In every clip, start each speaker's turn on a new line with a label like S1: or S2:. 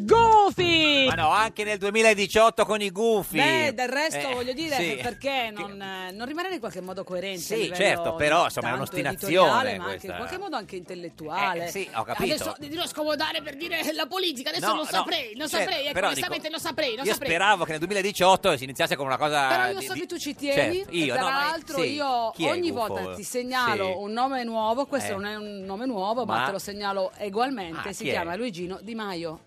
S1: Goofy!
S2: Ma no, anche nel 2018 con i gufi.
S1: Beh, del resto
S2: Eh,
S1: voglio dire
S2: sì.
S1: che perché non, eh, non rimanere in qualche modo coerenti a
S2: Sì,
S1: livello
S2: certo, però, insomma, è
S1: tanto
S2: un'ostinazione
S1: editoriale, ma anche
S2: questa.
S1: in qualche modo anche intellettuale.
S2: Eh, sì, ho capito.
S1: Adesso di dirlo scomodare per dire la politica, adesso
S2: No,
S1: lo
S2: no,
S1: saprei, lo
S2: certo,
S1: saprei, ecco,
S2: però
S1: onestamente
S2: dico,
S1: lo saprei, lo
S2: Io
S1: saprei.
S2: speravo che nel 2018 si iniziasse con una cosa.
S1: Però io
S2: di-
S1: so
S2: di-
S1: che tu ci tieni,
S2: Certo, io,
S1: e
S2: no,
S1: tra
S2: ma-
S1: l'altro
S2: sì,
S1: io
S2: chi è il
S1: ogni
S2: gufo?
S1: volta ti segnalo
S2: Sì.
S1: un nome nuovo, questo
S2: Eh.
S1: non è un nome nuovo, ma,
S3: Ma-
S1: te lo segnalo ugualmente,
S3: Ah,
S1: si
S3: chi è?
S1: chiama Luigino Di Maio.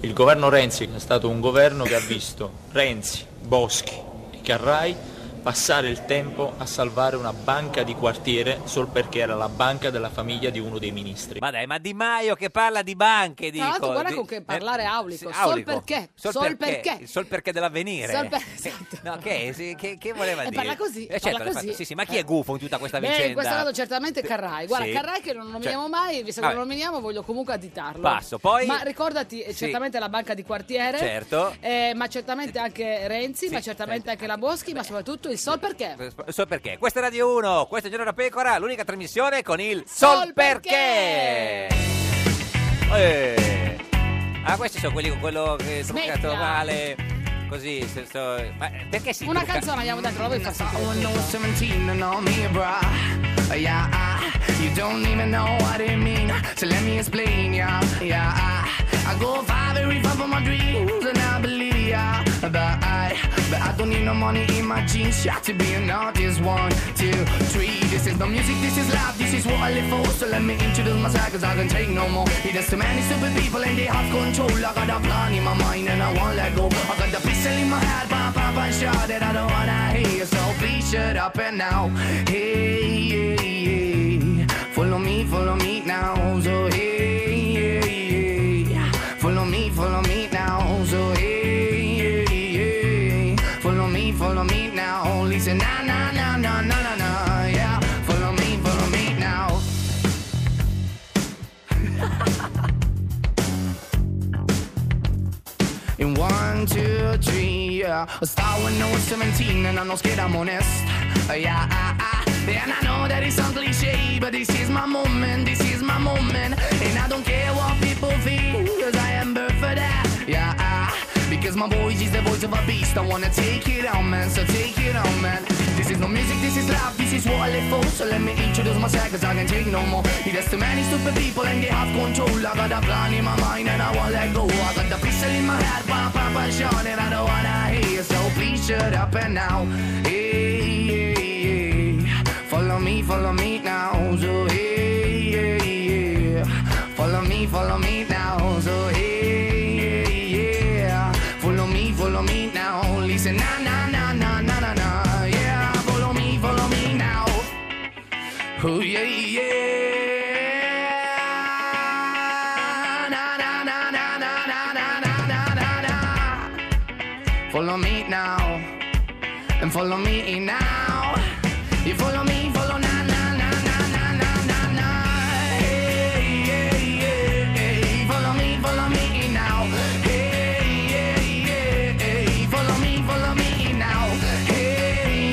S3: Il governo Renzi è stato un governo che ha visto Renzi, Boschi e Carrai passare il tempo a salvare una banca di quartiere solo perché era la banca della famiglia di uno dei ministri.
S2: Ma dai, ma Di Maio che parla di banche, dico.
S1: Tra l'altro guarda
S2: di- eh,
S1: con che parlare aulico,
S2: sì,
S1: sol
S2: aulico.
S1: perché,
S2: Sol
S1: sol
S2: perché,
S1: perché.
S2: il sol perché dell'avvenire.
S1: Sol per-
S2: No, che, sì, che, che voleva
S1: esatto. Eh,
S2: dire?
S1: parla così,
S2: Eh, certo,
S1: parla
S2: l'ha fatto-
S1: così.
S2: Sì, sì, ma chi è gufo in tutta questa
S1: Beh,
S2: vicenda?
S1: in questo caso certamente Carrai. Guarda,
S2: sì.
S1: Carrai che non lo nominiamo
S2: Cioè,
S1: mai, visto che
S2: vabbè.
S1: non lo nominiamo voglio comunque additarlo.
S2: Passo, poi-
S1: Ma ricordati, eh,
S2: Sì.
S1: certamente la banca di quartiere,
S2: Certo.
S1: eh, ma certamente anche Renzi, ma certamente anche la Boschi, ma soprattutto il Sol perché.
S2: So perché. Questa è Radio 1, questo è Giorno da Pecora, l'unica trasmissione con il Sol perché. Eh. Ah, questi sono quelli con quello che sono
S1: Smettila.
S2: cazzo male. Così, se- so- ma eh, perché si
S1: Una
S2: trucca-
S1: canzone andiamo dentro, la vuoi far
S4: Oh,
S1: sentire?
S4: no, 17 and I'm here, bruh. Yeah, I, you don't even know what it mean. So let me explain, yeah. Yeah, I, I go far, very far for my dreams, and I believe, yeah. But I, but I don't need no money in my jeans. Yeah, to be an artist, one, two, three. This is the music, this is life, this is what I live for. So let me introduce myself, cause I can take no more. Yeah, There's too many stupid people, and they have control. I got a plan in my mind, and I won't let go. I got the pistol in my head, pop, pop, and shot that I don't wanna hear. So please shut up and now. Hey, yeah, yeah. Follow me, follow me now. So hey, yeah, yeah. Follow me, follow me now. So hey, yeah, yeah. Follow me, follow me now. Listen, na, na, na, na, na, na, na. Yeah. Follow me, follow me now. In one, two, three, yeah. I start when I was 17 and I'm not scared, I'm honest. Uh, yeah, I, I, and I know that it sounds cliche, but this is my moment, this is my moment. And I don't care what people feel, cause I am birth for that. Yeah, I, because my voice is the voice of a beast. I wanna take it on, man, so take it on, man. This is no music, this is life, this is what I live for. So let me introduce myself, cause I can take no more. Yeah, There's too many stupid people and they have control. I got a plan in my mind and I won't let go. I got the pistol in my head, pop, pop, and shot, and I don't wanna hear. So please shut up and now. Hey, hey, hey. Follow me, follow me now. So hey, hey, hey. Follow me, follow me now. So hey, hey, yeah. Follow me, follow me now. Listen, na na na na na na na. Yeah, follow me, follow me now. Oh yeah, yeah. Na na na na na na na na na na na. Follow me now and follow me now. You follow me, follow na na na na na na na na. Hey, hey, hey, hey. Follow me, follow me now. Hey, hey, hey, hey. Follow me, follow me now. Hey,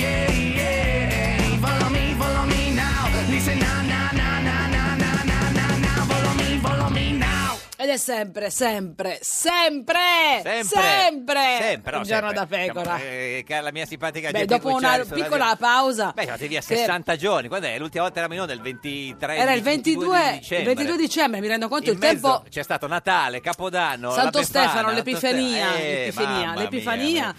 S4: hey, hey, hey. Follow me, follow me now. Listen na na na na na na na na na. Follow me, follow me now.
S1: Ed è sempre, sempre, sempre, sempre,
S2: Sempre, no,
S1: un giorno da
S2: sempre.
S1: pecora.
S2: Eh, cara, la mia simpatica
S1: Beh,
S2: gente
S1: dopo
S2: Cucciari
S1: una
S2: sulla radio-
S1: piccola pausa. Eh,
S2: Beh, siamo andati via
S1: Sì.
S2: 60 giorni. Quando è? L'ultima volta eravamo in onda il 23
S1: Era il
S2: di-
S1: 22,
S2: di
S1: il 22 dicembre, mi rendo conto
S2: In
S1: il
S2: mezzo
S1: tempo
S2: c'è stato Natale, Capodanno,
S1: Santo
S2: la Befana,
S1: Stefano,
S2: Santo
S1: l'Epifania,
S2: Stefano. Eh,
S1: l'Epifania,
S2: mamma
S1: l'Epifania.
S2: mia.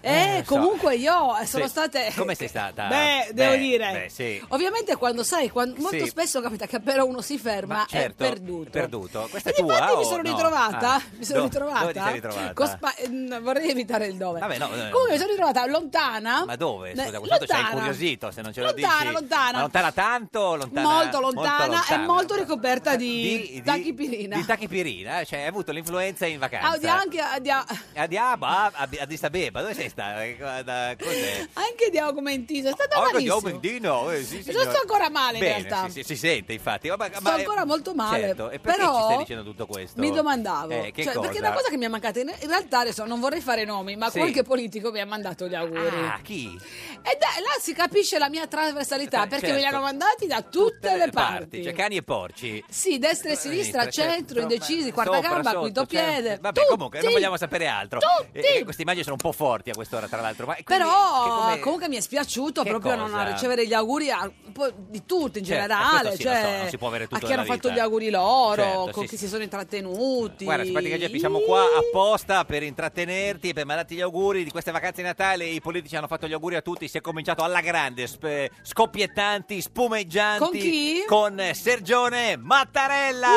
S1: Eh,
S2: lo so.
S1: comunque io eh, sono
S2: Sì.
S1: state...
S2: Come sei stata?
S1: Beh, devo
S2: Beh,
S1: dire.
S2: beh, sì.
S1: Ovviamente quando sai, quan- molto
S2: Sì.
S1: spesso capita che appena uno si ferma
S2: certo,
S1: è eh, perduto.
S2: è perduto. Questa è
S1: Ed infatti
S2: tua,
S1: mi
S2: o
S1: sono
S2: no?
S1: ritrovata,
S2: Ah.
S1: mi sono
S2: Do-
S1: ritrovata.
S2: dove ti sei ritrovata?
S1: con spa- eh, no, vorrei evitare il dove.
S2: Vabbè, no, eh.
S1: comunque mi sono ritrovata lontana.
S2: Ma dove?
S1: eh,
S2: Scusa, a questo punto sei
S1: lontana.
S2: incuriosito, se non ce lo
S1: Lontana,
S2: dici.
S1: lontana.
S2: Ma lontana tanto? Lontana,
S1: molto lontana, e molto ricoperta
S2: Di-
S1: di,
S2: di-
S1: tachipirina.
S2: Di tachipirina, eh, cioè hai avuto l'influenza in vacanza.
S1: Ah, di anche ah, di- ah,
S2: A Diaba, a, a Addis Abeba, dove sei questa? Eh, guarda, Cos'è?
S1: Anche di aumentino, è stato
S2: Orgo di
S1: malissimo.
S2: Aumendino, eh, sì,
S1: Io
S2: signor.
S1: sto ancora male, in
S2: Bene,
S1: realtà.
S2: Si, si- si sente, infatti. Vabbè,
S1: Sto ancora molto male,
S2: Certo, e perché
S1: però
S2: ci stai dicendo tutto questo?
S1: Mi domandavo,
S2: Eh, che
S1: cioè,
S2: cosa?
S1: perché è una cosa che mi è mancata. In in realtà adesso non vorrei fare nomi, ma
S2: Sì.
S1: qualche politico mi ha mandato gli auguri.
S2: Ah, chi?
S1: E da- là si capisce la mia trasversalità, perché me li
S2: certo.
S1: hanno mandati da tutte, le parti.
S2: Cioè, cani e porci.
S1: Sì, destra e sinistra,
S2: Sinistra,
S1: centro,
S2: certo.
S1: indecisi, quarta
S2: Sopra,
S1: gamba,
S2: sotto,
S1: quinto
S2: cioè,
S1: piede.
S2: Vabbè, comunque, non
S1: Tutti.
S2: vogliamo sapere altro.
S1: Tutti!
S2: Eh, eh, queste immagini sono un po' forti a quest'ora, tra l'altro. Ma, quindi, che
S1: Però
S2: come-
S1: comunque mi è spiaciuto
S2: Che
S1: proprio non
S2: cosa?
S1: ricevere gli auguri a- un po' di tutti in
S2: Certo,
S1: generale,
S2: questo sì, lo
S1: cioè
S2: so, non si può avere tutto
S1: a chi hanno
S2: nella
S1: fatto
S2: vita. eh.
S1: gli auguri loro,
S2: Certo,
S1: con
S2: sì,
S1: chi
S2: sì.
S1: si sono intrattenuti.
S2: Guarda, simpatica Geppi, siamo qua apposta per intrattenerti e per mandarti gli auguri di queste vacanze di Natale. I politici hanno fatto gli auguri a tutti. Si è cominciato alla grande, sp- scoppiettanti, spumeggianti.
S1: Con chi?
S2: Con eh, Sergione Mattarella.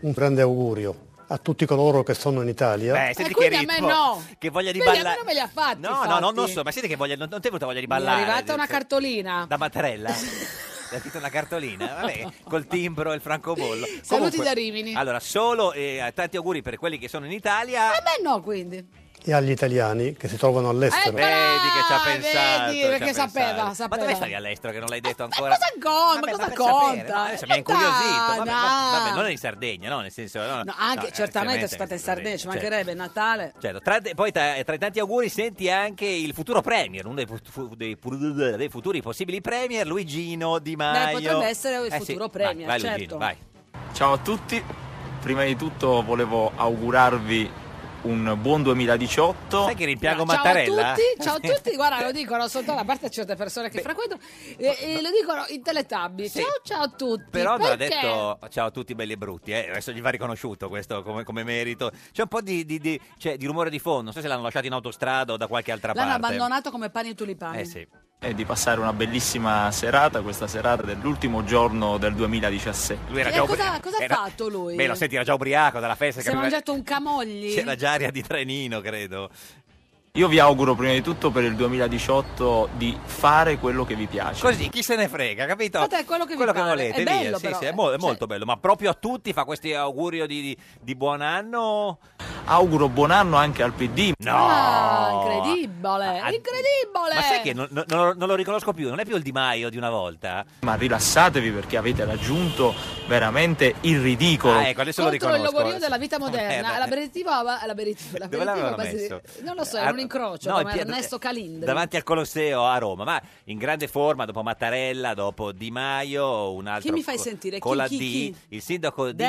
S5: Un grande augurio a tutti coloro che sono in Italia.
S2: Beh, Eh, senti
S1: E
S2: che
S1: quindi a me
S2: ritmo,
S1: no.
S2: Che voglia di
S1: Quindi a me
S2: ballare.
S1: non me li ha fatti,
S2: No, no, no, non
S1: infatti.
S2: so, ma siete che voglia, non, non ti è venuta voglia di
S1: Mi è
S2: ballare.
S1: arrivata una
S2: Cioè,
S1: cartolina.
S2: Da Mattarella? Ti ha scritto una cartolina? Vabbè, col timbro e il francobollo.
S1: Saluti da Rimini.
S2: Allora, solo eh, tanti auguri per quelli che sono in Italia.
S1: A me no, quindi.
S5: E agli italiani che si trovano all'estero.
S1: Eccola!
S2: Vedi che ci ha
S1: Ah,
S2: pensato.
S1: vedi,
S2: ci ha
S1: perché
S2: pensato.
S1: sapeva,
S2: Ma
S1: sapeva.
S2: dove stavi all'estero che non l'hai detto ancora?
S1: cosa conta?
S2: Vabbè,
S1: Cosa
S2: per sapere,
S1: conta?
S2: no? Adesso mi ha
S1: Eh,
S2: incuriosito.
S1: dai,
S2: Vabbè, no,
S1: dai.
S2: vabbè, non in Sardegna, no? Nel senso... No,
S1: No, anche
S2: no,
S1: certamente sono stata
S2: eh,
S1: in Sardegna, ci
S2: certo.
S1: mancherebbe Natale.
S2: Certo, tra, poi tra, tra i tanti auguri senti anche il futuro premier, uno dei, fu- dei fu- dei futuri possibili premier, Luigino Di Maio. Eh
S1: potrebbe essere il futuro premier,
S2: vai, vai,
S1: certo.
S2: Luigino, vai.
S3: Ciao a tutti, prima di tutto volevo augurarvi un buon 2018.
S2: Sai che rimpiango
S1: ciao a
S2: Mattarella?
S1: tutti, ciao a tutti, guarda lo dicono soltanto da parte di certe persone che frequento e, e lo dicono in teletubbies.
S2: Sì.
S1: Ciao ciao a tutti.
S2: Però non ha
S1: perché?
S2: detto ciao a tutti belli e brutti, eh, adesso gli va riconosciuto questo come, come merito. C'è un po' di, di- di- cioè, di rumore di fondo, non so se l'hanno lasciato in autostrada o da qualche altra
S1: L'hanno
S2: parte.
S1: abbandonato come pani e tulipani.
S2: Eh sì.
S3: E di passare una bellissima serata, questa serata dell'ultimo giorno del 2017.
S2: Lui era
S1: E
S2: già
S1: Eh, cosa-
S2: ubriaco.
S1: cosa ha
S2: Era-
S1: fatto lui?
S2: Beh, lo senti, era già ubriaco dalla festa.
S1: Si è
S2: che aveva-
S1: mangiato un camogli.
S2: C'era già aria di trenino, credo.
S3: Io vi auguro prima di tutto per il 2018 di fare quello che vi piace.
S2: Così, chi se ne frega, capito?
S1: Fate quello che vi pare.
S2: volete,
S1: È
S2: via.
S1: bello,
S2: sì,
S1: però,
S2: sì,
S1: eh.
S2: è, mo- è
S1: Cioè-
S2: molto bello. Ma proprio a tutti fa questi auguri di, di- di buon anno?
S3: Auguro buon anno anche al PD.
S2: No!
S1: Ah, incredibile,
S2: Ah, ah,
S1: incredibile.
S2: Ma sai che non, non- non lo- non lo riconosco più? Non è più il Di Maio di una volta?
S3: Ma rilassatevi perché avete raggiunto veramente il ridicolo.
S2: Ah, ecco, adesso lo
S1: Contro il
S2: riconosco.
S1: logorio della vita moderna,
S2: Moderna.
S1: l'aperitivo, l'aperitivo,
S2: Dove
S1: l'aperitivo
S2: l'avevano
S1: basi-
S2: messo?
S1: non lo so,
S2: Ah,
S1: era un incrocio
S2: no,
S1: come
S2: il pia-
S1: Ernesto Calindri.
S2: Davanti al Colosseo a Roma, ma in grande forma dopo Mattarella, dopo Di Maio, un altro
S1: mi fai
S2: co-
S1: sentire?
S2: Con
S1: Chi,
S2: la
S1: chi,
S2: D,
S1: chi?
S2: il sindaco di
S1: De,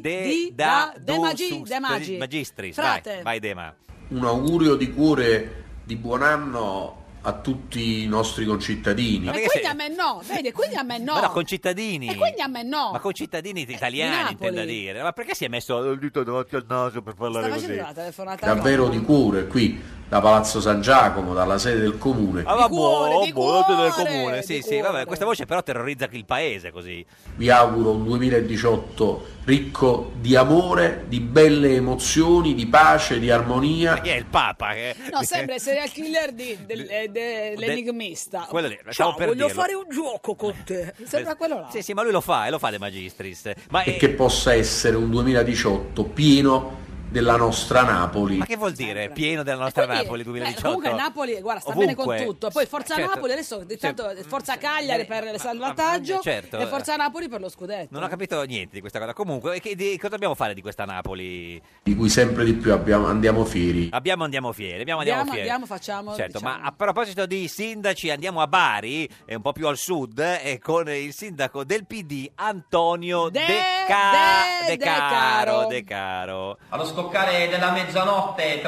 S1: di, di,
S2: Da,
S1: da, De
S2: Du,
S1: Magi,
S2: Sus-
S1: De Magi.
S2: Magistris.
S1: Frate.
S2: Vai, vai Dema.
S6: Un augurio di cuore di buon anno a tutti i nostri concittadini.
S1: E
S2: perché
S1: quindi
S2: se-
S1: a me no, vedi, e quindi a me no.
S2: Ma no, con cittadini.
S1: Oh. E quindi a me no.
S2: Ma con cittadini
S1: Oh. Eh, di
S2: italiani,
S1: Napoli.
S2: intendo dire. Ma perché si è messo il dito davanti al naso per
S1: Sta
S2: parlare
S1: facendo
S2: così?
S1: una telefonata.
S6: Davvero
S1: no?
S6: di cuore qui da Palazzo San Giacomo, dalla sede del comune.
S2: Ah, vabbè,
S1: cuore,
S2: oh,
S1: di
S2: boh, tutto del
S1: cuore,
S2: comune.
S1: di
S2: Sì, sì,
S1: cuore.
S2: vabbè, questa voce però terrorizza anche il paese così.
S6: Vi auguro un 2018 ricco di amore, di belle emozioni, di pace, di
S2: Ma
S6: armonia.
S2: chi è il Papa? Eh, che-
S1: No, sembra il serial killer di- del- eh, dell'enigmista.
S2: Quello lì, stavo
S1: Ciao,
S2: per
S1: voglio
S2: dirlo.
S1: fare un gioco con te. Sembra quello là. Eh,
S2: Sì, sì, ma lui lo fa, e lo fa De Magistris. Ma,
S6: E
S2: eh,
S6: che possa essere un 2018 pieno della nostra Napoli.
S2: ma che vuol dire
S1: Sempre.
S2: pieno della nostra
S1: E quindi,
S2: Napoli
S1: beh,
S2: 2018?
S1: comunque Napoli, guarda, sta
S2: Ovunque.
S1: bene con tutto. Poi Forza
S2: Certo.
S1: Napoli adesso, intanto
S2: Cioè,
S1: Forza Cagliari per
S2: ma-
S1: il salvataggio
S2: ma- certo.
S1: e Forza Napoli per lo scudetto.
S2: Non ho capito niente di questa cosa. Comunque, che- di- cosa dobbiamo fare di questa Napoli?
S6: di cui sempre di più abbiamo- andiamo fieri.
S2: Abbiamo, andiamo fieri. Abbiamo, andiamo,
S1: Andiamo,
S2: fieri.
S1: andiamo, facciamo,
S2: Certo,
S1: diciamo.
S2: ma a proposito di sindaci, andiamo a Bari, è un po' più al sud, e con il sindaco del PD, Antonio
S1: De-
S2: Ca-
S1: De-
S2: De Caro.
S1: De Caro.
S2: De Caro.
S7: Allo scoccare della mezzanotte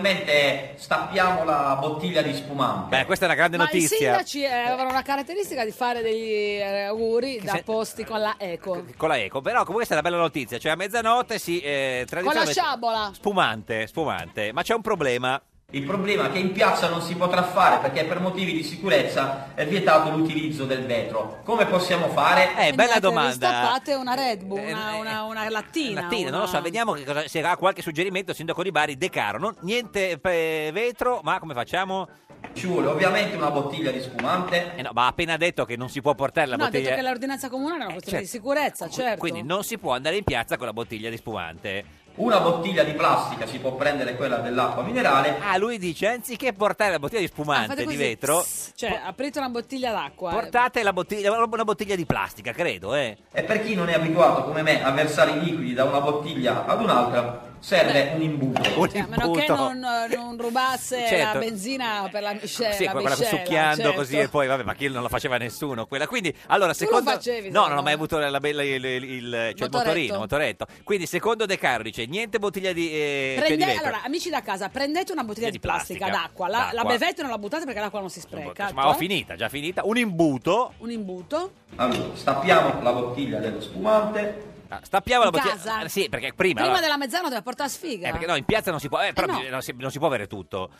S7: tradizionalmente stappiamo la bottiglia di spumante.
S2: Beh, questa è una grande
S1: Ma i
S2: notizia.
S1: sindaci eh, avevano la caratteristica di fare degli eh, auguri da
S2: se-
S1: posti con la eco.
S2: con la Eco, però comunque questa è una bella notizia, cioè a mezzanotte si eh, tradizionalmente-
S1: Con la sciabola.
S2: Spumante, spumante, ma c'è un problema.
S7: Il problema è che in piazza non si potrà fare perché per motivi di sicurezza è vietato l'utilizzo del vetro. Come possiamo fare?
S2: Eh, bella
S1: Niente,
S2: domanda.
S1: vi stappate una Red Bull,
S2: Eh,
S1: una-
S2: eh,
S1: una- una lattina,
S2: lattina, non lo
S1: una-
S2: so, vediamo che cosa- se ha qualche suggerimento sindaco di Bari De Caro, non- niente eh, vetro, ma come facciamo?
S7: Ci vuole ovviamente una bottiglia di spumante.
S2: Eh no, ma ha appena detto che non si può portare la
S1: no, ha
S2: bottiglia
S1: detto che l'ordinanza comunale è una
S2: Eh,
S1: questione
S2: certo.
S1: di sicurezza, certo.
S2: Quindi non si può andare in piazza con la bottiglia di spumante.
S3: Una bottiglia di plastica si può prendere quella dell'acqua minerale.
S2: Ah, lui dice anziché portare la bottiglia di spumante
S1: Ah, Fate
S2: di
S1: così,
S2: vetro,
S1: tss, Cioè, aprite una bottiglia d'acqua. eh.
S2: portate la bottiglia, una bottiglia di plastica, credo, eh.
S3: E per chi non è abituato come me a versare i liquidi da una bottiglia ad un'altra, serve un imbuto.
S1: Cioè, a meno che non, eh, non rubasse
S2: Certo. Ah,
S1: la benzina per la miscela.
S2: Sì, quella
S1: miscela,
S2: succhiando
S1: certo.
S2: così e poi vabbè, ma chi non la faceva nessuno quella. Quindi, allora,
S1: Tu lo
S2: secondo
S1: facevi,
S2: No, non
S1: secondo
S2: ho mai
S1: me.
S2: avuto la bella il, il- il- cioè il
S1: Motoretto.
S2: motorino, motoretto. Quindi, secondo De Caro dice niente bottiglia di eh, cioè di
S1: Prende-
S2: vetro.
S1: allora, amici da casa, prendete una bottiglia
S2: Di
S1: di plastica,
S2: plastica,
S1: d'acqua, la, la
S2: d'acqua.
S1: bevete e non la buttate perché l'acqua non si spreca. ecco.
S2: ma ho finita, già finita. Un imbuto.
S1: Un imbuto.
S3: Allora, stappiamo la bottiglia dello spumante.
S2: Ah, Stappiamo
S1: la In bottiglia- casa?
S2: Eh, sì, perché prima,
S1: Prima
S2: allora-
S1: della mezzanotte deve portare sfiga.
S2: eh, perché no, in piazza non si può, eh, però
S1: Eh, no.
S2: bisogna- non, si, non si può avere tutto.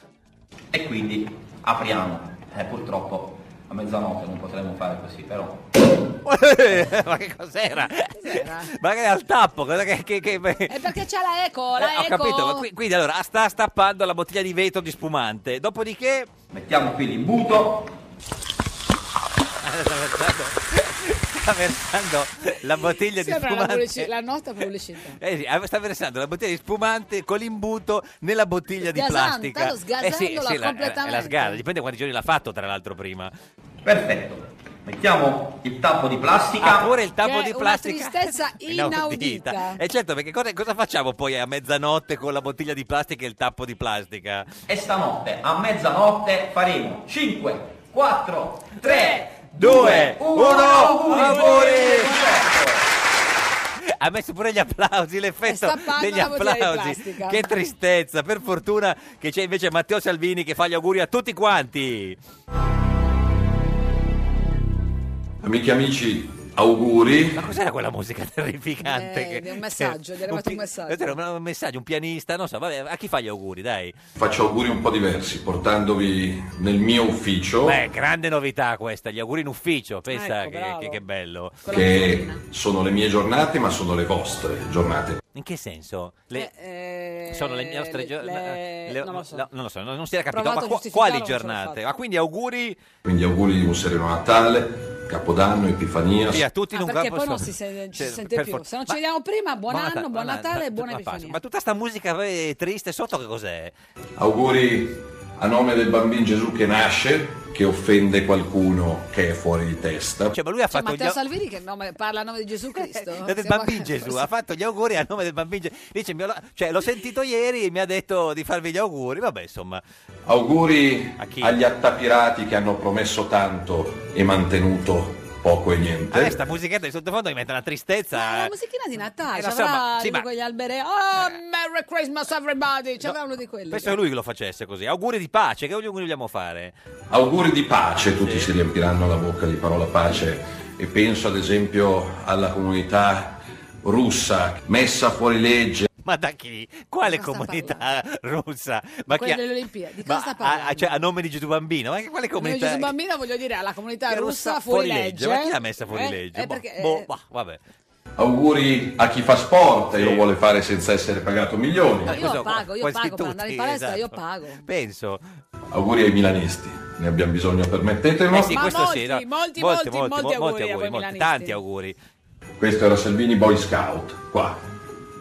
S3: E quindi apriamo. Eh, purtroppo a mezzanotte non potremo fare così, però.
S2: ma che cos'era? Ma che al tappo, cosa che, che- che-
S1: È perché c'è la eco,
S2: Eh,
S1: Eh, la
S2: ho
S1: eco.
S2: capito, ma qui- quindi allora sta stappando la bottiglia di vetro di spumante, dopodiché
S3: mettiamo qui l'imbuto.
S2: Sta versando, sta versando la bottiglia di
S1: Sembra la,
S2: spumante.
S1: pubblici- la nota pubblicità.
S2: Eh sì, sta versando la bottiglia di spumante con l'imbuto nella bottiglia di
S1: Sgasando,
S2: plastica. Eh
S1: lo sgasandola
S2: la- La,
S1: completamente.
S2: sgasa, dipende quanti giorni l'ha fatto tra l'altro prima.
S3: Perfetto. Mettiamo il tappo di plastica.
S2: Ah, pure il tappo
S1: Che è
S2: di plastica. Eh,
S1: Una tristezza
S2: Inaudita.
S1: inaudita.
S2: E certo, perché cosa, cosa facciamo poi a mezzanotte con la bottiglia di plastica e il tappo di plastica?
S3: E stanotte a mezzanotte faremo 5, 4, 3, 2,
S2: Due,
S3: 1,
S2: uno,
S3: auguri!
S2: auguri!
S3: Perfetto.
S2: Ha messo pure gli applausi, l'effetto
S1: E stappando
S2: degli
S1: la bottiglia di
S2: applausi.
S1: plastica.
S2: Che tristezza, per fortuna che c'è invece Matteo Salvini che fa gli auguri a tutti quanti.
S7: Amiche e amici, auguri.
S2: Ma cos'era quella musica terrificante?
S1: Eh, un messaggio, gli è arrivato un
S2: pi-
S1: messaggio.
S2: era un un messaggio, un pianista, non so, vabbè, a chi fa gli auguri, dai.
S7: Faccio auguri un po' diversi portandovi nel mio ufficio
S2: Beh, grande novità questa, gli auguri in ufficio, pensa
S1: Ecco,
S2: che-
S1: bravo.
S2: che, che bello.
S1: Con la
S7: che
S1: mascherina.
S7: sono le mie giornate ma sono le vostre giornate.
S2: In che senso? Le-
S1: Eh, eh,
S2: sono le nostre
S1: le-
S2: giornate...
S1: le- non lo so.
S2: non lo so, non, non si era capito,
S1: Provato
S2: ma
S1: a
S2: qua-
S1: giustificarlo,
S2: quali
S1: non ce l'ho
S2: giornate?
S1: fatta.
S2: Ma quindi auguri
S7: Quindi auguri di un sereno Natale, Capodanno, Epifania,
S2: via a tutti
S1: Ah,
S2: in un
S1: perché
S2: campo
S1: poi non
S2: solo.
S1: si se- ci
S2: Cioè,
S1: si sente
S2: per
S1: più.
S2: for-
S1: Se non ci
S2: Ma-
S1: vediamo prima, buon anno, buon Natale e buona
S2: ma-
S1: Epifania.
S2: Ma tutta sta musica eh, triste sotto che cos'è?
S7: Auguri a nome del bambino Gesù che nasce, che offende qualcuno che è fuori di testa.
S2: Cioè, ma lui ha
S1: Cioè,
S2: fatto gli
S1: Matteo
S2: au-
S1: Salvini che nome- parla a nome di Gesù Cristo.
S2: Eh, del
S1: Oh, Siamo-
S2: bambino Gesù ha fatto gli auguri a nome del bambino Gesù dice mio- cioè, l'ho sentito ieri e mi ha detto di farvi gli auguri vabbè insomma
S7: Auguri
S2: A chi?
S7: agli attapirati che hanno promesso tanto e mantenuto poco e
S2: a me
S7: niente.
S2: sta musichetta di sottofondo mi mette una
S1: Ma
S2: tristezza
S1: la musichina di Natale,
S2: Eh,
S1: eh,
S2: lo so, ma-
S1: c'avrà
S2: sì,
S1: sì,
S2: ma- Eh.
S1: quegli alberi. Oh, Merry Christmas everybody! C'avrà uno di quelli.
S2: penso che lui che lo facesse così auguri di pace che auguri vogliamo fare
S7: Auguri di pace, tutti
S2: Sì.
S7: si riempiranno la bocca di parola pace e penso ad esempio alla comunità russa messa fuori legge.
S2: ma da chi? Quale
S1: Cosa sta
S2: comunità russa? Ma
S1: Quella
S2: chi ha-
S1: delle Olimpiadi, di
S2: Ma
S1: cosa sta
S2: a-
S1: parlando?
S2: a, cioè, a nome di Gesù Bambino? Ma che- quale
S1: Come
S2: comunità?
S1: Gesù bambino voglio dire alla comunità
S2: Che
S1: russa fuori legge.
S2: Ma chi l'ha messa fuori
S1: Eh,
S2: legge?
S1: eh,
S2: Boh,
S1: perché,
S2: boh,
S1: eh,
S2: bah, vabbè.
S7: Auguri a chi fa sport e
S2: Sì.
S7: lo vuole fare senza essere pagato milioni.
S1: No, io
S2: Questo
S1: pago, io
S2: quasi
S1: pago per andare in
S2: esatto.
S1: palestra, io pago.
S2: Penso.
S7: Auguri ai milanisti, ne abbiamo bisogno, permettetelo.
S2: Eh sì,
S1: Ma
S2: questo
S1: molti,
S2: sì, no.
S1: molti, molti, molti
S2: mo-
S1: auguri a voi milanisti.
S2: tanti auguri.
S7: Questo era Salvini Boy Scout, qua,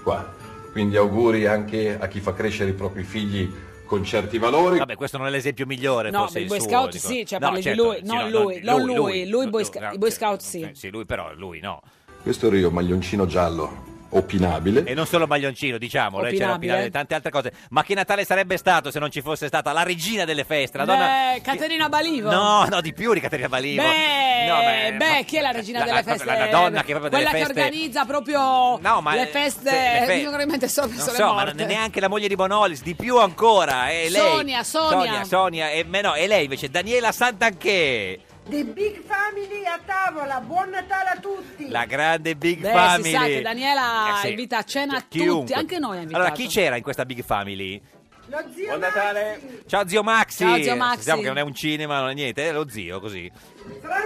S7: qua. Quindi auguri anche a chi fa crescere i propri figli con certi valori.
S2: Vabbè, questo non è l'esempio migliore,
S1: No,
S2: forse
S1: beh,
S2: il
S1: Boy
S2: suo,
S1: Scout
S2: dico.
S1: sì, cioè
S2: No,
S1: parli di
S2: certo,
S1: lui,
S2: sì,
S1: non
S2: no,
S1: lui, non lui, lui Boy
S2: no,
S1: Sca-
S2: no,
S1: i Boy
S2: sì,
S1: Scout sì.
S2: eh, Sì, lui però, lui no.
S7: Questo ero io, maglioncino giallo, opinabile.
S2: E non solo maglioncino, diciamo, lei c'era
S1: Opinabile.
S2: opinabile, tante altre cose. Ma che Natale sarebbe stato se non ci fosse stata la regina delle feste, la donna...
S1: Beh, Caterina Balivo.
S2: No, no, di più di Caterina Balivo.
S1: Beh,
S2: No,
S1: beh, chi è la regina delle
S2: proprio
S1: feste?
S2: La, la donna che proprio
S1: Quella
S2: delle feste...
S1: che organizza proprio
S2: No, ma
S1: le
S2: eh,
S1: feste.
S2: se- le fe-
S1: Mi vengono in mente solo
S2: non
S1: persone
S2: so, ma
S1: morte.
S2: non è neanche la moglie di Bonolis, di più ancora. È lei.
S1: Sonia, Sonia.
S2: Sonia, Sonia, e, me no, e lei invece, Daniela Santanché.
S8: The Big Family a tavola, buon Natale a tutti!
S2: La grande Big
S1: Beh,
S2: Family. Eh, Cioè,
S1: si sa che Daniela invita a cena tutti,
S2: Chiunque.
S1: anche noi ha invitato.
S2: Allora, chi c'era in questa Big Family?
S8: Lo zio
S7: Buon Natale.
S8: Maxi,
S2: Ciao zio Maxi.
S1: Ciao, zio Maxi.
S2: Sappiamo che non è un cinema, non è niente, è lo zio così.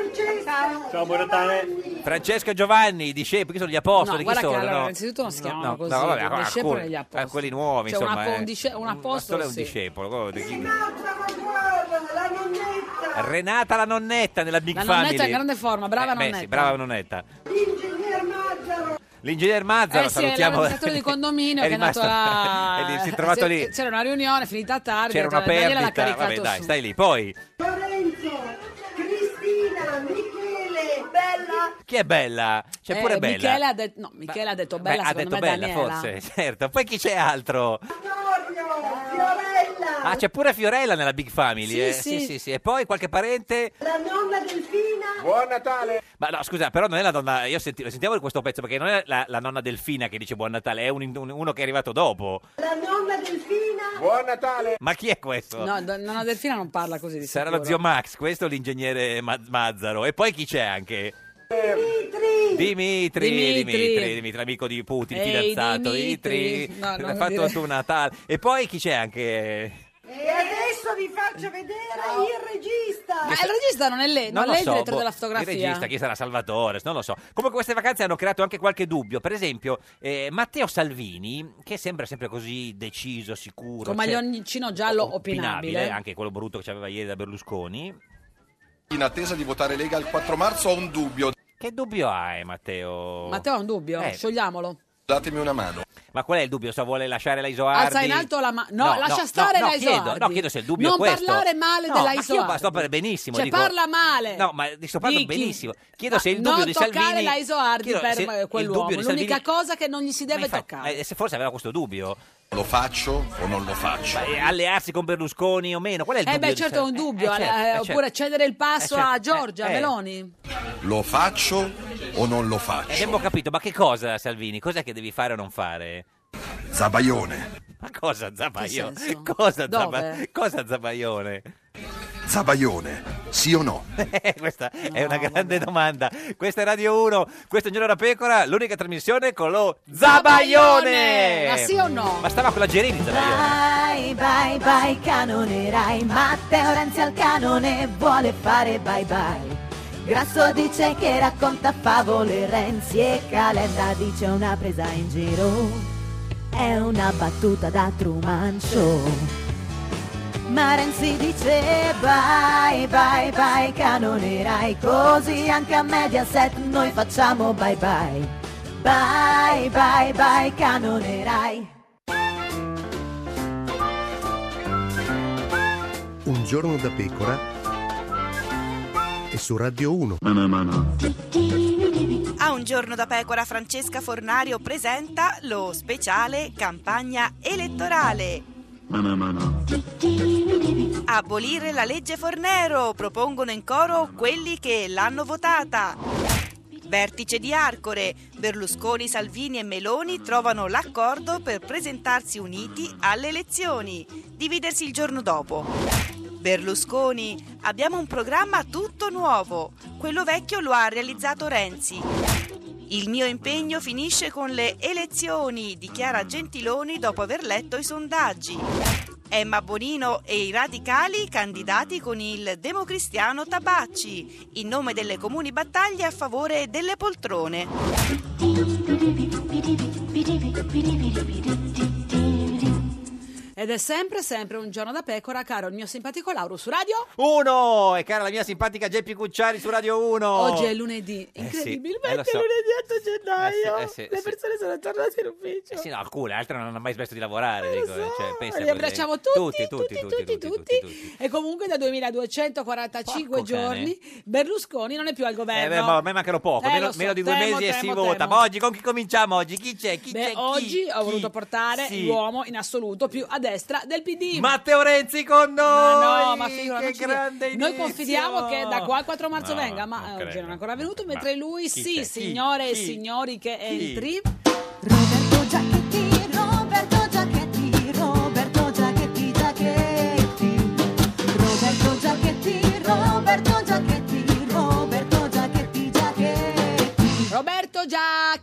S8: Francesco,
S9: Ciao, buon Natale.
S2: Francesco e Giovanni, i discepoli, chi sono gli apostoli?
S1: No, guarda
S2: chi
S1: che
S2: sono?
S1: allora,
S2: no?
S1: innanzitutto non si chiamano così, i
S2: ah,
S1: discepoli
S2: alcuni-
S1: e gli apostoli.
S2: ah, quelli nuovi,
S1: Cioè, una
S2: insomma.
S1: po-
S2: eh.
S1: un disce- un apostolo,
S2: apostolo è un
S1: sì.
S2: discepolo. quello di chi-
S8: Renata Maggiore, la nonnetta,
S2: Renata la nonnetta nella Big
S1: La
S2: Family.
S1: nonnetta è in grande forma, brava
S2: Eh, beh, sì,
S1: nonnetta.
S2: brava nonnetta.
S8: l'ingegner Mazzaro,
S2: L'ingegner Mazza, lo
S1: Eh sì, è
S2: salutiamo.
S1: l'amministratore di condominio
S2: È
S1: che è andato
S2: rimasto-
S1: là.
S2: e lì si è trovato lì.
S1: C'era una riunione finita tardi.
S2: C'era
S1: ha
S2: una
S1: detto, Daniela l'ha
S2: perdita. Vabbè,
S1: caricato
S2: dai,
S1: su.
S2: stai lì. Poi,
S8: Lorenzo, Cristina, Michele, bella.
S2: chi è bella? C'è
S1: Eh,
S2: pure bella.
S1: Michele ha, de- no, Michele ha detto bella,
S2: Beh, ha
S1: secondo
S2: detto
S1: me
S2: bella,
S1: Daniela.
S2: forse, certo. Poi chi c'è altro?
S8: Antonio, Fiorella,
S2: Ah, c'è pure Fiorella nella Big Family.
S8: Sì,
S2: eh.
S8: sì.
S2: sì, sì. E poi qualche parente.
S8: la nonna Delfina. Buon Natale.
S2: Ma no, scusa, però non è la donna. Io senti- sentiamo questo pezzo perché non è la, la nonna Delfina che dice Buon Natale, è un- un- uno che è arrivato dopo.
S8: La nonna Delfina. Buon Natale.
S2: Ma chi è questo?
S1: No, d- nonna Delfina non parla così di
S2: Sarà
S1: sicuro.
S2: lo zio Max, questo è l'ingegnere Ma- Mazzaro. E poi chi c'è anche?
S8: Dimitri.
S2: Dimitri, Dimitri,
S1: Dimitri.
S2: Dimitri, amico di Putin,
S1: Ehi,
S2: fidanzato.
S1: Dimitri.
S2: Dimitri,
S1: No, non
S2: ha
S1: lo
S2: fatto
S1: dire.
S2: tu un Natale. E poi chi c'è anche?
S8: E adesso vi faccio vedere il regista.
S1: Ma il regista non è lei, non,
S2: lo
S1: è il
S2: so,
S1: direttore
S2: boh,
S1: della fotografia.
S2: Il regista, chi sarà Salvatore, non lo so. Comunque queste vacanze hanno creato anche qualche dubbio. Per esempio, eh, Matteo Salvini, che sembra sempre così deciso, sicuro.
S1: Con
S2: cioè-
S1: maglioncino giallo opinabile.
S2: opinabile, anche quello brutto che aveva ieri da Berlusconi.
S7: In attesa di votare Lega il 4 marzo ho un dubbio.
S2: Che dubbio hai, Matteo?
S1: Matteo ha un dubbio,
S2: Eh.
S1: sciogliamolo.
S2: Datemi una mano. Ma qual è il dubbio? Se vuole lasciare la Isoardi?
S1: Alza in alto la mano. No,
S2: No,
S1: lascia
S2: no,
S1: stare
S2: no,
S1: la
S2: no,
S1: Isoardi.
S2: chiedo- no, chiedo se il dubbio è
S1: non
S2: questo.
S1: parlare male
S2: No,
S1: della
S2: ma
S1: Isoardi.
S2: io sto per benissimo,
S1: Cioè,
S2: dico-
S1: parla male.
S2: No, ma sto parlando
S1: Di chi?
S2: benissimo. Chiedo
S1: Ma
S2: se il dubbio
S1: non
S2: di
S1: toccare
S2: Salvini...
S1: la Isoardi
S2: chiedo
S1: per
S2: se il
S1: eh, quell'uomo.
S2: dubbio di
S1: L'unica
S2: Salvini-
S1: cosa che non gli si deve toccare.
S2: Eh, se forse aveva questo dubbio. Lo faccio o non lo faccio? allearsi con Berlusconi o meno? Qual è il
S1: Eh
S2: dubbio?
S1: beh,
S2: di
S1: certo è un
S2: Salvini?
S1: dubbio,
S2: Eh, certo,
S1: eh,
S2: eh, certo.
S1: oppure cedere il passo
S2: Eh, certo,
S1: a
S2: eh,
S1: Giorgia
S2: eh.
S1: Meloni.
S2: Lo faccio o non lo faccio? certo. Eh, abbiamo capito, ma che cosa Salvini? Cosa che devi fare o non fare? Zabaione. Ma cosa Zabaione?
S7: Che senso?
S2: Cosa,
S7: Dove?
S2: Zaba- cosa Zabaione?
S7: Zabaione, sì o no?
S2: Eh, Questa è una grande domanda. Questa è Radio 1, questo è Un Giorno da Pecora, l'unica trasmissione con lo Zabaione.
S10: Ma sì o no?
S2: Ma stava con la Gerini Zabaione.
S10: Vai, vai, vai, canonerai. Matteo Renzi al canone vuole fare bye bye. Grasso dice che racconta favole Renzi e Calenda dice una presa in giro. È una battuta da Truman Show. Ma Renzi dice bye, bye, bye, canonerai. Così anche a Mediaset noi facciamo bye bye. Bye, bye, bye, canonerai.
S5: Un giorno da pecora e su Radio 1.
S11: A un giorno da pecora Francesca Fornario presenta lo speciale campagna elettorale. Abolire la legge Fornero, propongono in coro quelli che l'hanno votata. Vertice di Arcore, Berlusconi, Salvini e Meloni trovano l'accordo per presentarsi uniti alle elezioni, dividersi il giorno dopo. Berlusconi, abbiamo un programma tutto nuovo, quello vecchio lo ha realizzato Renzi. Il mio impegno finisce con le elezioni, dichiara Gentiloni dopo aver letto i sondaggi. Emma Bonino e i radicali candidati con il democristiano Tabacci, in nome delle comuni battaglie a favore delle poltrone.
S1: Ed è sempre, sempre un giorno da pecora, caro il mio simpatico Lauro su radio.
S2: Uno! E cara la mia simpatica Geppi Cucciari su Radio 1.
S1: Oggi è lunedì,
S2: Eh sì,
S1: incredibilmente
S2: eh, lo so.
S1: lunedì 8 gennaio.
S2: Eh sì, eh sì,
S1: Le
S2: sì.
S1: persone sono tornate in ufficio.
S2: Eh sì, no, alcune, altre non hanno mai smesso di lavorare. dico, cioè, pensa
S1: Eh, Li
S2: così.
S1: abbracciamo tutti, tutti, tutti,
S2: Eh,
S1: tutti, E comunque da 2245
S2: Porco
S1: giorni Berlusconi non è più al
S2: Eh, beh,
S1: governo.
S2: ma a me mancano poco,
S1: Eh,
S2: meno,
S1: lo so,
S2: meno di due
S1: temo,
S2: mesi e si
S1: temo,
S2: vota.
S1: temo.
S2: Ma oggi con chi cominciamo oggi? Chi c'è? Chi
S1: Beh,
S2: c'è? Chi?
S1: oggi ho voluto portare
S2: Sì.
S1: l'uomo in assoluto più a destra del PD.
S2: Matteo Renzi con noi!
S1: Ma no, ma figura,
S2: che
S1: non ci dire.
S2: grande
S1: Noi
S2: inizio!
S1: confidiamo che da qua al 4 marzo
S2: No,
S1: venga, ma
S2: non
S1: eh, oggi
S2: credo.
S1: non è ancora venuto, mentre
S2: Ma
S1: lui
S2: chi
S1: sì,
S2: c'è? Chi?
S1: signore e
S2: Chi?
S1: signori che entri.
S10: Roberto Giacchetti, Roberto Giacchetti, Giacchetti. Roberto Giacchetti, Roberto Giacchetti, Roberto Giacchetti, Giacchetti.
S1: Roberto Giacchetti.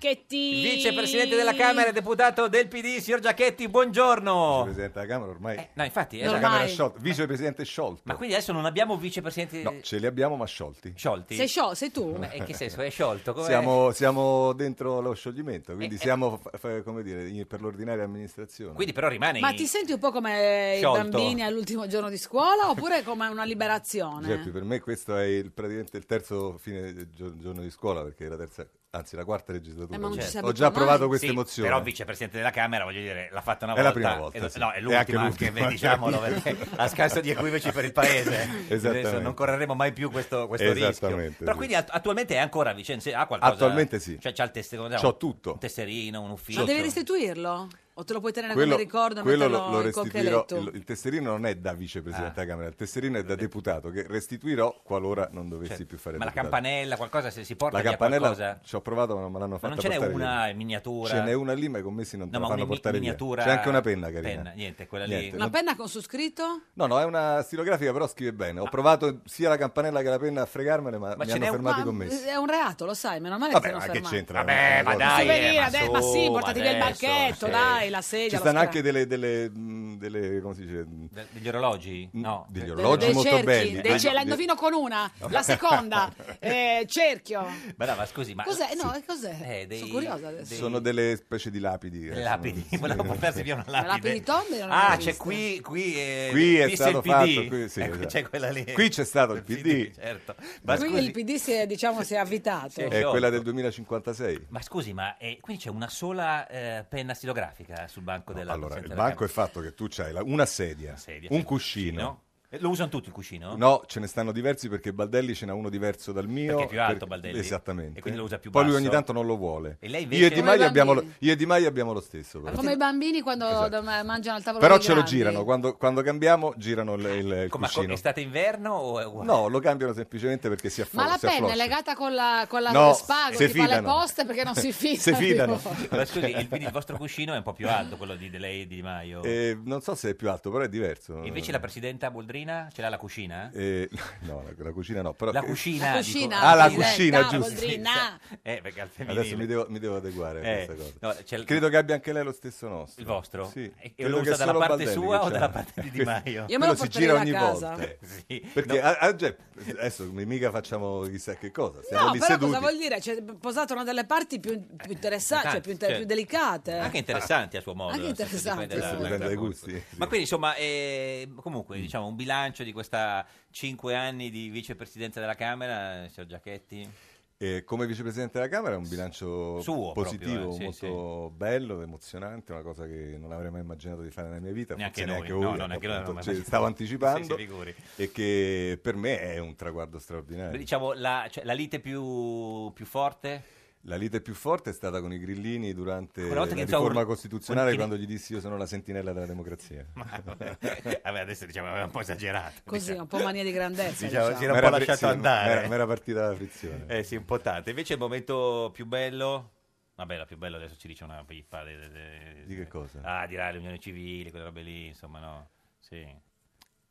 S2: Vicepresidente della Camera e deputato del PD, signor Giacchetti, buongiorno.
S12: Presidente della Camera ormai.
S2: no, infatti, eh,
S12: la
S2: ormai.
S12: Camera è sciolta, vicepresidente è sciolto.
S2: Ma quindi adesso non abbiamo vicepresidenti...
S12: No, ce li abbiamo ma sciolti.
S2: Sciolti?
S1: Sei sciolto, sei tu.
S2: Ma in che senso? È sciolto? Com'è?
S12: Siamo, siamo dentro lo scioglimento, quindi
S2: Eh, eh.
S12: siamo f- f- come dire, in- per l'ordinaria amministrazione.
S2: Quindi però rimane
S1: Ma ti senti un po' come
S12: Sciolto.
S1: i bambini all'ultimo giorno di scuola oppure come una liberazione?
S12: Geppi, per me questo è il, praticamente il terzo fine gio- giorno di scuola, perché è la terza, anzi la quarta legislatura.
S2: Eh, ma non ci si
S12: Ho
S2: abitua
S12: già
S2: mai.
S12: provato questa
S2: Sì,
S12: emozione.
S2: Però vicepresidente della Camera, voglio dire, l'ha fatta una
S12: È la
S2: volta.
S12: prima volta,
S2: Eh,
S12: sì.
S2: No,
S12: È
S2: è l'ultima,
S12: anche
S2: anche
S12: l'ultima.
S2: beh, diciamolo, perché a scanso di equivoci per il Paese.
S12: Esattamente.
S2: Adesso non correremo mai più questo, questo rischio.
S12: Esattamente,
S2: Però
S12: sì.
S2: quindi att- attualmente è ancora a Vicenza, ha qualcosa?
S12: Attualmente sì.
S2: Cioè c'ha il tesserino,
S12: C'ho tutto.
S2: Un tesserino, un ufficio.
S1: Ma devi restituirlo? O te lo puoi tenere
S12: quello,
S1: come ricordo e
S12: quello
S1: metterlo
S12: lo, lo
S1: in
S12: restituirò.
S1: coccheletto?
S12: Il, il tesserino non è da vicepresidente
S2: Ah.
S12: della Camera, il tesserino è da deputato che restituirò qualora non dovessi
S2: Certo.
S12: più fare
S2: Ma la
S12: deputato.
S2: campanella, qualcosa, se si porta
S12: La
S2: via
S12: campanella
S2: qualcosa?
S12: ci ho provato, ma non me l'hanno
S2: Ma
S12: fatta
S2: non ce n'è
S12: portare
S2: una
S12: via.
S2: in miniatura?
S12: Ce n'è una lì, ma i commessi non te
S2: No,
S12: la
S2: ma
S12: fanno
S2: una mi-
S12: portare
S2: miniatura-
S12: via. C'è anche una penna carina.
S2: penna, niente, quella lì.
S12: Niente,
S1: Una
S12: non-
S1: penna con su scritto?
S12: No, no, è una stilografica, però scrive bene.
S2: Ah.
S12: Ho provato sia la campanella che la penna a fregarmele, ma, mi
S1: ce
S12: hanno
S1: n'è un-
S12: fermato i
S1: ma,
S12: commessi.
S1: eh, È un reato, lo sai, meno male che
S12: Vabbè,
S1: ti
S12: ma
S1: hanno
S12: che
S1: fermato.
S12: c'entra?
S8: Eh,
S2: Vabbè, ma
S12: Cosa-
S2: dai,
S8: Venire, dai, ma sì,
S12: su,
S8: portati
S12: ma
S8: via il
S12: adesso,
S8: banchetto,
S12: Eh, sì.
S8: dai, la sedia.
S12: Ci
S8: la
S12: stanno
S8: scala.
S12: anche delle, delle, mh, delle- come si dice?
S2: degli orologi? No.
S12: Degli
S8: Dei-
S12: orologi
S8: dei
S12: molto
S8: cerchi,
S12: belli.
S8: dei-
S12: Ah,
S8: ce- la
S12: de-
S8: indovino con una, la seconda, eh, cerchio.
S2: Brava, scusi, ma...
S8: Cos'è? No, eh, cos'è?
S2: Eh, dei-
S8: Sono curiosa adesso.
S12: Sono delle specie di lapidi. eh,
S2: Lapidi,
S12: sono-
S2: volevamo portarsi via una
S8: La
S2: lapide.
S8: lapide di Tom io non
S2: Ah,
S8: l'ho
S2: c'è
S8: vista.
S2: qui, qui, eh,
S12: Qui è
S2: disse il
S12: stato
S2: PD.
S12: fatto, qui, sì,
S2: Ecco,
S12: esatto.
S2: c'è quella lì.
S12: Qui c'è stato il PD.
S2: Certo. Ma
S8: Qui
S2: scusi,
S8: il PD si è, diciamo, si è avvitato.
S2: Sì. oh.
S12: È
S2: Sciolto.
S12: quella del 2056.
S2: ma scusi, ma eh, qui c'è una sola eh, penna stilografica sul banco della
S12: Allora, il
S2: Presidenza della
S12: banco è fatto che tu c'hai la- una sedia,
S2: sedia,
S12: un
S2: sì,
S12: cuscino.
S2: Camera. Eh, Lo usano tutti il cuscino?
S12: No, ce ne stanno diversi perché Baldelli ce n'ha uno diverso dal mio.
S2: Perché è più alto
S12: per-
S2: Baldelli.
S12: Esattamente.
S2: E quindi lo usa più
S12: Poi lui
S2: basso.
S12: ogni tanto non lo vuole.
S2: E lei
S12: io,
S2: invece-
S12: e Di
S2: Come
S12: Maio
S2: i
S12: abbiamo lo,
S2: bambini.
S12: io e Di Maio abbiamo lo stesso. però.
S8: Come i bambini quando da- mangiano al tavolo
S12: Però
S8: dei
S12: ce lo
S8: grandi.
S12: girano, quando, quando cambiamo girano il, il- il
S2: Ma co-
S12: cuscino.
S2: estate-inverno o eh, è uguale?
S12: No, lo cambiano semplicemente perché si affo-
S8: Ma la
S12: si
S8: penna è
S12: affloscia.
S8: legata con la, con la
S12: No,
S8: con lo spago,
S12: se
S8: tipo alle
S12: fidano.
S8: poste, perché non si fidano.
S12: Se fidano.
S8: tipo.
S2: Ma scusi, il, quindi il vostro cuscino è un po' più alto, quello di, di lei e di Maio.
S12: Eh, non so se è più alto, però è diverso.
S2: Invece la presidenta Boldrina ce l'ha la cucina?
S12: Eh, no, la, la cucina no. Però...
S2: La cucina, La dico. cucina,
S12: Ah, la
S2: presidenta,
S12: cucina,
S2: vuol
S12: giusto.
S2: dire
S1: ah.
S2: na. Eh, perché al femminile.
S12: Adesso mi devo, mi devo adeguare
S2: Eh,
S12: a questa
S2: no,
S12: cosa.
S2: c'è il-
S12: Credo che abbia anche lei lo stesso nostro.
S2: Il vostro?
S12: Sì.
S2: E- e
S12: Credo
S2: lo
S12: che
S2: usa dalla
S12: solo
S2: parte
S12: Baldelli
S2: sua
S12: che
S2: o
S12: c'ha.
S2: dalla parte di Di Maio? Eh,
S1: Io me
S12: Quello
S1: lo
S12: si
S1: porterei
S12: gira
S1: a
S12: ogni
S1: casa.
S12: volta.
S2: Sì.
S12: Perché ah, ah, già, adesso mi- mica facciamo chissà che cosa. Siamo
S1: No,
S12: lì
S1: però
S12: seduti.
S1: cosa vuol dire? Cioè, posato una delle parti più, più interessanti, cioè, più, inter-
S2: Cioè,
S1: più delicate.
S2: Anche interessanti a suo modo.
S1: Anche
S2: nel senso,
S1: interessanti,
S2: dipende
S12: Questo
S2: da-
S12: dipende
S2: da-
S12: dai
S2: da-
S12: gusti.
S2: Ma quindi insomma, eh,
S12: Mm.
S2: comunque diciamo un bilancio di questa 5 anni di vicepresidenza della Camera, eh, signor Giachetti.
S12: E come vicepresidente della Camera è un bilancio
S2: Suo proprio,
S12: positivo,
S2: eh, sì,
S12: molto bello, emozionante, una cosa che non avrei mai immaginato di fare nella mia vita,
S2: Neanche
S12: forse
S2: noi,
S12: neanche
S2: no,
S12: voi,
S2: no, neanche noi
S12: appunto,
S2: avevamo
S12: cioè,
S2: mai-
S12: stavo anticipando
S2: Sì, sì, figuri.
S12: e che per me è un traguardo straordinario.
S2: Diciamo la, cioè, la lite più, più forte?
S12: La lite più forte è stata con i grillini durante
S2: Quella
S12: la
S2: volta che entrò
S12: riforma
S2: un-
S12: costituzionale
S2: un-
S12: quando gli dissi io sono la sentinella della democrazia.
S2: Vabbè, adesso diciamo aveva un po' esagerato.
S1: Così, un po' mania di grandezza.
S2: Diciamo,
S1: diciamo.
S2: si era un
S12: M'era
S2: po'
S12: pre-
S2: lasciato
S12: sì, m'era-
S2: andare.
S12: m'era partita la frizione.
S2: Eh sì, un po' tanto. Invece il momento più bello... Vabbè, la più bella adesso ci dice una pippa. de- de- de-
S12: Di che cosa?
S2: Ah, dirà l'unione civile, quelle robe lì, insomma, no. Sì.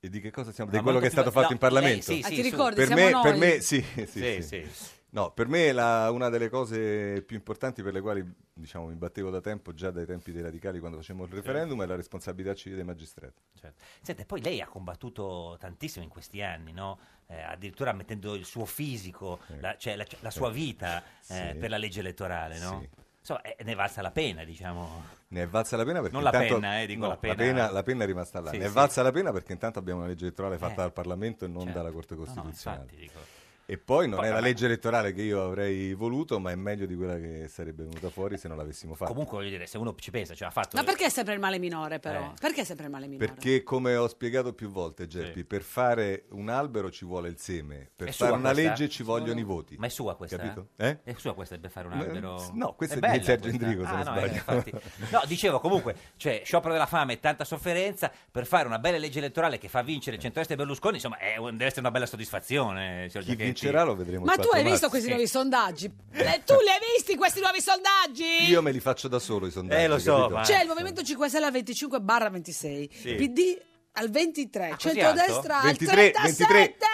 S12: E di che cosa siamo?
S2: Ma
S12: Di quello
S2: molto
S12: che è stato
S2: più-
S12: fatto
S2: no,
S12: in Parlamento?
S2: lei- sì, Ah, sì, ti su.
S1: ricordi,
S12: Per
S1: siamo
S12: me,
S1: noi.
S12: per me- sì, sì,
S2: Sì,
S12: sì.
S2: sì.
S12: No, per me la- una delle cose più importanti per le quali diciamo, mi battevo da tempo, già dai tempi dei radicali quando facevamo il referendum, è la responsabilità civile dei magistrati.
S2: Certo. Senta, poi lei ha combattuto tantissimo in questi anni, no? Eh, addirittura mettendo il suo fisico, la, cioè la, la sua vita eh,
S12: Sì.
S2: per la legge elettorale, no?
S12: Sì.
S2: Insomma, eh, ne è valsa la pena, diciamo.
S12: Ne è valsa la pena perché
S2: Non la
S12: intanto-
S2: penna, eh, dico
S12: no,
S2: la pena.
S12: la penna è rimasta là.
S2: Sì,
S12: ne è
S2: sì.
S12: valsa la pena perché intanto abbiamo una legge elettorale fatta
S2: Eh,
S12: dal Parlamento e non
S2: certo.
S12: dalla Corte
S2: No, no,
S12: Costituzionale.
S2: infatti, dico.
S12: E poi non
S2: Poi,
S12: è la
S2: vabbè.
S12: legge elettorale che io avrei voluto, ma è meglio di quella che sarebbe venuta fuori se non l'avessimo fatta.
S2: Comunque, voglio dire, se uno ci pensa, cioè, ha fatto...
S1: Ma perché è sempre il male minore, però?
S12: Eh.
S1: Perché è sempre il male minore?
S12: Perché, come ho spiegato più volte, Geppi, per fare un albero ci vuole il seme, per
S2: È sua
S12: fare una
S2: questa?
S12: legge ci vogliono i voti.
S2: Ma è sua questa?
S12: Capito?
S2: Eh? È sua questa per fare un
S12: Ma-
S2: albero?
S12: no, questa è di
S2: bella
S12: Sergio Endrico, se non
S2: Ah, no,
S12: sbaglio.
S2: eh, infatti. No, dicevo comunque, cioè, sciopero della fame e tanta sofferenza per fare una bella legge elettorale che fa
S12: Eh.
S2: vincere il centrodestra e Berlusconi, insomma, è un- deve essere una bella soddisfazione. signor
S12: Chi
S2: Giachetti.
S12: vincerà lo vedremo.
S1: Ma
S12: il
S1: tu
S12: 4
S1: hai visto
S12: marzo.
S1: questi nuovi sondaggi? Eh, tu li hai visti questi nuovi sondaggi?
S12: Io me li faccio da solo i sondaggi.
S2: Eh, lo so,
S12: capito?
S2: ma-
S1: C'è Cioè, il Movimento 5 Stelle al 25 barra 26,
S12: Sì.
S1: PD al 23,
S2: Ah, così
S1: centrodestra
S12: alto?
S1: al
S12: 23,
S1: 37.
S12: 23.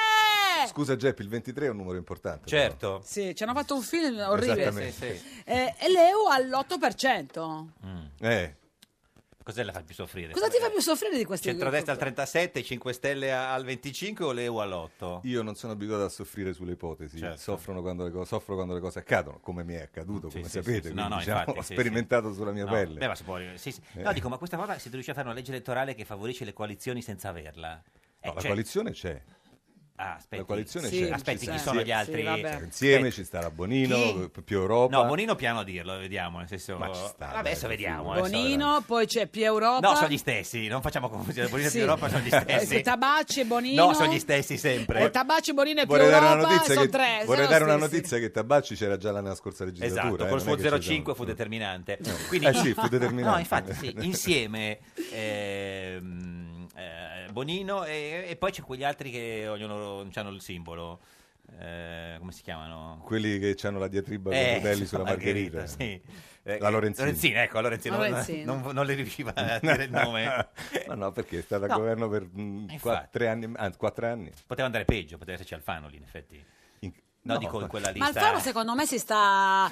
S12: Scusa, Geppi, il 23 è un numero importante.
S2: Certo.
S1: Sì, ci hanno fatto un film orribile.
S12: Esattamente. Sì,
S1: Eh, e l'EU all'8%.
S12: Eh.
S2: Cos'è la fa più soffrire?
S1: Cosa ti fa più soffrire di questi
S2: Centrodestra al 37, 5 Stelle al 25 o l'EU all'8?
S12: Io non sono abituato a soffrire sulle ipotesi,
S2: Certo.
S12: Soffrono quando le co- soffro quando le cose accadono, come mi è accaduto, come
S2: Sì, sì,
S12: sapete,
S2: sì, sì.
S12: quindi, diciamo,
S2: infatti,
S12: ho
S2: sì,
S12: sperimentato
S2: sì.
S12: sulla mia
S2: No,
S12: pelle.
S2: beh, ma si può- sì, sì. No,
S12: Eh.
S2: dico, ma questa volta si riesce a fare una legge elettorale che favorisce le coalizioni senza averla. Eh,
S12: No, la
S2: cioè,
S12: coalizione c'è.
S2: Ah, aspetti.
S12: La coalizione
S2: Sì,
S12: c'è.
S2: aspetti,
S12: Ci
S2: chi
S12: sta-
S2: sono gli altri? Sì, vabbè.
S12: C'è Insieme
S2: Aspetti.
S12: ci starà Bonino, eh,
S2: Chi?
S12: più Europa.
S2: No, Bonino piano a dirlo, vediamo. Nel senso...
S12: Ma ci sta,
S2: Vabbè,
S12: dai,
S2: adesso vediamo. adesso-
S1: Bonino, poi c'è Più Europa.
S2: No, sono gli stessi, non facciamo confusione. Bonino
S1: Sì.
S2: e Europa sono gli
S1: Eh,
S2: stessi.
S1: Tabacci, Bonino.
S2: No, sono gli stessi sempre.
S1: Eh, Tabacci, Bonino e Più
S12: Vorrei dare, una
S1: Europa
S12: notizia
S1: sono
S12: che,
S1: tre.
S12: vorrei
S1: sono
S12: dare una
S1: stessi.
S12: notizia che Tabacci c'era già nella scorsa legislatura.
S2: Esatto,
S12: eh,
S2: col
S12: non è
S2: suo
S12: che ci siamo-
S2: 05 fu determinante.
S12: Eh sì, fu determinante.
S2: No, infatti sì, insieme ehm, eh, Bonino e, e poi c'è quegli altri che ognuno non hanno il simbolo. Eh, come si chiamano?
S12: Quelli che hanno la diatriba con
S2: Eh,
S12: i modelli sulla margherita.
S2: sì. Eh,
S12: La Lorenzini.
S2: Lorenzini, ecco, Lorenzini,
S12: La
S2: non-
S12: Lorenzini.
S2: Non, non le riusciva a dire il nome.
S12: no, no, perché è stata al
S2: No.
S12: governo per mh,
S2: Infatti.
S12: qua- tre anni, anzi, quattro anni.
S2: Poteva andare peggio, poteva esserci Alfano lì, in effetti. No,
S12: no,
S2: dico in quella
S1: Ma
S2: lista.
S1: Alfano secondo me si sta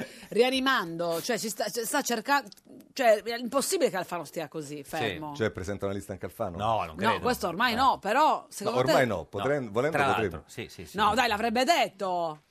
S1: rianimando, cioè si sta, sta cercando, cioè è impossibile che Alfano stia così fermo.
S12: Cioè, presenta una lista anche Alfano?
S2: No, non Eh.
S1: no, questo ormai no, però secondo te...
S12: ormai no, potrei, volendo
S2: Tra
S12: potrebbe.
S2: l'altro, sì, sì, sì.
S1: No, dai, l'avrebbe detto.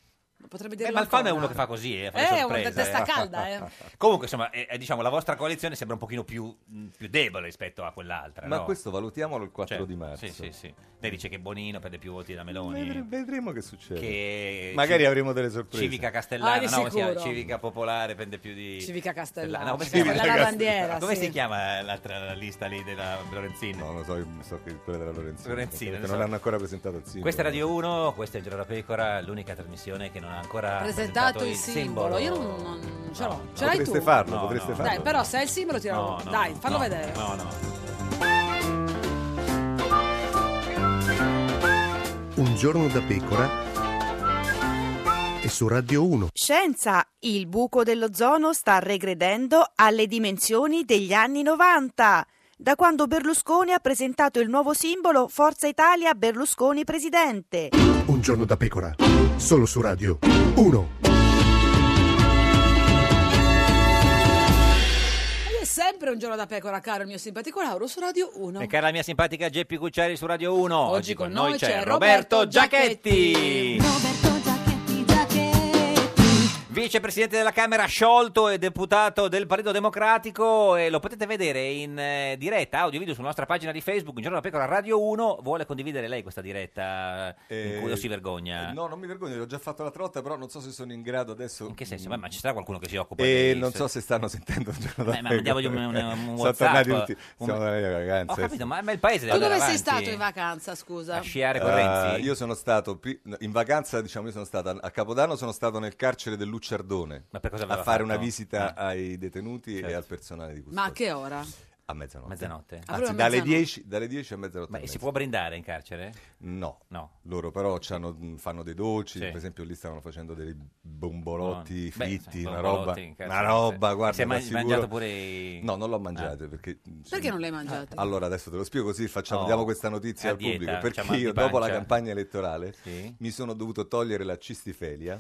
S1: Potrebbe
S2: Eh,
S1: dirlo
S2: ma Alfano è
S1: ancora.
S2: uno che fa così, eh, Ah, fa le
S1: Eh, è uno
S2: sorprese.
S1: di testa calda, eh.
S2: Comunque, insomma, eh, eh, diciamo, la vostra coalizione sembra un pochino più, mh, più debole rispetto a quell'altra.
S12: Ma
S2: no?
S12: questo valutiamolo il 4
S2: Cioè,
S12: di marzo.
S2: Sì, sì, sì. Lei dice che Bonino perde più voti da Meloni.
S12: Vedre- Vedremo che succede.
S2: Che
S12: Magari
S2: ci-
S12: avremo delle sorprese.
S2: Civica Castellana,
S12: Ah, di
S2: no, come si chiama?
S12: sicuro.
S2: Civica Popolare prende più di
S1: Civica Castellana.
S2: come si
S1: Civica
S2: chiama?
S1: Castellana. La bandiera,
S2: Come
S1: sì.
S2: si chiama l'altra lista lì della Lorenzini?
S12: No, lo so, io so che quella della Lorenzini.
S2: Lorenzini,
S12: perché
S2: lo
S12: non
S2: so.
S12: hanno ancora presentato il singolo.
S2: Questa è Radio 1, questa è Il Giorno della Pecora, l'unica trasmissione che non ha ancora
S1: presentato
S2: presentato
S1: il simbolo. Io non, non- non ce l'ho. ce l'hai
S12: Potreste
S1: tu?
S12: farlo,
S2: No,
S12: potreste
S2: no.
S12: farlo.
S1: Dai, però se hai il simbolo ti
S2: No, no,
S1: Dai, fallo
S2: no,
S1: vedere.
S2: No, no.
S5: Un giorno da pecora e su Radio 1.
S11: Scienza, il buco dell'ozono sta regredendo alle dimensioni degli anni 90, da quando Berlusconi ha presentato il nuovo simbolo Forza Italia Berlusconi Presidente.
S5: Un giorno da pecora. Solo su Radio 1.
S1: Ed è sempre un giorno da pecora, caro il mio simpatico Lauro su Radio 1.
S2: E cara la mia simpatica Geppi Cucciari su Radio 1. Oggi, con
S1: noi c'è Roberto
S2: Roberto Giachetti. Vicepresidente della Camera sciolto e deputato del Partito Democratico e lo potete vedere in eh, diretta audio e video sulla nostra pagina di Facebook, un giorno da pecora Radio 1, vuole condividere lei questa diretta in cui non si vergogna.
S12: Eh, No, non mi vergogno, l'ho già fatto la trotta, però non so se sono in grado adesso. In che
S2: senso? Ma- ma ci sarà qualcuno che si occupa
S12: E
S2: di-
S12: non
S2: se-
S12: so se stanno sentendo il giorno
S2: Beh, ma mandiamogli un- un- un
S12: Sono
S2: WhatsApp,
S12: tornati tutti.
S2: un-
S12: Siamo tornati alle vacanze.
S2: Ho capito, ma, ma il paese deve
S1: Tu dove
S2: andare
S1: sei
S2: avanti.
S1: stato in vacanza, scusa?
S2: sciare con
S12: Eh,
S2: Renzi?
S12: Io sono stato pri- no, in vacanza, diciamo, io sono stato a Capodanno sono stato nel carcere del Lucciardone
S2: Ma per cosa
S12: a
S2: aveva
S12: fare
S2: fatto? Eh. Certo.
S12: una visita ai detenuti e al personale di custodia.
S1: Ma a che ora?
S12: A mezzanotte.
S2: Mezzanotte? Ah, proprio
S12: Anzi,
S2: a
S12: dalle
S2: mezzanotte.
S12: 10, dalle 10 a mezzanotte.
S2: Ma
S12: e
S2: si
S12: mezza.
S2: può brindare in carcere?
S12: No.
S2: No.
S12: Loro però c'hanno- fanno dei dolci,
S2: Sì.
S12: per esempio lì stavano facendo dei bombolotti
S2: Buono. Beh,
S12: fritti,
S2: sì,
S12: una
S2: bombolotti
S12: roba,
S2: in carcere,
S12: una roba,
S2: sì.
S12: guarda,
S2: Si è man-
S12: ti assicuro-
S2: mangiato pure i- eh.
S12: No, non l'ho mangiato perché...
S1: Perché non l'hai mangiato?
S12: Allora adesso te lo spiego così, facciamo,
S2: Oh.
S12: diamo questa notizia
S2: A
S12: al
S2: dieta,
S12: pubblico,
S2: c'ha mal
S12: perché
S2: di
S12: io dopo la
S2: pancia.
S12: campagna elettorale
S2: Sì.
S12: mi sono dovuto togliere la cistifelia.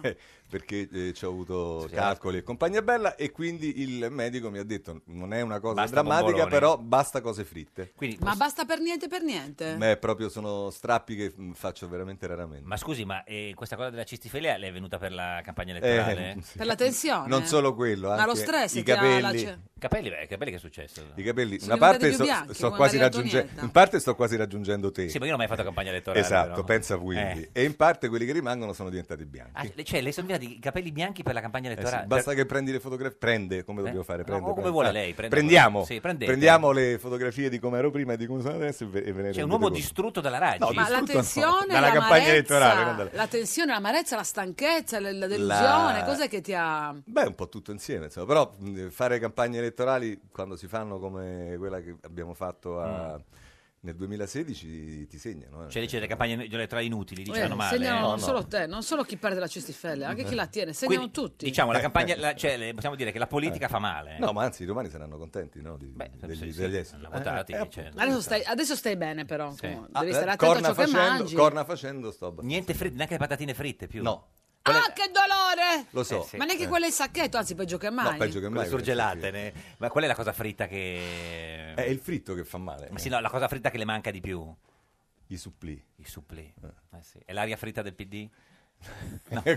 S12: perché eh, ci ho avuto
S2: Sì,
S12: calcoli e compagnia bella e quindi il medico mi ha detto non è una cosa
S2: Basta
S12: drammatica
S2: bomboloni."
S12: però basta cose fritte
S2: quindi
S1: Ma basta per niente per niente?
S12: Beh, proprio sono strappi che mh, faccio veramente raramente.
S2: Ma scusi, ma eh, questa cosa della cistifelia Mm, le è venuta per la campagna elettorale?
S12: Eh, sì.
S1: Per la tensione?
S12: Non solo quello,
S1: Ma
S12: anche
S1: lo stress
S12: i
S1: ti ha
S12: capelli.
S1: la ce-
S2: I capelli, beh, i capelli che è successo?
S12: I capelli,
S1: Sono
S12: una parte
S1: diventati
S12: sto,
S1: più bianchi,
S12: sto
S1: come
S12: quasi
S1: Maria Antonietta.
S12: raggiungendo, in parte sto quasi raggiungendo te.
S2: Sì, ma io non ho mai fatto campagna elettorale.
S12: Esatto,
S2: però.
S12: pensa quindi.
S2: Eh.
S12: E in parte quelli che rimangono sono diventati bianchi.
S2: Ah, cioè, le sono diventati i capelli bianchi per la campagna
S12: Eh sì,
S2: elettorale? Cioè,
S12: basta che prendi le fotografie, prende come dobbiamo fare,
S2: Eh? No,
S12: prende,
S2: o come
S12: prende.
S2: vuole
S12: Ah,
S2: lei, prenda
S12: prendiamo,
S2: quello. Sì, prendete.
S12: prendiamo le fotografie di come ero prima e di come sono adesso e ve, e ve ne
S2: C'è un
S12: rendete
S2: uomo
S12: conto.
S2: distrutto dalla Raggi.
S12: No,
S1: Ma la
S12: distrutto no,
S1: tensione,
S12: dalla campagna
S1: l'amarezza,
S12: elettorale, non dalla-
S1: la tensione, l'amarezza, la stanchezza, la, la delusione,
S12: La-
S1: cos'è che ti ha...
S12: Beh, un po' tutto insieme, insomma. però mh, fare campagne elettorali quando si fanno come quella che abbiamo fatto a-
S2: Mm.
S12: nel 2016 ti segnano. eh.
S2: Cioè, dice le campagne elettorali inutili, diciamo
S1: Eh,
S2: male.
S1: segnano
S2: No,
S1: non
S2: no.
S1: solo te, non solo chi perde la cestifelle, anche chi la tiene, segnano
S2: Quindi,
S1: tutti.
S2: Diciamo, la campagna, la- cioè, le- possiamo dire che la politica fa male.
S12: Eh.
S2: eh.
S12: No, ma anzi, domani saranno contenti no, di- degli,
S2: sì, sì,
S12: degli esiti.
S2: hanno votato,
S12: Eh, eh,
S2: cioè.
S12: appunto.
S1: Adesso stai, adesso stai bene però, insomma,
S12: Ah,
S1: devi
S12: eh,
S1: stare attento a ciò che
S12: facendo,
S1: mangi.
S12: corna facendo sto abbastanza.
S2: Niente fritte, neanche le patatine fritte più.
S12: No,
S1: Ah, che dolore!
S12: Lo so. Eh, sì.
S1: Ma neanche
S12: Eh.
S1: quelle in sacchetto, anzi peggio che mai.
S2: Quelle surgelate. ne- Ma qual è la cosa fritta che...
S12: È il fritto che fa male.
S2: Ma sì, no, la cosa fritta che le manca di più. Eh
S12: I supplì.
S2: I supplì. Eh sì. E l'aria fritta del PD?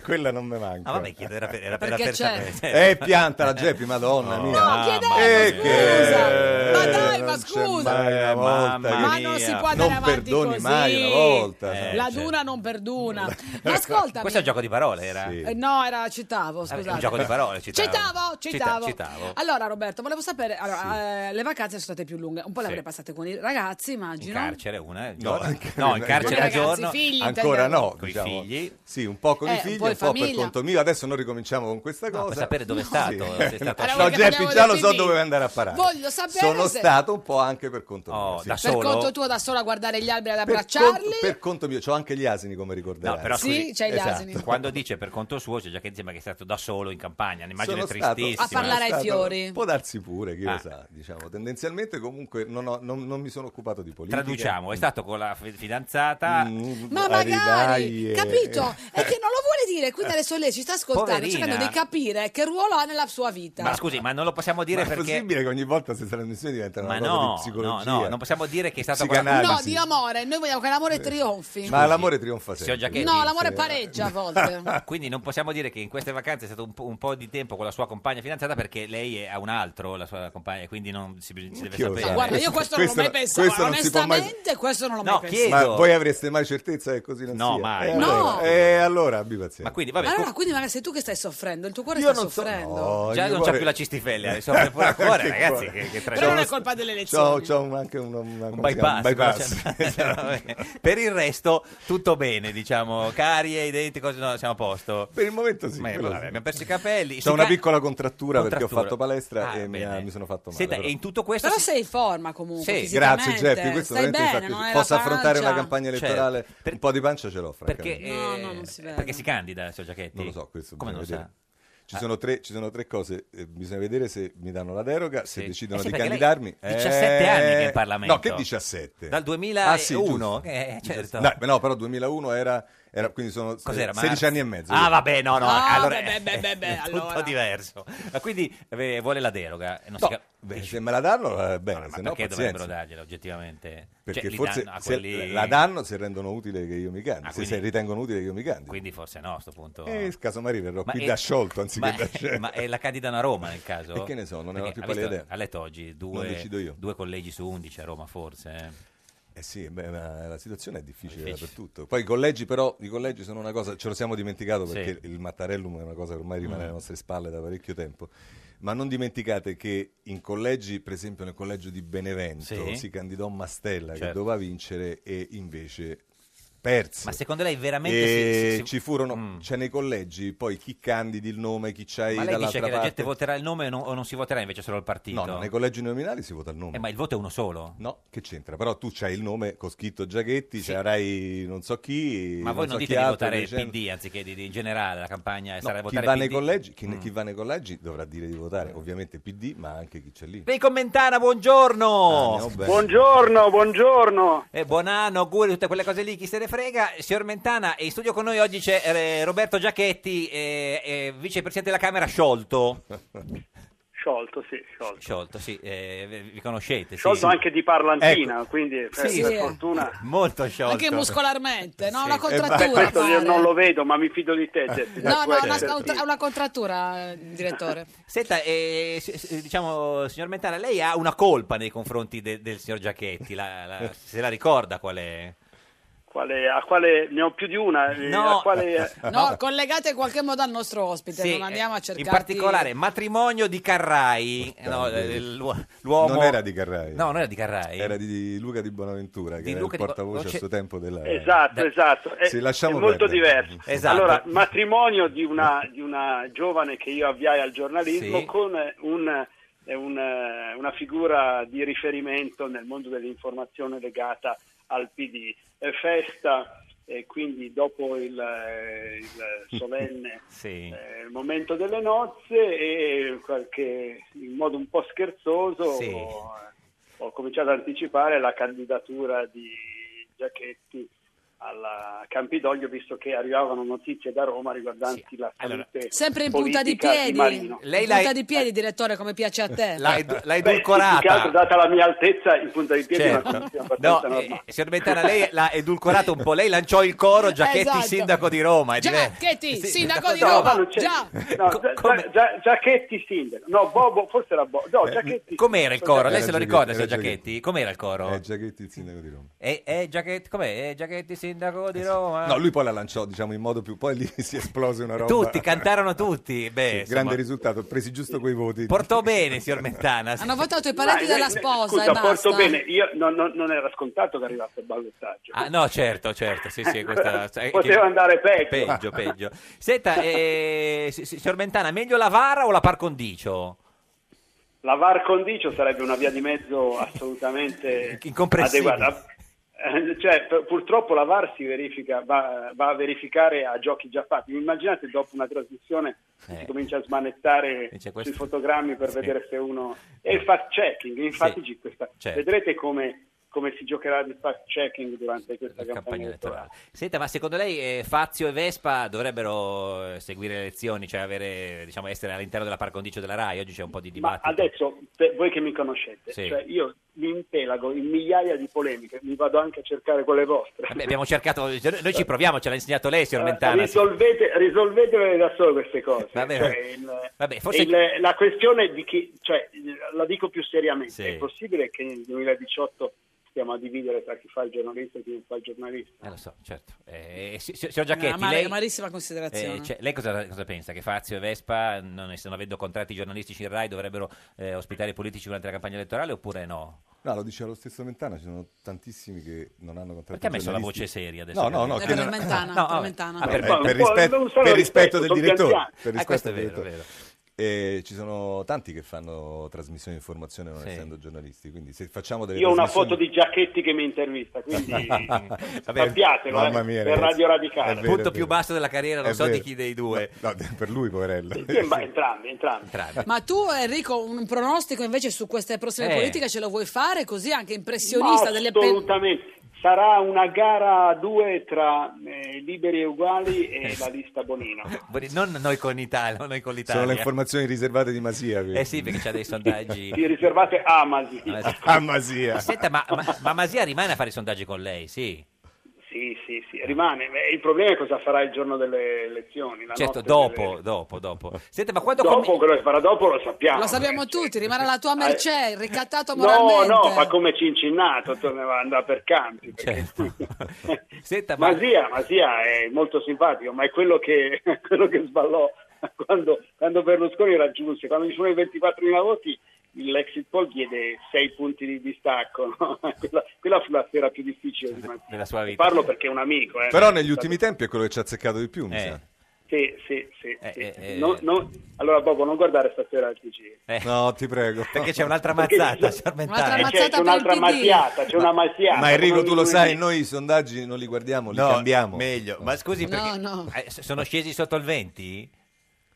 S12: Quella non mi manca.
S2: Ah, vabbè, chiedo, era per, era per
S12: Perché
S2: apertamente.
S12: c'è? Eh, pianta la Geppi, madonna mia.
S2: No, chiedevo,
S12: Eh, che-
S1: Ma dai, ma
S12: non c'è
S1: scusa.
S12: mai una volta
S2: Mamma
S12: che-
S1: Ma non si può andare
S12: Non
S1: avanti
S12: perdoni
S1: così.
S12: mai una
S2: Eh,
S12: volta. eh, sai.
S1: La
S2: certo.
S1: duna non perdona. Ma ascoltami.
S2: Questo Eh, ecco. è un gioco di parole, era?
S1: Eh, No, era citavo,
S2: Vabbè,
S1: scusate.
S2: è un gioco di parole, citavo.
S1: Citavo,
S2: Cita-
S1: citavo.
S2: citavo.
S1: Allora, Roberto, volevo sapere, allora, eh, le vacanze sono state più lunghe, un po' le
S2: Sì.
S1: avrei passate con i ragazzi,
S2: In
S1: immagino.
S2: carcere una, il
S12: No,
S2: giorno.
S12: anche-
S2: Certo. no, in carcere un
S1: Ragazzi,
S2: giorno. diciamo.
S1: figli,
S12: Ancora
S1: intendiamo.
S12: no,
S2: Coi
S12: figli. Sì, un po' con
S1: Eh,
S12: i
S1: un
S12: figli,
S1: po'
S12: un
S1: in
S12: po' per
S1: famiglia.
S12: conto mio. Adesso non ricominciamo con questa cosa.
S2: Ah, sapere dove è stato, se è stato a
S12: no,
S2: Allora, voglio che
S12: Geppi, già
S1: parliamo
S12: lo
S1: dei
S12: so
S1: figli.
S12: dove andare a parare.
S1: Voglio sapere
S12: Sono
S1: se-
S12: stato un po' anche per conto mio. sì.
S2: Oh, da
S1: Per conto tuo da solo a guardare gli alberi ad
S12: Per
S1: abbracciarli.
S12: conto- per conto mio, c'ho anche gli asini come ricorderai.
S2: No, però
S1: Sì,
S2: scusi,
S1: c'hai gli
S2: esatto.
S1: asini.
S2: Quando dice per conto suo, c'è già che sembra che è stato da solo in campagna, un'immagine
S12: Sono stato-
S2: tristissima.
S1: A parlare ai
S12: Stato-
S1: fiori.
S12: Può darsi pure, chi
S2: Ah.
S12: lo sa, diciamo. Tendenzialmente comunque non, ho- non- non mi sono occupato di politica.
S2: Traduciamo, è stato con la fi- fidanzata.
S12: Mm,
S1: Ma
S2: eh.
S1: magari, capito? È che non lo vuole dire, quindi adesso lei ci sta ascoltando,
S2: Poverina.
S1: cercando di capire che ruolo ha nella sua vita.
S2: Ma scusi, ma non lo possiamo dire
S12: Ma è
S2: perché.
S12: possibile che ogni volta se trasmissioni diventa una
S2: Ma
S12: cosa
S2: no,
S12: di
S2: no,
S12: psicologia?
S2: no, non possiamo dire che è stato
S1: No,
S12: Psicanalisi.
S1: di amore, noi vogliamo che l'amore trionfi.
S12: Ma l'amore trionfa
S2: Signor
S12: sempre.
S2: Giachetti.
S1: No, l'amore pareggia a volte.
S2: Quindi non possiamo dire che in queste vacanze è stato un po', un po' di tempo con la sua compagna fidanzata perché lei è- ha un altro, la sua compagna, e quindi non si, si deve
S12: Chi lo
S2: sapere.
S12: sa?
S1: No, guarda, io questo, non l'ho mai
S12: Questo-
S1: pensato.
S12: questo non si può mai-
S1: Onestamente, questo non l'ho
S2: No,
S1: mai
S2: chiedo.
S1: pensato.
S12: Ma voi avreste mai certezza che così non
S2: No,
S12: sia?
S2: mai.
S12: Eh,
S1: No.
S12: allora- eh, allora, abbi pazienza.
S2: Ma quindi, vabbè,
S1: allora,
S2: com-
S1: quindi magari sei tu che stai soffrendo, il tuo cuore
S12: Io
S1: sta
S12: non so-
S1: soffrendo.
S12: No, Eh,
S2: già
S12: il
S2: Cioè, non
S12: cuore-
S2: c'è più la cistifellia, adesso soffre pure il cuore, ragazzi. Che, che tra-
S1: Però non è colpa delle
S12: C'ho,
S1: elezioni.
S12: c'ho un- anche una, una-
S2: un
S12: come si chiama?
S2: bypass, Cioè,
S12: Un
S2: come c'è- Vabbè. per il resto tutto bene diciamo carie i denti cose cioè, no siamo a posto
S12: Per il momento sì.
S2: Ma-
S12: quello
S2: vabbè,
S12: sì.
S2: abbiamo perso i capelli
S12: C'ho
S2: Sti
S12: una
S2: ca-
S12: piccola contrattura, perché ho
S2: Contrattura.
S12: fatto palestra
S2: Ah,
S12: e mi, ha-
S2: bene.
S12: mi sono fatto male.
S2: Senta,
S12: però.
S2: e in tutto questo
S1: Però
S2: si-
S1: sei in forma comunque.
S2: Sì.
S12: Grazie
S1: fisicamente.
S12: Geppi, questo
S1: Stai
S12: veramente mi fa
S1: bene, non
S12: piacere.
S1: è la
S12: Posso affrontare
S1: pancia.
S12: una campagna
S2: Certo.
S12: elettorale?
S2: Per-
S12: Un po' di pancia ce l'ho,
S2: perché,
S12: francamente.
S1: No,
S2: eh,
S1: no, non si vede.
S2: perché si candida Sio Giachetti
S12: Non lo so, questo
S2: come non lo
S12: bisogna
S2: sa
S12: vedere. Ci, sono tre, ci sono tre cose, eh, bisogna vedere se mi danno la deroga, se
S2: Sì.
S12: decidono
S2: Eh sì,
S12: di
S2: perché lei
S12: candidarmi. Eh,
S2: 17 anni che è in Parlamento.
S12: No, che 17?
S2: Dal 2001,
S12: Ah, sì, giusto.
S2: eh, certo.
S12: No, beh, no, però 2001 era, era- quindi sono eh,
S2: Cos'era,
S12: 16
S2: marzo?
S12: anni e mezzo.
S2: Ah, vabbè, no, no.
S1: Ah,
S2: allora, eh,
S1: beh, beh, beh, beh,
S2: è tutto
S1: allora.
S2: diverso. Ma quindi eh, vuole la deroga. e Non
S12: No,
S2: si cap-
S12: beh, se me la danno, eh, bene,
S2: ma
S12: se no
S2: perché dovrebbero
S12: pazienza.
S2: dargliela oggettivamente? Cioè,
S12: Perché
S2: li
S12: forse
S2: danno a
S12: se
S2: quelli-
S12: la danno se rendono utile che io mi candidi,
S2: Ah,
S12: se,
S2: quindi-
S12: se ritengono utile che io mi candidi.
S2: Quindi forse no a sto punto.
S12: Eh, casomai verrò
S2: Ma
S12: qui
S2: è-
S12: da sciolto anziché
S2: ma,
S12: da scelto.
S2: ma e la candidano a Roma nel caso?
S12: E che ne so, non ne ho
S2: Perché
S12: la più
S2: ha
S12: pallida
S2: visto-
S12: idea.
S2: Ha letto oggi
S12: Non
S2: due,
S12: decido io.
S2: due collegi su 11 a Roma forse. eh.
S12: Eh sì, beh, ma la situazione è difficile,
S2: Difficile.
S12: dappertutto. Poi i collegi, però, i collegi sono una cosa, ce lo siamo dimenticato
S2: Sì.
S12: perché il Mattarellum è una cosa che ormai rimane
S2: Mm.
S12: alle nostre spalle da parecchio tempo. Ma non dimenticate che in collegi, per esempio nel collegio di Benevento,
S2: Sì.
S12: si candidò Mastella che
S2: Certo.
S12: doveva vincere e invece perse.
S2: Ma secondo lei veramente
S12: E
S2: si- si- si-
S12: ci furono,
S2: Mm.
S12: cioè nei collegi, poi chi candidi il nome, chi c'hai
S2: Ma lei dice
S12: dall'altra
S2: che la gente
S12: parte.
S2: voterà il nome o non, o non si voterà invece solo il partito?
S12: No, no, nei collegi nominali si vota il nome.
S2: Eh, ma il voto è uno solo.
S12: No, che c'entra? Però tu c'hai il nome con scritto Giachetti, c'avrai non so chi.
S2: Ma voi
S12: so
S2: non
S12: chi
S2: dite di
S12: altro,
S2: votare il
S12: dicendo-
S2: PD anziché di, di- in generale la campagna
S12: No,
S2: sarà
S12: chi,
S2: votare
S12: va
S2: il
S12: nei
S2: PD?
S12: collegi, chi,
S2: Mm.
S12: chi va nei collegi dovrà dire di votare ovviamente PD, ma anche chi c'è lì.
S2: Lei Commentana, buongiorno!
S12: Ah, no, beh.
S13: Buongiorno, buongiorno.
S2: Eh, buon anno, auguri, tutte quelle cose lì, chi se ne frega. Signor Mentana, in studio con noi oggi c'è eh, Roberto Giachetti, eh, eh, vicepresidente della Camera sciolto.
S13: Sciolto, sì, sciolto.
S2: Sciolto, sì, eh, vi- vi conoscete. sì.
S13: Sciolto anche di parlantina,
S2: Ecco.
S13: quindi eh,
S2: Sì.
S13: per
S2: Sì.
S13: fortuna.
S2: Molto sciolto.
S1: Anche muscolarmente, no?
S2: Sì.
S1: Una
S2: Eh,
S13: Beh,
S1: contrattura.
S13: questo io
S1: pare.
S13: non lo vedo, ma mi fido di te. Geppi, dai,
S1: No,
S13: tu
S1: no,
S13: hai
S1: una,
S13: certo.
S1: una- una contrattura, eh, direttore.
S2: Senta, eh, s- s- diciamo, signor Mentana, lei ha una colpa nei confronti de- del signor Giachetti, la- la- se la ricorda qual è?
S13: Quale- a quale ne ho più di una? eh,
S2: No.
S13: a quale-
S1: No, collegate in qualche modo al nostro ospite,
S2: Sì,
S1: Cioè, non andiamo a
S2: eh,
S1: cercare.
S2: In particolare, matrimonio di Carrai. no, eh, l'u- l'uomo...
S12: Non era di Carrai.
S2: No, non era di Carrai.
S12: Era di Luca di Bonaventura, che
S2: Di
S12: era
S2: Luca
S12: il
S2: di Bo-
S12: portavoce
S2: non
S12: a
S2: c'è-
S12: suo tempo della...
S13: Esatto,
S12: Beh,
S13: esatto, è,
S12: sì, lasciamo
S13: è molto
S12: perdere.
S13: diverso.
S2: Esatto.
S13: Allora, matrimonio di una, di una giovane che io avviai al giornalismo
S2: Sì.
S13: con un- eh, un, eh, una figura di riferimento nel mondo dell'informazione legata al PD. Eh, festa, e quindi dopo il, eh, il solenne
S2: Sì.
S13: eh, il momento delle nozze e qualche, in modo un po' scherzoso eh,
S2: Sì.
S13: ho, ho cominciato ad anticipare la candidatura di Giachetti alla Campidoglio, visto che arrivavano notizie da Roma riguardanti la salute
S1: Sempre in punta di
S13: politica
S1: piedi.
S13: Marino.
S1: in punta di piedi, direttore, come piace a te.
S2: L'hai, l'hai
S13: Beh,
S2: edulcorata.
S13: più che altro, data la mia altezza, in punta di piedi è
S2: Certo.
S13: una posizione
S2: No,
S13: abbastanza normale.
S2: eh, signor Mentana, lei l'ha edulcorata un po'. Lei lanciò il coro Giacchetti,
S13: Esatto.
S2: sindaco di Roma. È diverso.
S1: Giacchetti, sindaco di
S13: No,
S1: Roma.
S13: ma non c'è-
S1: Già.
S2: Eh.
S13: no, Gia- Gia- Giacchetti Sindaco, no, Bobo, forse era Bobo,
S2: Eh,
S13: no, Giacchetti
S2: Com'era il coro? Lei se lo
S12: Era
S2: ricorda, signor
S12: Giacchetti, era
S2: Giacchetti? Com'era il coro?
S12: È Giacchetti il sindaco di Roma.
S2: Eh, eh, Giacchetti, com'è? Eh, Giacchetti, sindaco di Roma.
S12: Eh, No, lui poi la lanciò, diciamo, in modo più... Poi lì si esplose una roba...
S2: Tutti, cantarono tutti. Beh,
S12: Sì,
S2: insomma,
S12: grande risultato, presi giusto quei voti.
S2: Portò bene, signor Mentana.
S1: Hanno votato i parenti
S13: Ma-
S1: della
S13: eh,
S1: sposa
S13: Scusa,
S1: e basta.
S13: porto bene, io non, non- non era scontato che arrivasse il ballottaggio.
S2: Ah, no, certo, certo, sì, sì, questa... eh,
S13: Poteva andare peggio.
S2: Peggio, peggio. Senta, eh, si- si- signor Mentana, meglio la vara o la par condicio?
S13: La VAR condicio sarebbe una via di mezzo assolutamente
S2: Incomprensibile.
S13: adeguata. Eh, Cioè, p- purtroppo la VAR si verifica, va, va a verificare a giochi già fatti. Immaginate dopo una trasmissione si comincia a smanettare
S2: Eh. Dice questo.
S13: sui fotogrammi per
S2: Sì. Eh.
S13: vedere se uno... È il fact-checking, infatti ci- questa-
S2: certo.
S13: vedrete come, come si giocherà di fact-checking durante questa campagna,
S2: Campagna
S13: elettorale.
S2: elettorale. Senta, ma secondo lei eh, Fazio e Vespa dovrebbero eh, seguire le elezioni, cioè avere, diciamo, essere all'interno della par condicio della RAI? Oggi c'è un po' di
S13: Ma
S2: dibattito.
S13: adesso, per voi che mi conoscete,
S2: Sì.
S13: cioè io mi impelago in migliaia di polemiche, mi vado anche a cercare quelle vostre.
S2: Vabbè, abbiamo cercato, noi ci proviamo, ce l'ha insegnato lei,
S13: Eh,
S2: signor Mentana.
S13: Risolvete, risolvetevele da solo queste cose.
S2: Va bene.
S13: Cioè, il-
S2: Vabbè, forse-
S13: il- la questione di chi, cioè, la dico più seriamente,
S2: Sì.
S13: è possibile che nel 2018 stiamo a dividere tra chi fa il giornalista e chi non fa il giornalista?
S2: Eh, lo so, certo. Eh, si- si- signor Giacchetti,
S1: Una male-
S2: lei...
S1: malissima considerazione.
S2: eh, cioè, lei cosa, cosa pensa? Che Fazio e Vespa, non, non avendo contratti giornalistici in RAI, dovrebbero eh, ospitare i politici durante la campagna elettorale oppure no?
S12: No, lo diceva lo stesso Mentana, ci sono tantissimi che non hanno contratto.
S2: Perché ha messo la
S12: giornalisti.
S2: voce seria adesso?
S12: No, no, no.
S2: Eh,
S12: che
S2: per
S12: non-
S2: il
S1: Mentana,
S12: No,
S1: per
S12: vabbè.
S1: Mentana.
S12: Vabbè,
S1: No,
S12: per,
S1: no,
S12: rispetto,
S1: non sono rispetto,
S12: per rispetto del
S1: sono
S12: direttore.
S1: piantiani.
S12: Per
S1: Eh,
S12: rispetto
S1: questo è
S12: del
S1: vero,
S12: direttore. E ci sono tanti che fanno trasmissioni di informazione non
S13: Sì.
S12: essendo giornalisti, quindi se facciamo delle
S13: Io ho una
S12: trasmissioni-
S13: foto di Giacchetti che mi intervista, quindi
S12: Vabbè,
S13: sappiatelo, eh,
S12: mamma mia,
S13: per
S12: ragazzi.
S13: Radio
S12: È
S13: Radicale.
S12: vero,
S2: punto
S12: è
S2: più
S12: vero.
S2: basso della carriera, non
S12: È
S2: so di
S12: vero.
S2: chi dei due.
S12: No, no, per lui, poverello.
S13: Sì, ma entrambi, entrambi.
S1: Ma tu, Enrico, un pronostico invece su queste prossime
S13: Eh.
S1: politiche ce lo vuoi fare? Così anche impressionista
S13: Ma
S1: delle pe-
S13: assolutamente. Sarà una gara a due tra eh, Liberi e Uguali
S2: Eh
S13: e la lista Bonino.
S2: Non noi con Italia, noi con l'Italia.
S12: Sono le informazioni riservate di Masia.
S2: Eh sì, perché c'ha dei sondaggi.
S13: Vi riservate Amasi.
S12: Ah, Masia.
S2: Senta, ma, ma- ma Masia rimane a fare i sondaggi con lei, sì.
S13: Sì, sì, sì, rimane. Beh, Il problema è cosa farà il giorno delle elezioni. La
S2: certo,
S13: notte
S2: dopo,
S13: delle-
S2: dopo, dopo. Senta, ma quando...
S13: Dopo
S2: com-
S13: quello che farà dopo lo sappiamo. Eh,
S1: Lo sappiamo tutti, rimarrà la tua mercè, ricattato
S13: No,
S1: moralmente.
S13: no, ma come Cincinnato tornerà andare per campi.
S2: Certo. Senta, ma-
S13: Masia, Masia è molto simpatico, ma è quello che, quello che sballò quando, quando Berlusconi raggiunse. Quando ci sono i 24.000 voti, l'exit poll diede 6 punti di distacco. no? quella, quella fu la sera più difficile di Masia.
S2: Della sua vita.
S13: Parlo perché è un amico. eh.
S12: Però negli ultimi tempi è quello che ci ha azzeccato di
S2: Eh,
S12: più, mi sa.
S13: Sì, sì, sì. sì.
S12: eh.
S13: No, no. Allora, Bobo, non guardare stasera il TG.
S12: No, ti prego.
S2: eh. Perché c'è un'altra
S12: Perché-
S2: mazzata, signor Mentana.
S13: Eh, c'è, c'è un'altra masiata, c'è una masiata.
S12: Ma Enrico,
S13: Non-
S12: tu lo
S13: non-
S12: sai, noi i sondaggi non li guardiamo, li
S2: No,
S12: cambiamo.
S2: meglio. Ma scusi,
S12: No,
S2: perché
S1: no.
S2: eh, s- sono scesi sotto il 20?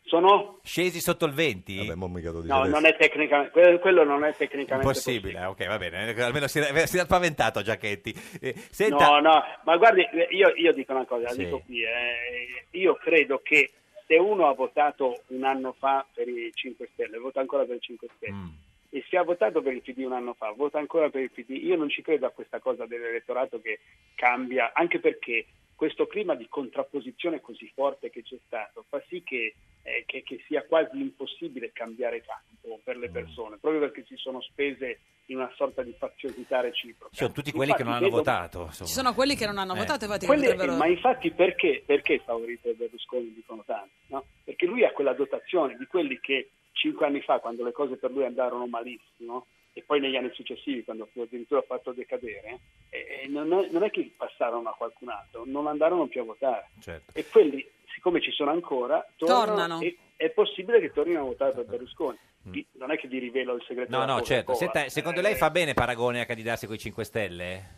S13: Sono?
S2: Scesi sotto il 20? Vabbè,
S12: mo mica lo
S13: No, non è tecnicamente, quello, quello non è tecnicamente
S2: Impossibile, ah, ok, va bene. eh, Almeno si era, si era spaventato Giacchetti. Eh, senta,
S13: No, no, ma guardi, io, io dico una cosa, la
S2: Sì.
S13: dico qui, eh, io credo che se uno ha votato un anno fa per i 5 Stelle, vota ancora per i 5 Stelle,
S2: Mm.
S13: e se ha votato per il PD un anno fa, vota ancora per il PD, io non ci credo a questa cosa dell'elettorato che cambia, anche perché questo clima di contrapposizione così forte che c'è stato fa sì che, eh, che- che sia quasi impossibile cambiare campo per
S2: Mm.
S13: le persone, proprio perché si sono spese in una sorta di faziosità reciproca.
S2: ci sono tutti quelli che non hanno
S13: Infatti vedo-
S2: votato. insomma.
S1: Ci sono quelli che non hanno
S2: Eh.
S1: votato, infatti, che
S13: quelli-
S1: potrebbero...
S13: Ma infatti perché, perché favorite Berlusconi dicono tanti? no? Perché lui ha quella dotazione di quelli che cinque anni fa, quando le cose per lui andarono malissimo, e poi negli anni successivi, quando fu addirittura fatto decadere, eh, eh, non, è, non è che passarono a qualcun altro, non andarono più a votare.
S2: Certo.
S13: E quelli, siccome ci sono ancora, tornano,
S1: Tornano.
S13: e è possibile che tornino a votare per Berlusconi. Vi- Non è che vi rivelo il segreto.
S2: Mm. No,
S13: della
S2: no,
S13: Coca-Cola.
S2: certo. Senta, secondo lei
S13: Eh,
S2: fa bene Paragone a candidarsi con i 5 Stelle?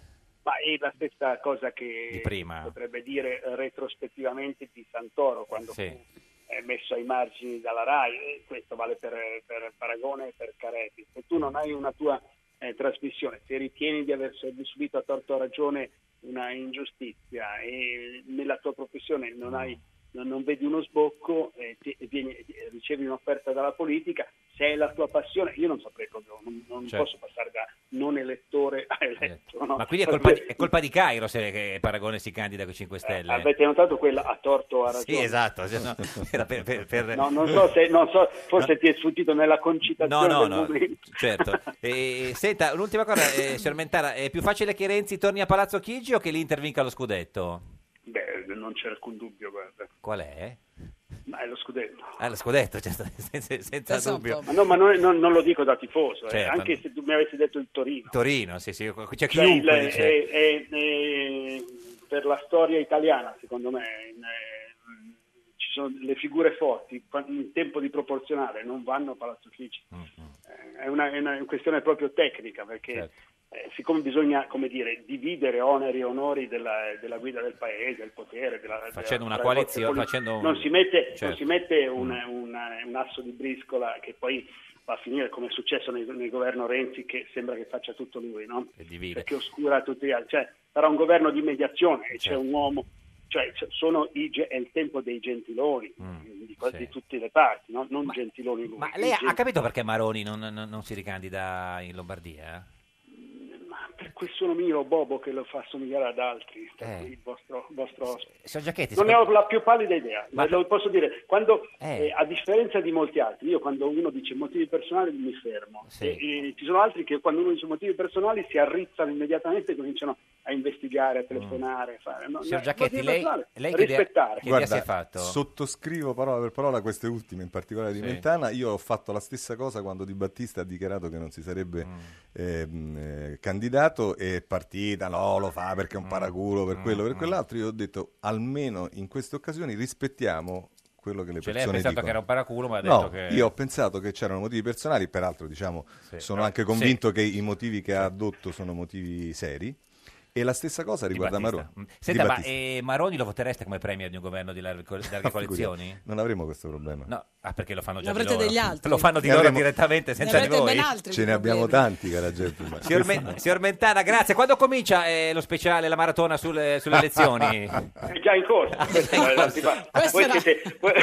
S13: ma è la stessa cosa
S2: Di
S13: che
S2: prima.
S13: potrebbe dire eh, retrospettivamente di Santoro quando
S2: Sì.
S13: fu eh, messo ai margini dalla RAI. E questo vale per, per Paragone e per Careti. Se tu non hai una tua eh, trasmissione, se ritieni di aver sub- subito a torto o a ragione una ingiustizia e nella tua professione non, hai- non- non vedi uno sbocco e ti- e vieni- e ricevi un'offerta dalla politica, se è la tua passione, io non saprei proprio, non, non
S2: Certo. Eh.
S13: posso passare da non elettore a eletto. no?
S2: Ma quindi è colpa, di, è colpa di Cairo se che Paragone si candida con 5 Stelle.
S13: Eh, Avete notato quella a torto o a
S2: Eh. sì,
S13: ragione?
S2: esatto. se no- era per- per- per-
S13: No, non so se, non so, forse ti è sfuggito nella concitazione
S2: No, no,
S13: del
S2: no,
S13: momento.
S2: certo. E, senta, un'ultima cosa, eh, signor Mentana, è più facile che Renzi torni a Palazzo Chigi o che l'Inter vinca lo scudetto?
S13: Beh, non c'è alcun dubbio, guarda.
S2: Qual è?
S13: Ma è lo scudetto.
S2: Ah, lo scudetto, certo, senza, senza dubbio.
S13: Ma, no, ma non, non- non lo dico da tifoso, eh,
S2: Certo.
S13: anche se tu mi avessi detto il Torino.
S2: Torino, sì, sì, c'è
S13: Cioè, il-
S2: chiunque dice.
S13: è- è- è- per la storia italiana, secondo me, in- eh, ci sono le figure forti, qua- in tempo di proporzionale, non vanno a Palazzo Chigi.
S2: Mm-hmm.
S13: Eh, È una, è una questione proprio tecnica, perché
S2: Certo.
S13: eh, siccome bisogna, come dire, dividere oneri e onori della, della guida del paese, del potere, della, della-
S2: Facendo una
S13: della forza
S2: coalizione,
S13: politica,
S2: facendo un-
S13: Non si mette, non
S2: Certo.
S13: si mette un, un- un asso di briscola che poi va a finire come è successo nel, nel governo Renzi che sembra che faccia tutto lui, no?
S2: Esatto.
S13: Perché oscura tutti gli altri. Cioè, sarà un governo di mediazione e c'è
S14: Certo.
S13: un uomo, cioè c- sono i ge- è il tempo dei gentiloni,
S2: Mm,
S13: di, quasi
S2: sì.
S13: tutte le parti, no? non gentiloni lui.
S2: Ma lei
S13: i
S2: ha
S13: gen-
S2: capito perché Maroni non, non- non si ricandida in Lombardia?
S13: Ma per quel suono mio Bobo che lo fa somigliare ad altri,
S2: Eh.
S13: il vostro, il vostro ospite.
S2: Signor Eh? Giacchetti,
S13: Non ne ho la più pallida idea,
S2: Ma-
S13: ve lo posso dire, quando,
S2: Eh.
S13: eh, a differenza di molti altri, io quando uno dice motivi personali mi fermo,
S2: Sì.
S13: E- e ci sono altri che quando uno dice motivi personali si arrizzano immediatamente e cominciano a investigare, a telefonare, a fare... no,
S2: Signor
S13: no,
S2: Giacchetti,
S13: motivi
S2: lei-
S13: personali,
S2: lei che idea-
S13: rispettare.
S2: che idea si è fatto?
S12: Sottoscrivo parola per parola queste ultime, in particolare di
S2: Sì.
S12: Mentana. Io ho fatto la stessa cosa quando Di Battista ha dichiarato che non si sarebbe
S2: Mm.
S12: ehm, eh, candidato e partita, no, lo fa perché è
S2: Mm.
S12: un paraculo, per quello, per quell'altro. Io ho detto, almeno in queste occasioni rispettiamo quello che le
S2: Cioè, lei ha
S12: persone
S2: pensato
S12: dicono.
S2: che era un paraculo, ma ha
S12: No,
S2: detto che-
S12: io ho pensato che c'erano motivi personali, peraltro diciamo,
S2: Sì,
S12: sono
S2: no,
S12: anche
S2: sì.
S12: convinto che i motivi che ha addotto sono motivi seri. E la stessa cosa riguarda
S2: Battista.
S12: Maroni.
S2: Mm.
S12: Di
S2: Senta, ma
S12: Battista. Ah,
S2: eh, Maroni lo votereste come premier di un governo di larghe, co- larghe
S12: Ma
S2: coalizioni?
S12: figuriamo, Non avremo questo problema.
S2: No, ah, perché lo fanno
S1: Ne
S2: già di
S1: avrete
S2: loro.
S1: degli altri.
S2: Lo fanno di
S12: Ne
S2: loro
S12: avremo-
S2: direttamente senza di voi.
S12: Ce ne abbiamo tanti, cara gente. ma-
S2: Signor, Men- signor Mentana, grazie. Quando comincia eh, lo speciale, la maratona sulle, sulle elezioni?
S13: È già in corso,
S2: Ah,
S13: Questo è l'antipa- voi, siete, voi,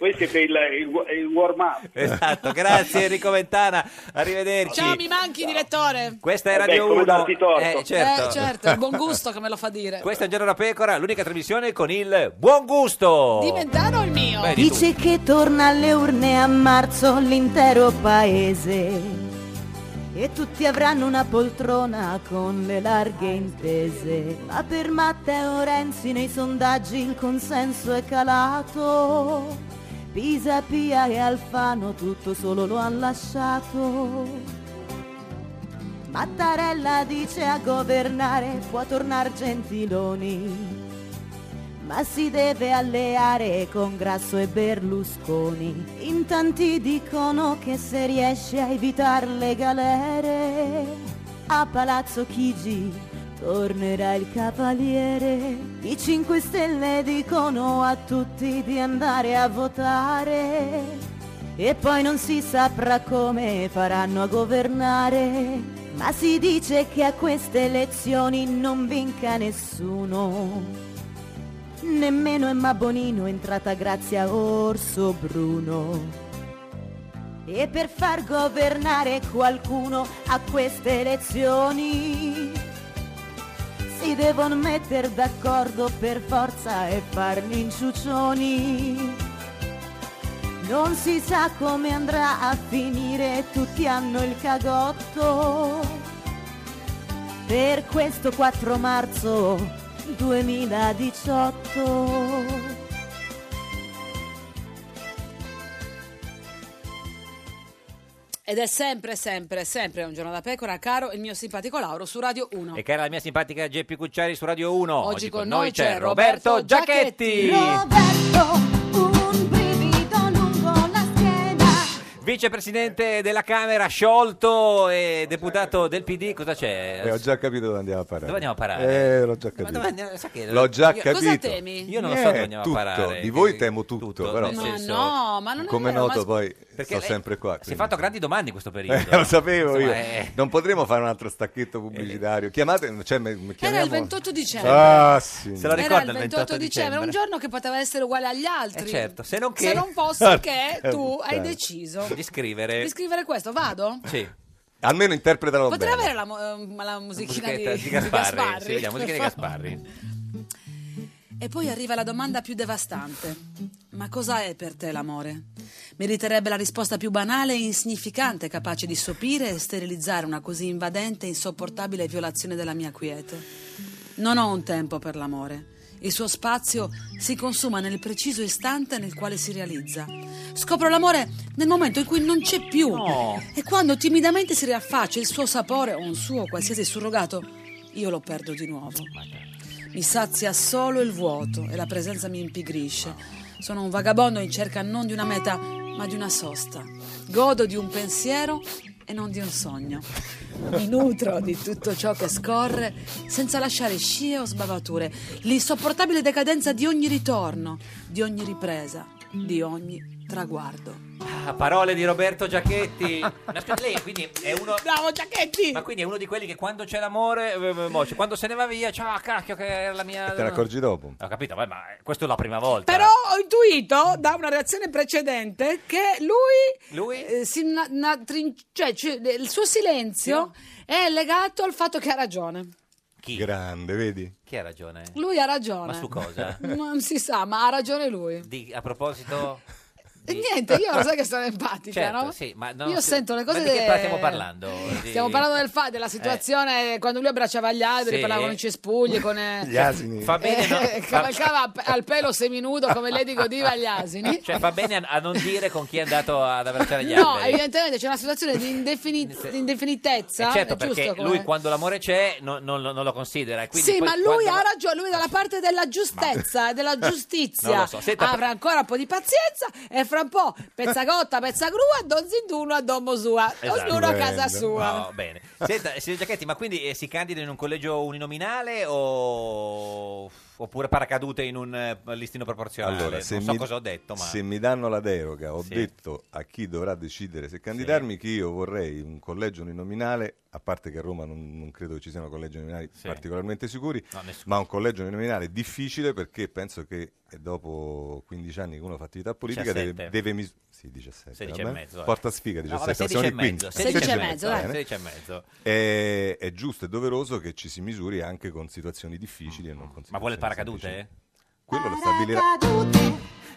S13: voi siete il, il- il warm-up.
S2: esatto, grazie Enrico Mentana. Arrivederci.
S1: Ciao, mi manchi, direttore.
S2: Questa è
S13: Vabbè,
S2: Radio
S13: come
S2: 1.
S13: darti torto.
S2: Eh, certo.
S1: Eh, certo, è il buon gusto che me lo fa dire.
S2: Questa è Giorno da Pecora, l'unica trasmissione con il buon gusto.
S1: Diventano il mio.
S2: Beh, di tu.
S10: Dice che torna alle urne a marzo l'intero paese e tutti avranno una poltrona con le larghe intese. Ma per Matteo Renzi nei sondaggi il consenso è calato. Pisa, Pia e Alfano tutto solo lo han lasciato. Mattarella dice a governare può tornar Gentiloni ma si deve alleare con Grasso e Berlusconi. In tanti dicono che se riesce a evitare le galere, a Palazzo Chigi tornerà il cavaliere. I 5 Stelle dicono a tutti di andare a votare. E poi non si saprà come faranno a governare. Ma si dice che a queste elezioni non vinca nessuno. Nemmeno Emma Bonino è entrata grazie a Orso Bruno. E per far governare qualcuno a queste elezioni si devono mettere d'accordo per forza e farli inciuccioni. Non si sa come andrà a finire, tutti hanno il cagotto. Per questo 4 marzo 2018.
S1: Ed è sempre, sempre, sempre un giorno da pecora, caro il mio simpatico Lauro su Radio 1.
S2: E cara la mia simpatica Geppi Cucciari su Radio 1.
S1: Oggi con noi c'è Roberto
S2: Giacchetti. Vicepresidente della Camera, sciolto e deputato del PD, cosa c'è?
S12: Eh, ho già capito dove andiamo a parare.
S2: Dove andiamo a parare?
S12: Eh, l'ho già capito.
S2: dove andiamo- sa che-
S12: l'ho già
S2: io- cosa
S12: capito.
S1: temi?
S2: Io non lo so
S12: Niente,
S2: dove andiamo a
S12: tutto.
S2: parare.
S12: Di voi temo tutto, però
S1: Ma no, ma non è
S12: come
S1: vero,
S12: noto
S1: ma-
S12: poi
S2: Perché
S12: Sto
S2: lei
S12: sempre qua.
S2: Si è
S12: quindi.
S2: fatto grandi domande in questo periodo.
S12: Eh, lo sapevo
S2: Insomma,
S12: io.
S2: eh,
S12: Non potremo fare un altro stacchetto pubblicitario. Chiamate, cioè, me- me-
S1: Era
S12: chiamiamo...
S1: il 28 dicembre.
S12: Ah, sì.
S2: Se lo
S1: Era
S2: ricorda
S1: il 28, dicembre, un giorno che poteva essere uguale agli altri.
S2: Eh, certo, se non che...
S1: Se non fosse che tu
S12: Eh,
S1: hai deciso
S2: Di scrivere...
S1: di scrivere questo, vado?
S2: Sì.
S12: Almeno interpretano
S1: Potrei
S12: bene.
S1: avere la, mo- ehm, la musichina di,
S2: Musichetta di
S1: di
S2: Gasparri.
S1: Gasparri?
S2: Sì, vediamo, musichina di
S1: Per
S2: Gasparri.
S1: E poi arriva la domanda più devastante. Ma cosa è per te l'amore? Meriterebbe la risposta più banale e insignificante, capace di sopire e sterilizzare una così invadente e insopportabile violazione della mia quiete. Non ho un tempo per l'amore. Il suo spazio si consuma nel preciso istante nel quale si realizza. Scopro l'amore nel momento in cui non c'è più. E quando timidamente si riaffaccia il suo sapore o un suo qualsiasi surrogato, io lo perdo di nuovo. Mi sazia solo il vuoto e la presenza mi impigrisce. Sono un vagabondo in cerca non di una meta, ma di una sosta. Godo di un pensiero e non di un sogno. Mi nutro di tutto ciò che scorre senza lasciare scie o sbavature, l'insopportabile decadenza di ogni ritorno, di ogni ripresa, di ogni traguardo.
S2: A Ah, parole di Roberto Giachetti. Ma scusi, lei quindi è uno.
S1: Bravo Giachetti!
S2: Ma quindi è uno di quelli che quando c'è l'amore. eh, eh, mo, cioè, quando se ne va via, ciao, cacchio, che era la mia.
S12: Te ne accorgi dopo.
S2: Ho capito, vabbè, ma eh, questa è la prima volta.
S1: Però ho intuito da una reazione precedente che lui,
S2: Lui?
S1: eh, si na- na- trin- cioè, ci- il suo silenzio è legato al fatto che ha ragione.
S12: Grande, vedi?
S2: Chi ha ragione?
S1: Lui ha ragione.
S2: Ma su cosa?
S1: Non si sa, ma ha ragione lui.
S2: Di- a proposito.
S1: E Eh, Niente, io lo so che sono empatica,
S2: Certo,
S1: no?
S2: sì, ma no,
S1: io
S2: sì.
S1: sento le cose
S2: Ma di che
S1: de-
S2: pa- stiamo parlando? Di-
S1: Stiamo parlando del fa- della situazione quando lui abbracciava gli alberi,
S2: Eh. Sì.
S1: parlava con i cespugli, con eh,
S2: Gli asini. Fa bene, no?
S1: eh, cavalcava a- al pelo seminudo come Lady Godiva agli asini.
S2: Cioè, fa bene a, a non dire con chi è andato ad abbracciare gli
S1: No,
S2: alberi.
S1: evidentemente c'è una situazione di, indefini- di
S2: Eh,
S1: indefinitezza.
S2: certo,
S1: Ah, è giusto
S2: perché
S1: come-
S2: lui quando l'amore c'è non, non lo- non lo considera. e quindi
S1: Sì,
S2: poi
S1: ma lui
S2: quando-
S1: ha ragione, lui è dalla parte della giustezza e della
S2: Non
S1: giustizia.
S2: lo so, senta-
S1: Avrà ancora un po' di pazienza e fra un po' pezzagotta, pezzagrua, don zinduno a domo sua,
S2: Esatto.
S1: ognuno a casa sua.
S2: No, bene. Senta, signor Giacchetti, ma quindi eh, si candida in un collegio uninominale o... oppure paracadute in un eh, listino proporzionale?
S12: Allora, se
S2: non so
S12: mi,
S2: cosa ho detto, ma...
S12: se mi danno la deroga, ho detto a chi dovrà decidere se candidarmi che io vorrei un collegio uninominale, a parte che a Roma non, non credo che ci siano collegi uninominali particolarmente sicuri, ma un collegio uninominale difficile perché penso che eh, dopo 15 anni che uno fa attività politica deve,
S2: 17.
S12: deve mis- sì, 17,
S2: 16 e
S12: vabbè.
S2: mezzo, eh.
S12: porta sfiga
S2: No,
S12: 17,
S2: vabbè, 16
S12: siamo
S2: e
S12: di 15.
S2: mezzo, 16 e
S12: 16
S2: mezzo, eh.
S12: va
S2: dai,
S12: bene.
S2: 16 e mezzo.
S12: Eh, È, giusto e doveroso che ci si misuri anche con situazioni difficili e non con situazioni
S2: Ma vuole il paracadute?
S12: semplici. Quello lo stabilirà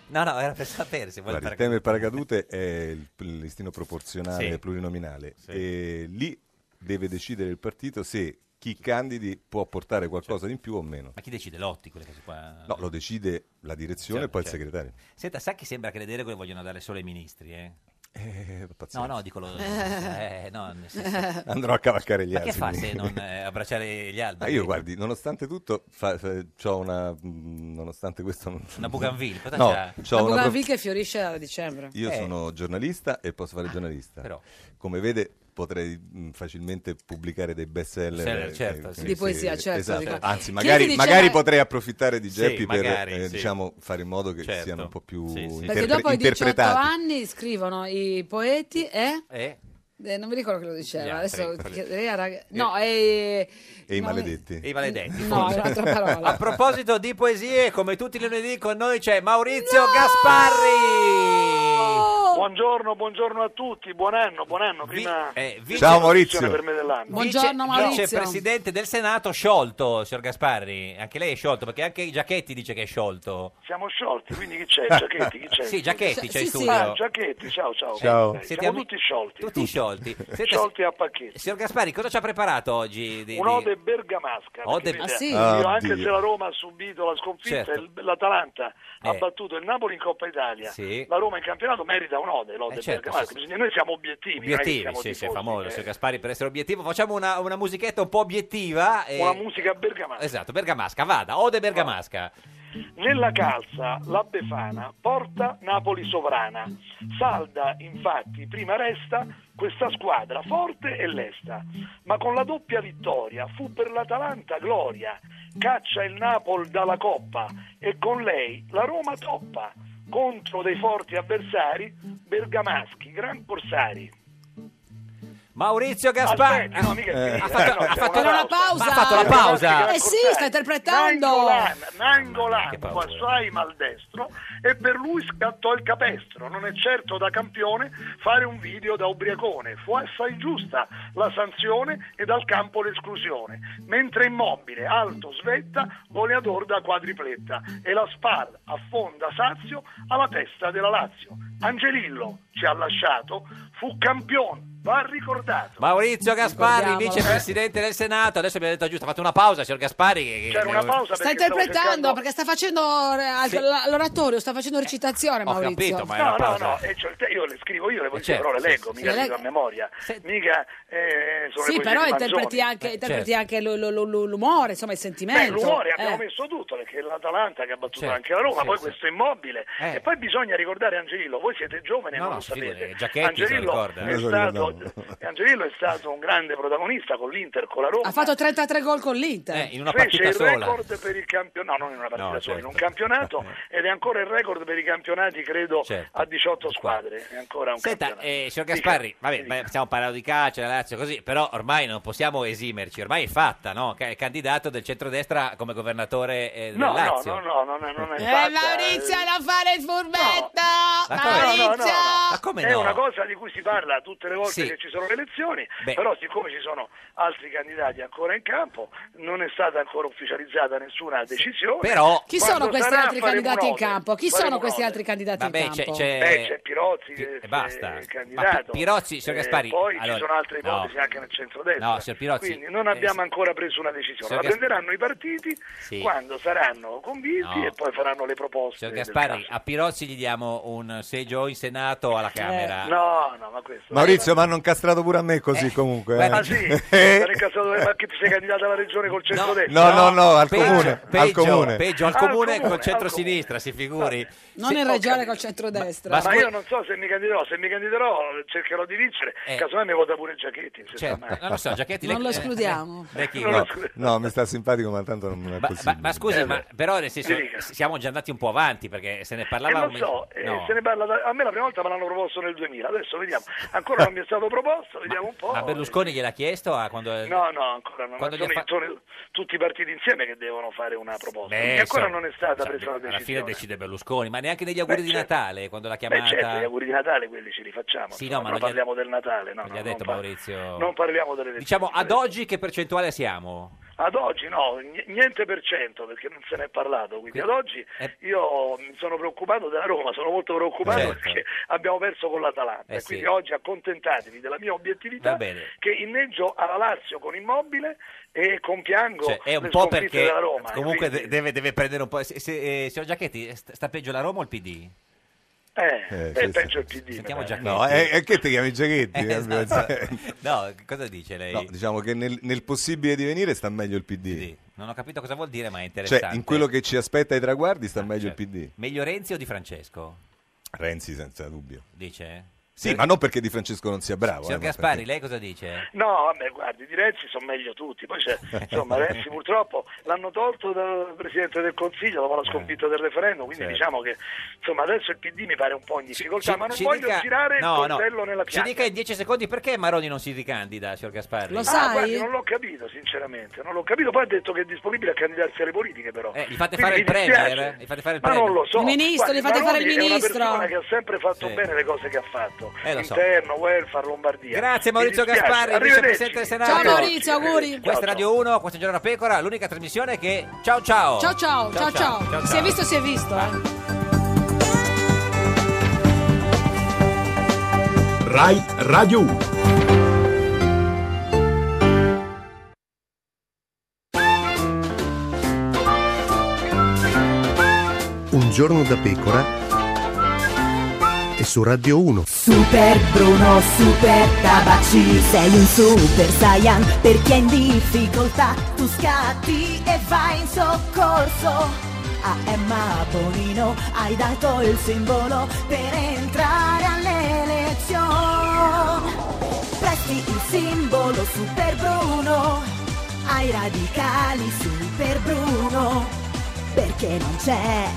S2: No, no, era per sapere se vuole
S12: Guarda, il
S2: il
S12: tema del paracadute è il p- il listino proporzionale
S2: Sì.
S12: plurinominale e lì deve decidere il partito se chi candidi può portare qualcosa in più o meno.
S2: Ma chi decide? Lotti, quelle cose qua.
S12: No, lo decide la direzione e
S2: Certo,
S12: poi il
S2: certo.
S12: segretario.
S2: Senta, sa che sembra che le deroghe vogliono dare solo ai ministri, eh?
S12: Eh,
S2: No,
S12: pazienza.
S2: no, dico lo...
S12: Eh.
S2: eh, no, nel senso-
S12: Andrò a cavalcare gli
S2: Ma che
S12: asini.
S2: fa se non eh, abbracciare gli
S12: Ma
S2: alberi?
S12: io guardi, nonostante tutto, fa, fa- c'ho una. mh, Nonostante questo. non-
S2: Una Bougainville, cosa
S12: no,
S2: c'ha?
S12: c'ho
S1: La
S12: una pro-
S1: Bougainville che fiorisce a dicembre.
S12: Io
S2: Eh,
S12: sono giornalista e posso fare il giornalista.
S2: Ah, però.
S12: Come vede potrei mh, facilmente pubblicare dei best seller
S2: Seller, certo, sì. Di
S1: poesia, certo,
S12: esatto.
S1: dico.
S12: anzi
S1: Chi
S12: magari,
S1: ti diceva-
S12: magari potrei approfittare di
S2: Sì,
S12: Geppi per
S2: magari,
S12: eh,
S2: sì.
S12: diciamo, fare in modo che
S2: Certo.
S12: siano un po' più
S2: Sì, sì.
S12: interpre-
S1: Perché dopo i 18
S12: interpretati
S1: anni scrivono i poeti e...
S2: Eh?
S1: eh, non mi ricordo che lo
S2: Gli
S1: diceva,
S2: altri,
S1: adesso
S2: quelli-
S1: chiederei a rag- No,
S8: eh,
S1: e...
S12: e i
S1: no,
S12: maledetti
S2: E i maledetti.
S1: No, è un'altra parola.
S2: A proposito di poesie, come tutti i lunedì con noi c'è Maurizio Gasparri.
S14: Buongiorno, buongiorno a tutti, buon anno, buon anno. Prima
S2: vi- eh,
S12: Ciao, Maurizio.
S14: per me dell'anno.
S1: Buongiorno,
S2: Vice-
S1: Maurizio.
S2: Vicepresidente del Senato sciolto, signor Gasparri. Anche lei è sciolto, perché anche Giachetti dice che è sciolto.
S14: Siamo sciolti, quindi chi c'è? Giacchetti, chi c'è?
S2: Eh, Sì, Giacchetti c'è in
S14: sì,
S2: studio.
S14: Ah, Giacchetti, ciao, ciao.
S2: Ciao.
S14: Eh,
S2: Siete
S14: Siamo
S2: ami-
S14: tutti sciolti.
S2: Tutti sciolti. Senta,
S14: Sciolti a pacchetti.
S2: Signor Gasparri, cosa ci ha preparato oggi? di- di-
S14: Un'ode bergamasca. perché
S2: Ode-
S14: vede,
S2: Ah, sì?
S14: io,
S2: Ah,
S14: anche
S2: Dio.
S14: se la Roma ha subito la sconfitta,
S2: Certo.
S14: il- l'Atalanta ha
S2: Eh.
S14: battuto il Napoli in Coppa Italia,
S2: Sì.
S14: la Roma in campionato merita un'ode, l'ode
S2: Eh, certo,
S14: bergamasca.
S2: sì, sì.
S14: Bisogna- Noi siamo obiettivi. non è che
S2: Obiettivi,
S14: siamo
S2: sì, sì, è
S14: tifosi,
S2: famoso,
S14: eh.
S2: signor Gasparri, per essere obiettivo. Facciamo una, una musichetta un po' obiettiva. e-
S14: Una musica bergamasca.
S2: Esatto, bergamasca, vada, ode bergamasca.
S14: Nella calza la Befana porta Napoli sovrana. Salda infatti prima resta questa squadra forte e lesta, ma con la doppia vittoria fu per l'Atalanta gloria. Caccia il Napol dalla coppa e con lei la Roma toppa. contro dei forti avversari bergamaschi, gran corsari.
S2: Maurizio Gaspar
S14: Aspetta, no, mica-
S2: Eh.
S14: mica-
S2: ha fatto, ha fatto-
S14: Era una
S2: ma ha fatto la pausa.
S1: Eh sì, sta interpretando.
S14: Nangolano, Nangolano passai maldestro e per lui scattò il capestro. Non è certo da campione fare un video da ubriacone. Fu assai giusta la sanzione e dal campo l'esclusione. Mentre immobile, alto, svetta, goleador da quadripletta e la SPAR affonda Sazio alla testa della Lazio. Angelillo ci ha lasciato, fu campione, va ricordato.
S2: Maurizio Gasparri,
S14: Ricordiamolo.
S2: vicepresidente del Senato. Adesso abbiamo detto giusto, ha fatto una pausa, signor Gasparri. che-
S14: C'era una pausa
S8: Sta interpretando perché sta facendo eh,
S2: Sì.
S8: l'oratorio, sta facendo recitazione,
S2: ho
S8: Maurizio.
S2: capito, ma è
S14: No,
S2: una
S14: no,
S2: pausa.
S14: no, eh, cioè, te- io le scrivo, io le voci,
S2: certo,
S14: però le
S2: sì,
S14: leggo,
S2: sì,
S14: mica
S8: sì.
S14: le dico a memoria, mica eh, sono
S8: Sì,
S14: le poesie
S8: però
S14: di Manzoni.
S8: interpreti anche,
S2: Eh,
S8: interpreti
S2: certo.
S8: anche lo- lo- lo- lo- l'umore, insomma, il
S14: Beh,
S8: sentimento.
S14: l'umore abbiamo
S8: Eh.
S14: messo tutto, perché è l'Atalanta che ha battuto
S2: Certo,
S14: anche la Roma,
S2: sì,
S14: poi
S2: sì.
S14: questo immobile.
S2: Eh.
S14: E poi bisogna ricordare Angelillo, voi siete giovani e
S2: No,
S14: non
S2: no,
S14: lo
S2: si figuri,
S14: sapete.
S2: Giacchetti se lo
S14: Angelillo
S2: ricorda.
S14: è,
S2: Io lo
S14: stato, Angelillo è stato un grande protagonista con l'Inter, con la Roma.
S8: Ha fatto 33 gol con l'Inter. Eh,
S2: Eh, in una
S14: Fece
S2: partita
S14: il
S2: sola.
S14: record per il campionato, no, non in una partita
S2: No,
S14: sola, in
S2: certo.
S14: un campionato ed è ancora il record per i campionati, credo,
S2: Certo.
S14: a 18 squadre. È ancora un
S2: Senta,
S14: campionato.
S2: eh, signor Gasparri, vabbè, beh, stiamo parlando di calcio, la Lazio, così, però ormai non possiamo esimerci, ormai è fatta, no? Ca- È candidato del centrodestra come governatore eh, del
S14: No, no,
S2: Lazio.
S14: no, no, no, no, non è
S8: Eh,
S14: fatta.
S8: Maurizio,
S14: Eh,
S8: non fare il furbetto! Ah,
S2: Ma come-
S8: Maurizio!
S14: no, no, no.
S2: Ma come
S14: è
S2: no?
S14: una cosa di cui si parla tutte le volte
S2: Sì.
S14: che ci sono le elezioni,
S2: Beh.
S14: però siccome ci sono altri candidati ancora in campo, non è stata ancora ufficializzata nessuna decisione.
S2: Però-
S8: Chi
S14: Quando
S8: sono questi
S14: Oh, sarà,
S8: altri
S14: faremo
S8: candidati in
S14: note.
S8: campo? Chi
S14: Faremo
S8: sono questi
S14: note.
S8: altri candidati in
S2: Vabbè,
S8: campo?
S2: c'è, c'è...
S14: Beh, c'è Pirozzi che
S2: e basta.
S14: è il
S2: Ma Pi-
S14: candidato.
S2: Pirozzi, signor
S14: Eh,
S2: Gaspari,
S14: poi
S2: allora-
S14: ci sono altre
S2: no.
S14: ipotesi anche nel centrodestra.
S2: No, signor Pirozzi,
S14: Quindi non
S2: eh,
S14: abbiamo ancora preso una decisione. La
S2: signor Gas-
S14: prenderanno i partiti
S2: Sì.
S14: quando saranno convinti
S2: No.
S14: e poi faranno le proposte.
S2: Signor
S14: del
S2: Gasparri,
S14: caso.
S2: a Pirozzi gli diamo un seggio o in Senato o alla Camera.
S14: Eh, No, no, ma questo...
S12: Maurizio, ma hanno incastrato pure a me così comunque. eh.
S14: Ah sì?
S12: Eh,
S14: Ma nel caso dove- ma che ti sei candidato alla regione col centrodestra?
S12: No, no, no, al
S2: Peggio,
S12: comune,
S2: peggio,
S12: al comune.
S2: peggio, al
S14: Ah, al
S2: comune
S14: comune,
S2: col
S14: al
S2: centro-sinistra, si figuri.
S8: Non
S2: Sì,
S8: in
S2: ho
S8: regione
S2: capito.
S8: col centrodestra.
S2: Ma-
S14: Ma,
S2: ma scusa-
S14: io non so se mi candiderò, se mi candiderò cercherò di vincere,
S2: Eh.
S14: casomai mi vota pure Giachetti. se
S2: Certo,
S14: sta male.
S2: non lo so, Giacchetti
S8: Non
S2: lei-
S8: lo
S2: eh,
S8: escludiamo.
S2: lei chi-
S12: No, no, mi sta simpatico, ma tanto non è
S2: Ma,
S12: possibile.
S2: ma- ma scusi,
S12: Eh,
S2: ma
S12: beh.
S2: però nel senso,
S12: Mi dica.
S2: siamo già andati un po' avanti perché se ne
S14: Eh,
S2: parlava
S14: lo
S2: un-
S14: so, eh,
S2: no.
S14: se ne parla da- a me la prima volta me l'hanno proposto nel 2000, adesso vediamo, ancora non mi è stato proposto, vediamo un po'.
S2: Ma Berlusconi gliel'ha chiesto a quando...
S14: No, no, ancora non
S2: Quando gli ha
S14: sono,
S2: fa-
S14: sono tutti i partiti insieme che devono fare una proposta,
S2: Beh,
S14: e ancora
S2: insomma,
S14: non è stata
S2: sa-
S14: presa una
S2: Alla fine
S14: decisione.
S2: decide Berlusconi, ma neanche negli auguri
S14: Beh,
S2: di
S14: certo.
S2: Natale, quando l'ha
S14: Beh
S2: chiamata...
S14: certo, gli auguri di Natale quelli ci rifacciamo,
S2: Sì,
S14: insomma,
S2: no, ma
S14: non
S2: non gli ha-
S14: parliamo del Natale, no,
S2: non
S14: no,
S2: gli ha
S14: non
S2: detto
S14: par-
S2: Maurizio...
S14: non parliamo delle elezioni.
S2: Diciamo, ad oggi che percentuale siamo?
S14: Ad oggi no, n- niente per cento perché non se ne è parlato, quindi ad oggi io mi sono preoccupato della Roma, sono molto preoccupato
S2: Certo.
S14: perché abbiamo perso con l'Atalanta,
S2: Eh
S14: e
S2: sì.
S14: quindi oggi accontentatevi della mia
S2: Va
S14: obiettività
S2: bene.
S14: che inneggio alla Lazio con Immobile e compiango
S2: Cioè, è
S14: Ecco,
S2: un
S14: le
S2: po'
S14: sconfitte
S2: perché
S14: della Roma. eh,
S2: comunque de-
S14: quindi-
S2: deve, deve prendere un po'... Se, se- eh, signor Giacchetti, st- sta peggio la Roma o il PD?
S14: Eh,
S12: Eh,
S14: beh,
S12: sì,
S14: peggio il PD.
S2: Sentiamo Giacchetti.
S12: eh, No, è, è che ti chiami Giachetti?
S2: Eh,
S12: eh,
S2: esatto. No, cosa dice lei?
S12: No, diciamo che nel, nel possibile divenire sta meglio il PD.
S2: Non ho capito cosa vuol dire, ma è interessante. Ah, certo.
S12: Cioè, in quello che ci aspetta ai traguardi sta meglio il PD.
S2: Meglio Renzi o Di Francesco?
S12: Renzi, senza dubbio.
S2: Dice?
S12: Sì, Eh, ma non perché Di Francesco non sia bravo.
S2: Signor
S12: eh, ma
S2: Gaspari,
S12: perché-
S2: lei cosa dice?
S14: No, vabbè, guardi, di Renzi sono meglio tutti. Poi c'è, insomma, Renzi purtroppo l'hanno tolto dal Presidente del Consiglio dopo la sconfitta del referendum, quindi
S2: Eh, certo.
S14: diciamo che insomma, adesso il PD mi pare un po' in difficoltà, Cioè, ma non voglio
S2: dica-
S14: girare il
S2: no, no.
S14: coltello nella
S2: Ci
S14: piazza.
S2: dica in 10 secondi perché Maroni non si ricandida, signor Gaspari.
S14: Ah, guardi, non l'ho capito, sinceramente, non l'ho capito. Poi ha detto che è disponibile a candidarsi alle politiche, però.
S2: Eh, gli fate
S14: Quindi
S2: fare il
S14: mi dispiace.
S2: premier? Gli fate fare il
S14: Ma
S2: premier?
S14: non lo so.
S8: Il ministro,
S14: Guardi,
S8: gli fate fare il
S14: Maroni
S8: ministro.
S14: È una persona che ha sempre fatto
S2: Sì.
S14: bene le cose che ha fatto:
S2: Eh, lo so.
S14: interno, welfare, Lombardia.
S2: Grazie
S14: Mi
S2: Maurizio
S14: dispiace.
S2: Gaspari,
S14: Arrivederci.
S2: vicepresidente del Senato.
S8: Ciao, Maurizio, auguri.
S2: Questa è
S8: Ciao,
S2: Radio 1, questa è Giorno da Pecora, l'unica trasmissione che... Ciao ciao!
S8: Ciao ciao, ciao ciao. Si è visto, si è visto. eh.
S15: Rai Radio 1.
S5: Un giorno da pecora e su Radio 1.
S10: Super Bruno, super Tabaci, sei un super saiyan per chi è in difficoltà, tu scatti e vai in soccorso. A Emma Bonino hai dato il simbolo per entrare all'elezione. Presti il simbolo Super Bruno, ai radicali Super Bruno, perché non c'è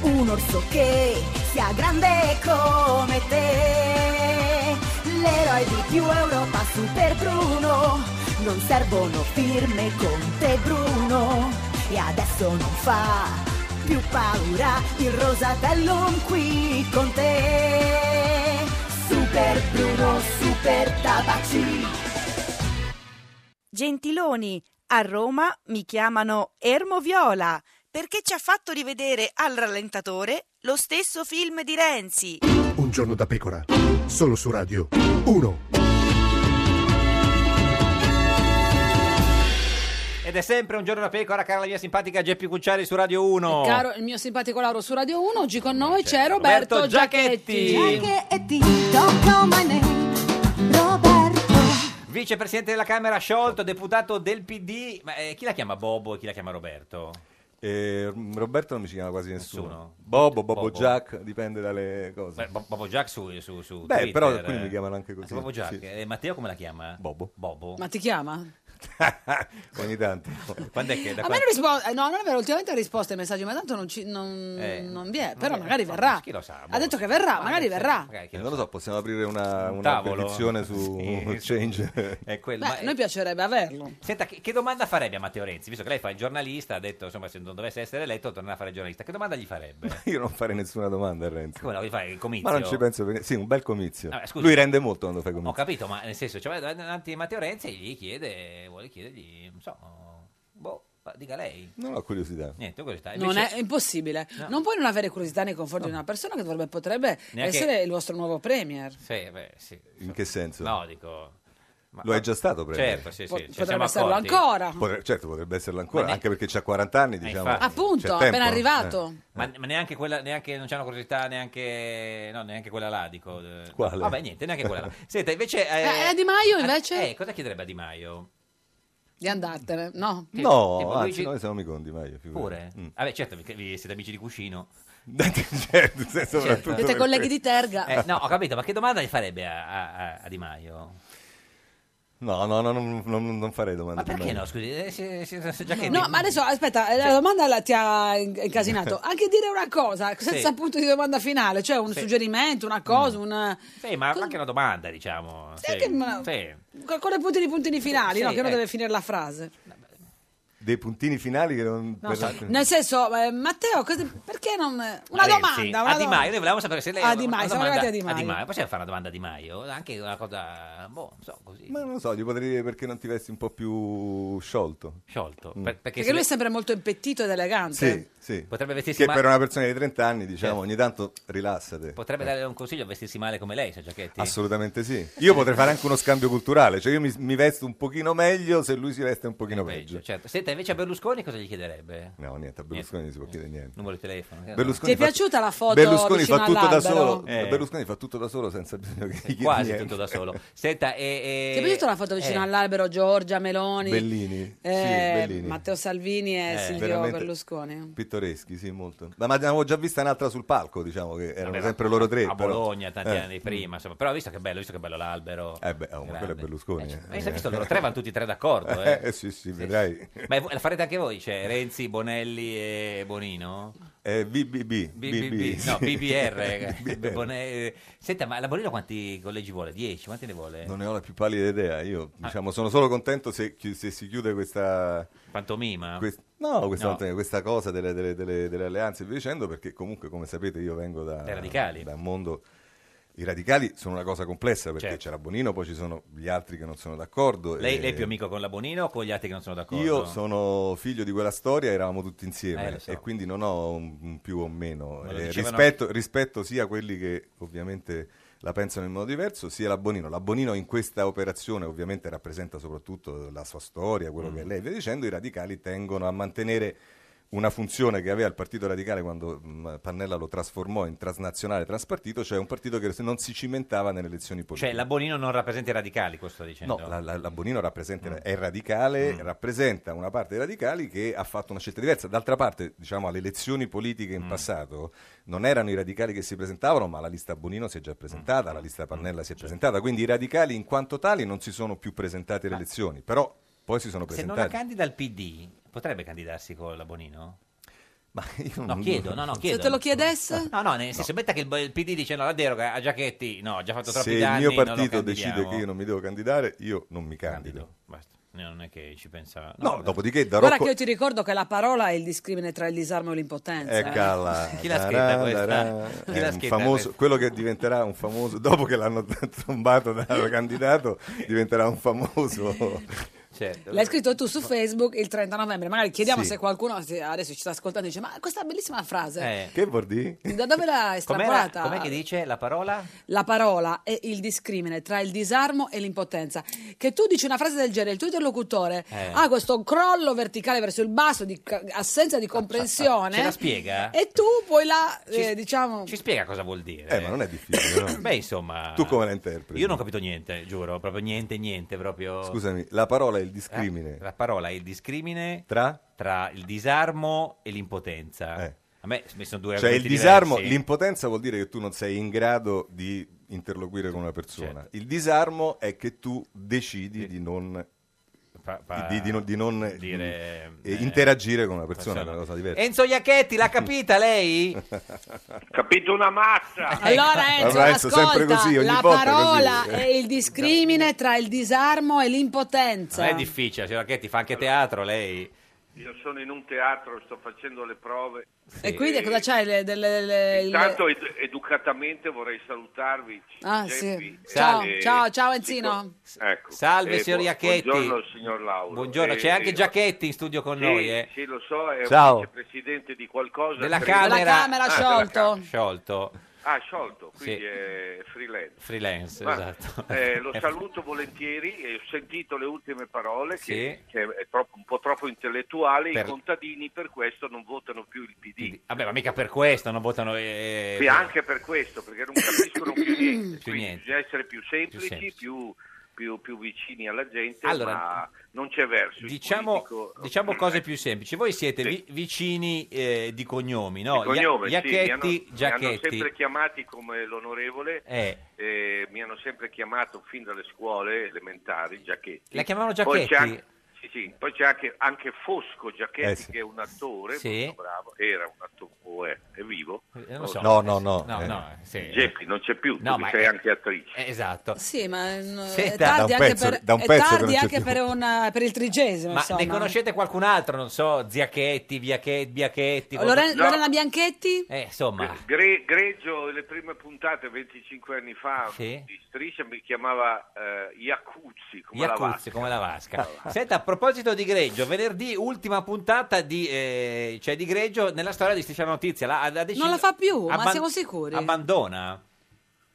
S10: un orso che sia grande come te. L'eroe di più Europa, Super Bruno, non servono firme con te Bruno. E adesso non fa più paura il Rosatellum qui con te. Super Bruno, super tabaci.
S11: Gentiloni, a Roma mi chiamano Ermo Viola perché ci ha fatto rivedere al rallentatore lo stesso film di Renzi.
S5: Un giorno da pecora, solo su Radio 1.
S2: Ed è sempre un giorno da pecora, cara la mia simpatica Geppi Cucciari su Radio 1.
S8: Caro il mio simpatico Lauro su Radio 1, oggi con noi oh. c'è Roberto,
S2: Roberto Giachetti.
S8: Giachetti.
S10: E ti tocco my name, Roberto.
S2: Vicepresidente della Camera sciolto, deputato del PD. Ma eh, chi la chiama Bobo e chi la chiama Roberto?
S12: Eh, Roberto non mi si chiama quasi nessuno.
S2: Nessuno.
S12: Bobo, Bobo,
S2: Bobo.
S12: Jack, dipende dalle cose.
S2: Beh, Bo- Bobo Jack su, su, su
S12: Beh,
S2: Twitter,
S12: però alcuni
S2: eh.
S12: mi chiamano anche così,
S2: Ah, Bobo Jack.
S12: sì.
S2: E Matteo come la chiama? Bobo. Bobo.
S1: Ma ti chiama?
S12: Ogni tanto.
S2: Quando è che da
S8: A me
S2: quando-
S8: non risponde, no, non è vero, ultimamente ha risposto ai messaggi, ma tanto non, ci, non,
S12: Eh,
S8: non vi è, però magari
S2: ah,
S8: verrà.
S12: chi lo sa, boh.
S8: Ha detto che verrà, magari verrà.
S2: Eh,
S12: non lo so, possiamo aprire una, una
S2: tavolo?
S12: petizione su
S2: Sì.
S12: Change.
S2: È quello.
S8: Beh, a
S2: ma-
S8: noi piacerebbe averlo.
S2: Senta, che, che domanda farebbe a Matteo Renzi? Visto che lei fa il giornalista, ha detto insomma se non dovesse essere eletto tornerà a fare il giornalista. Che domanda gli farebbe?
S12: Io non farei nessuna domanda a Renzi.
S2: Come la vuoi fare? Il comizio?
S12: Ma non ci penso perché... Sì, un bel comizio.
S2: Ah, scusi.
S12: Lui rende molto quando fai
S2: Ho
S12: comizio.
S2: capito, ma nel senso, cioè, vai davanti a Matteo Renzi e gli chiede, vuole chiedergli, non so, boh, ma dica lei.
S12: Non ho curiosità.
S2: Niente, curiosità.
S8: Non
S2: Eh, Invece-
S8: è, è impossibile.
S2: No.
S8: Non puoi non avere curiosità nei confronti di una persona che dovrebbe, potrebbe
S2: Neanche-
S8: essere il vostro nuovo premier.
S2: Sì, beh, sì.
S12: In che senso?
S2: No, dico... ma-
S12: Lo è già stato, Premier.
S2: Certo, sì, sì.
S8: Po-
S2: ci
S8: potrebbe
S2: siamo
S8: esserlo
S2: accorti.
S8: ancora.
S12: Potre- certo, potrebbe esserlo ancora,
S2: Ma ne-
S12: anche perché c'ha 40 anni, diciamo.
S2: infatti.
S8: Appunto,
S12: c'è
S8: appena
S12: tempo. Eh.
S8: arrivato.
S2: Ma, ma neanche quella, neanche, non c'è una curiosità, neanche, no, neanche quella là, dico. eh,
S12: Quale?
S2: Vabbè, niente, neanche quella là. Senta, invece... eh,
S8: Eh, a Di Maio,
S2: a-
S8: invece?
S2: Eh, cosa chiederebbe a Di Maio?
S8: Di andartene, no?
S12: Eh. No,
S2: Tipo,
S12: anzi,
S2: Luigi-
S12: noi siamo amici con Di Maio. figurati.
S2: Pure?
S12: Mm.
S2: Vabbè, certo, perché vi siete amici di Cuscino.
S12: certo, sì, soprattutto
S8: Siete
S12: per
S8: colleghi
S12: questo.
S8: di terga.
S2: Eh, no, ho capito, ma che domanda gli farebbe a, a- a- a Di Maio?
S12: No, no, no, non, non- non farei domande.
S2: Ma
S12: a Di
S2: perché
S12: Maio.
S2: no? Scusi, eh, se- se- se- già che- Cioè
S8: No, ma adesso aspetta, eh, la domanda la- ti ha in- incasinato. Anche dire una cosa, senza
S2: Sì.
S8: punto di domanda finale, cioè un
S2: Sì. Mm.
S8: suggerimento, una cosa, una...
S2: Sì, ma anche una domanda, diciamo. Sì,
S8: anche una-
S2: sì.
S8: con con i puntini puntini finali,
S2: Sì,
S8: no, che non
S2: ecco.
S8: deve finire la frase.
S12: Dei puntini finali che non...
S8: No,
S12: per-
S8: so- nel senso, eh, Matteo, cosa- perché non... Una
S2: Renzi,
S8: domanda, una
S2: a Di
S8: domanda.
S2: Maio, noi volevamo sapere se lei
S8: Ah, A Di
S2: una
S8: Maio, siamo
S2: domanda
S8: arrivati a Di Maio.
S2: Possiamo fare una domanda a Di Maio? Anche una cosa, boh, non so, così.
S12: Ma non lo so, gli potrei dire perché non ti vesti un po' più sciolto.
S2: Sciolto?
S12: Mm.
S2: Per- perché
S8: Perché lui è sempre molto impettito ed elegante.
S12: Sì, sì.
S2: Potrebbe vestirsi
S12: Che
S2: ma-
S12: per una persona di 30 anni, diciamo,
S2: Certo.
S12: ogni tanto rilassate.
S2: potrebbe
S12: Eh.
S2: dare un consiglio a vestirsi male come lei, se Giacchetti.
S12: Assolutamente sì. Io potrei fare anche uno scambio culturale, cioè io mi, mi vesto un pochino meglio se lui si veste un pochino peggio.
S2: Certo. Senta, invece a Berlusconi cosa gli chiederebbe? Eh.
S12: No, niente, a Berlusconi non si può chiedere niente.
S2: Numero di telefono. eh, che-
S12: Berlusconi
S8: Ti è piaciuta la foto
S12: Berlusconi
S8: vicino
S12: fa tutto da
S8: all'albero?
S12: solo.
S2: Eh.
S12: Berlusconi fa tutto da solo senza bisogno che gli chiedi
S2: Quasi
S12: niente.
S2: tutto da solo. Senta, e, e-
S8: Ti è piaciuta la foto vicino
S2: eh,
S8: all'albero Giorgia Meloni?
S12: Bellini.
S8: eh,
S12: sì, Bellini.
S8: Matteo Salvini e
S12: Eh,
S8: Silvio
S12: veramente
S8: Berlusconi.
S12: Pittoreschi, sì, molto. Ma, ma avevo già vista un'altra sul palco, diciamo che erano
S2: Vabbè,
S12: sempre
S2: a-
S12: loro tre.
S2: A
S12: però.
S2: Bologna, tanti
S12: Eh.
S2: anni prima, insomma. Però ho visto che bello, visto che bello l'albero.
S12: Eh beh, oh, ma
S2: Grande. Eh,
S12: quello è Berlusconi.
S2: Ma hai visto, loro tre vanno tutti e tre d'accordo, eh?
S12: Eh, sì, sì, vedrai.
S2: Ma è- la farete anche voi? Cioè Renzi, Bonelli e Bonino?
S12: Eh, BBB.
S2: BBB, no,
S12: sì.
S2: BBR.
S12: BBR.
S2: Bonelli- eh. Senta, ma la Bonino quanti collegi vuole? 10? Quanti ne vuole?
S12: Non ne ho la più pallida idea. Io
S2: Ah.
S12: diciamo, sono solo contento se, chi- se si chiude questa.
S2: Pantomima?
S12: quest- no, questa,
S2: No.
S12: pantomima, questa cosa delle, delle- delle- delle alleanze e via dicendo, perché comunque, come sapete, io vengo da,
S2: Dai radicali.
S12: da un mondo. I radicali sono una cosa complessa perché
S2: Certo.
S12: c'è la Bonino, poi ci sono gli altri che non sono d'accordo.
S2: Lei,
S12: e-
S2: lei è più amico con la Bonino o con gli altri che non sono d'accordo?
S12: eh. Io sono figlio di quella storia, eravamo tutti
S2: Eh,
S12: insieme
S2: lo so.
S12: e quindi non ho un, un più o un meno.
S2: Ma lo
S12: Eh,
S2: dicevano-
S12: rispetto, rispetto sia quelli che ovviamente la pensano in modo diverso, sia la Bonino. La Bonino in questa operazione ovviamente rappresenta soprattutto la sua storia, quello
S2: Mm.
S12: che è lei. Via dicendo, i radicali tengono a mantenere una funzione che aveva il Partito Radicale quando mh, Pannella lo trasformò in transnazionale transpartito, cioè un partito che non si cimentava nelle elezioni politiche.
S2: Cioè la Bonino non rappresenta i radicali, questo sto dicendo. Mm.
S12: No, la, la- la Bonino rappresenta- è radicale, rappresenta una parte dei radicali che ha fatto una scelta diversa. D'altra parte, diciamo, alle elezioni politiche
S2: Mm.
S12: in passato non erano i radicali che si presentavano, ma la lista Bonino si è già
S2: Mm.
S12: presentata, la lista Pannella si è presentata. Quindi i radicali in quanto tali non si sono più presentati alle elezioni, però poi si sono
S2: Se non la
S12: presentati.
S2: candida al PD, potrebbe candidarsi con la Bonino? No, chiedo, no, no, chiedo.
S1: Se te lo chiedesse?
S2: No, no, nel senso, metta che il, il PD dice no, la deroga a Giachetti, no, ha già fatto troppi
S12: Se il
S2: danni,
S12: mio
S2: non lo
S12: partito decide
S2: candidiamo.
S12: che io non mi devo candidare, io non mi candido.
S2: Basta. Non è che ci pensa...
S12: No, dopodiché Eh, da
S1: Guarda
S12: Rocco...
S1: che io ti ricordo che la parola è il discrimine tra il disarmo e l'impotenza. eh.
S12: Eccala.
S2: Chi l'ha scritta
S12: Tarà,
S2: questa?
S12: tarà.
S2: Chi
S12: È
S2: l'ha
S12: un
S2: scritta
S12: famoso-
S2: questa?
S12: quello che diventerà un famoso, dopo che l'hanno trombato dal candidato, diventerà un famoso.
S2: certo,
S1: L'hai scritto tu su Facebook il 30 novembre. Magari chiediamo
S12: Sì.
S1: se qualcuno se adesso ci sta ascoltando e dice: Ma questa bellissima frase,
S2: Eh.
S12: Che vuol dire?
S1: da dove l'ha
S2: Com'era,
S1: estrapolata?
S2: com'è che dice la parola?
S1: La parola è il discrimine tra il disarmo e l'impotenza. Che tu dici una frase del genere, il tuo interlocutore
S2: Eh.
S1: ha questo crollo verticale verso il basso di ca- assenza di comprensione.
S2: Ah, Ce la spiega?
S1: E tu poi la
S2: Ci-
S1: eh, diciamo.
S2: Ci spiega cosa vuol dire?
S12: Eh, ma non è difficile, no?
S2: Beh, insomma...
S12: Tu come la interpreti?
S2: Io non ho capito niente, giuro, proprio niente, niente, proprio... Eh,
S12: Scusami, la parola è il discrimine.
S2: La parola è il discrimine
S12: Tra? Eh.
S2: tra il disarmo e l'impotenza. A me mi sono due
S12: Cioè, il
S2: argomenti
S12: disarmo,
S2: diversi.
S12: l'impotenza vuol dire che tu non sei in grado di interloquire con una persona.
S2: Certo.
S12: Il disarmo è che tu decidi di non, di, di non- di non, mh, eh, interagire con una persona, è una cosa diversa.
S2: Enzo Iacchetti l'ha capita lei?
S16: Capito una mazza!
S1: Allora
S12: Ecco.
S1: Enzo,
S12: Allora, Enzo,
S1: ascolta,
S12: sempre così, Eh. ogni
S1: la
S12: volta
S1: parola
S12: così.
S1: è il discrimine tra il disarmo e
S2: Non
S1: l'impotenza.
S2: è difficile, signor Iacchetti fa anche teatro lei.
S16: Io sono in un teatro, sto facendo le prove.
S1: E quindi cosa c'hai? le- delle- le- le-
S16: Intanto ed- educatamente vorrei salutarvi.
S1: Ah,
S16: Geppi,
S1: sì. Ciao,
S16: eh,
S1: ciao, ciao Enzino.
S16: Ecco.
S2: Salve,
S16: Eh,
S2: signor
S16: bu-
S2: Iacchetti.
S16: Buongiorno signor Lauro.
S2: Buongiorno,
S16: Eh,
S2: c'è anche
S16: eh,
S2: Giacchetti in studio con
S16: sì,
S2: noi. Eh.
S16: Sì, lo so, è
S2: Ciao.
S16: un vicepresidente di qualcosa.
S2: Della
S16: credo.
S2: Camera,
S16: Ah, della Camera.
S2: sciolto. sciolto.
S16: Ah, sciolto, quindi
S2: Sì.
S16: è freelance.
S2: Freelance,
S16: Ma,
S2: esatto.
S16: eh, lo saluto volentieri e ho sentito le ultime parole
S2: Sì.
S16: che, che è troppo- un po' troppo intellettuale,
S2: Per-
S16: i contadini per questo non votano più il PD.
S2: Vabbè, ma mica per questo, non votano... eh,
S16: Sì, anche per questo, perché non capiscono più niente.
S2: Più
S16: Quindi
S2: niente.
S16: bisogna essere più semplici,
S2: Più
S16: più,
S2: semplici.
S16: più- più vicini alla gente,
S2: Allora,
S16: ma non c'è verso. Il
S2: Diciamo,
S16: politico-
S2: diciamo cose più semplici. Voi siete vi- vicini eh, di cognomi, no?
S16: Il cognome,
S2: Ia-
S16: sì, mi hanno-
S2: Iacchetti,
S16: mi hanno,
S2: Giacchetti.
S16: sempre chiamati come l'onorevole,
S2: Eh.
S16: eh, mi hanno sempre chiamato fin dalle scuole elementari Giacchetti.
S2: La chiamavano
S16: Poi c'è
S2: Giacchetti?
S16: anche, sì, sì, poi c'è anche, anche Fosco Giacchetti
S12: Eh, sì.
S16: che è un attore,
S2: Sì.
S16: molto bravo, era un attore, o è, è vivo?
S2: Eh, non lo so.
S12: No, no, no.
S2: No,
S12: eh.
S2: no, sì.
S16: Geppi non c'è più,
S2: No,
S16: tu
S2: ma
S16: sei
S2: è-
S16: anche attrice.
S2: Eh, Esatto.
S1: Sì, ma eh, no,
S2: Senta,
S1: è
S2: da
S1: tardi
S2: un
S1: anche,
S2: pezzo-
S1: per,
S2: da un
S1: è
S2: pezzo che
S1: tardi
S2: non c'è
S1: anche
S2: più.
S1: per, una- per il trigesimo.
S2: Ma
S1: insomma.
S2: ne conoscete qualcun altro? Non so, Ziachetti, Viache- Biachetti.
S1: Loren-
S2: qualcosa-
S1: Lorena Bianchetti?
S2: Eh, insomma,
S16: Gre- Greggio, le prime puntate 25 anni fa
S2: Sì.
S16: di Striscia mi chiamava eh, Iacuzzi, come la
S2: Iacuzzi
S16: vasca.
S2: come la vasca. Senta, a proposito di Greggio, venerdì ultima puntata di, eh, cioè di Greggio nella storia di Striscia la Notizia. La, ha deciso-
S1: Non la fa più, ma
S2: abban-
S1: siamo sicuri?
S2: Abbandona?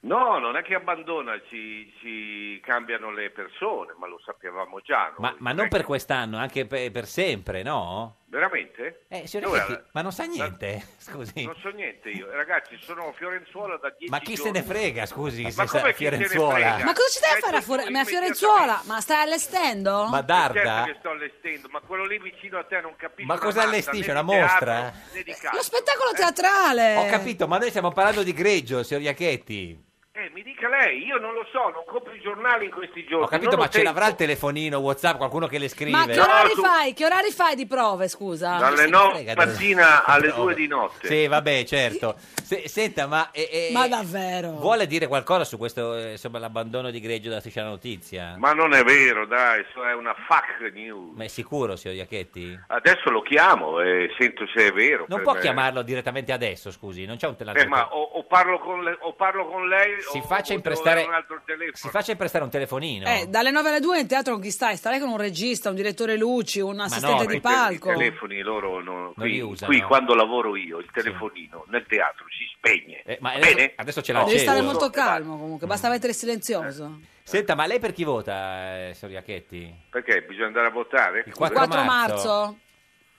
S16: No, non è che abbandona, ci, ci cambiano le persone, ma lo sapevamo già.
S2: Ma,
S16: noi.
S2: ma non per quest'anno, anche per, per sempre, no?
S16: Veramente?
S2: Eh, signor
S16: Allora,
S2: Richetti, ma non sa niente, scusi.
S16: Non so niente io. Ragazzi, sono a Fiorenzuola da 10
S2: Ma chi se
S16: giorni.
S2: ne frega, scusi,
S16: Ma
S2: se sa
S16: come chi se ne
S2: Fiorenzuola?
S16: frega?
S1: Ma cosa ci deve fare a, Fiore- ma a Fiorenzuola? Ma stai allestendo?
S2: Ma
S16: Certo
S2: Darda?
S16: che sto allestendo, ma quello lì vicino a te non capisce
S2: Ma
S16: una
S2: cosa
S16: mazza,
S2: allestisce,
S16: né
S2: una
S16: di teatro,
S2: mostra?
S16: né di
S1: Lo
S16: calcio.
S1: spettacolo teatrale.
S2: Ho capito, ma noi stiamo parlando di Greggio, signor Iacchetti.
S16: Eh, mi dica lei, io non lo so, non compro i giornali in questi giorni.
S2: Ho capito,
S16: non ho
S2: ma ce
S16: tempo.
S2: l'avrà il telefonino, WhatsApp, qualcuno che le scrive?
S1: Ma che orari fai? Che orari fai di prove, scusa?
S16: Dalle 9 mattina alle 2 di notte.
S2: Sì, vabbè, certo. Se- senta, ma eh, eh,
S1: Ma davvero?
S2: vuole dire qualcosa su questo, eh, insomma, l'abbandono di Greggio della striscia alla notizia?
S16: Ma non è vero, dai, so- è una fuck news.
S2: Ma è sicuro, signor Iacchetti?
S16: Adesso lo chiamo e sento se è vero.
S2: Non
S16: per
S2: può
S16: me.
S2: chiamarlo direttamente adesso, scusi, non c'è un
S16: Eh,
S2: telefono.
S16: ma o, o parlo con le- o parlo con lei
S2: Si
S16: o-
S2: faccia
S16: o
S2: imprestare-
S16: devo dare un altro telefono.
S2: Si faccia imprestare un telefonino.
S1: Eh, dalle 9 alle 2 in teatro con chi stai? Starai con un regista, un direttore luci, un assistente
S2: no,
S1: di
S2: i
S1: palco.
S16: I telefoni loro non- qui,
S2: li usano.
S16: qui quando lavoro io il telefonino nel teatro si spegne.
S2: Eh, ma
S16: Va
S2: adesso-
S16: bene?
S2: adesso ce
S1: Devi
S2: l'accendo.
S1: stare molto calmo comunque, basta mettere silenzioso.
S2: Senta, ma lei per chi vota, eh, signor Iacchetti?
S16: Perché bisogna andare a votare?
S2: Il
S1: 4 marzo?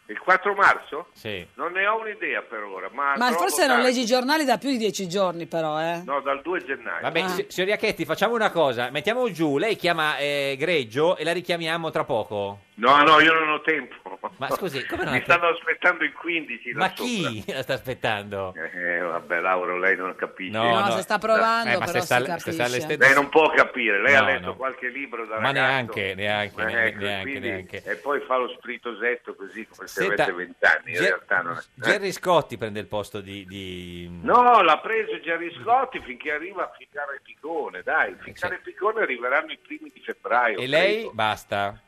S16: Il 4 marzo?
S2: Sì.
S16: Non ne ho un'idea per ora, ma,
S1: Ma
S16: andrò a
S1: forse non
S16: votare.
S1: leggi i giornali da più di 10 giorni però, eh?
S16: No, dal 2 gennaio.
S2: Vabbè,
S1: Ah.
S2: si- signor Iacchetti, facciamo una cosa. Mettiamo giù, lei chiama eh, Greggio e la richiamiamo tra poco.
S16: No, no, io non ho tempo.
S2: Ma scusi, come non ha
S16: Mi stanno aspettando il 15 là
S2: Ma
S16: sopra.
S2: chi la sta aspettando?
S16: Eh, vabbè, Lauro, lei non capisce.
S2: No,
S1: No, no. se sta provando, Eh, ma se però sta- si se capisce. sta allestendo-
S16: Lei non può capire, lei
S2: No,
S16: ha letto
S2: no.
S16: qualche libro da
S2: Ma
S16: ragazzo.
S2: neanche, neanche,
S16: Eh,
S2: ne-
S16: ecco,
S2: neanche,
S16: quindi-
S2: neanche.
S16: E poi fa lo spiritosetto così come
S2: Senta,
S16: avete vent'anni, in
S2: Ge-
S16: realtà non è. eh.
S2: Gerry Scotti prende il posto di... di-
S16: No, l'ha preso Gerry Scotti finché arriva a ficcare Picone, dai, ficcare Picone arriveranno i primi di febbraio.
S2: Eh, E lei?
S16: credo.
S2: Basta.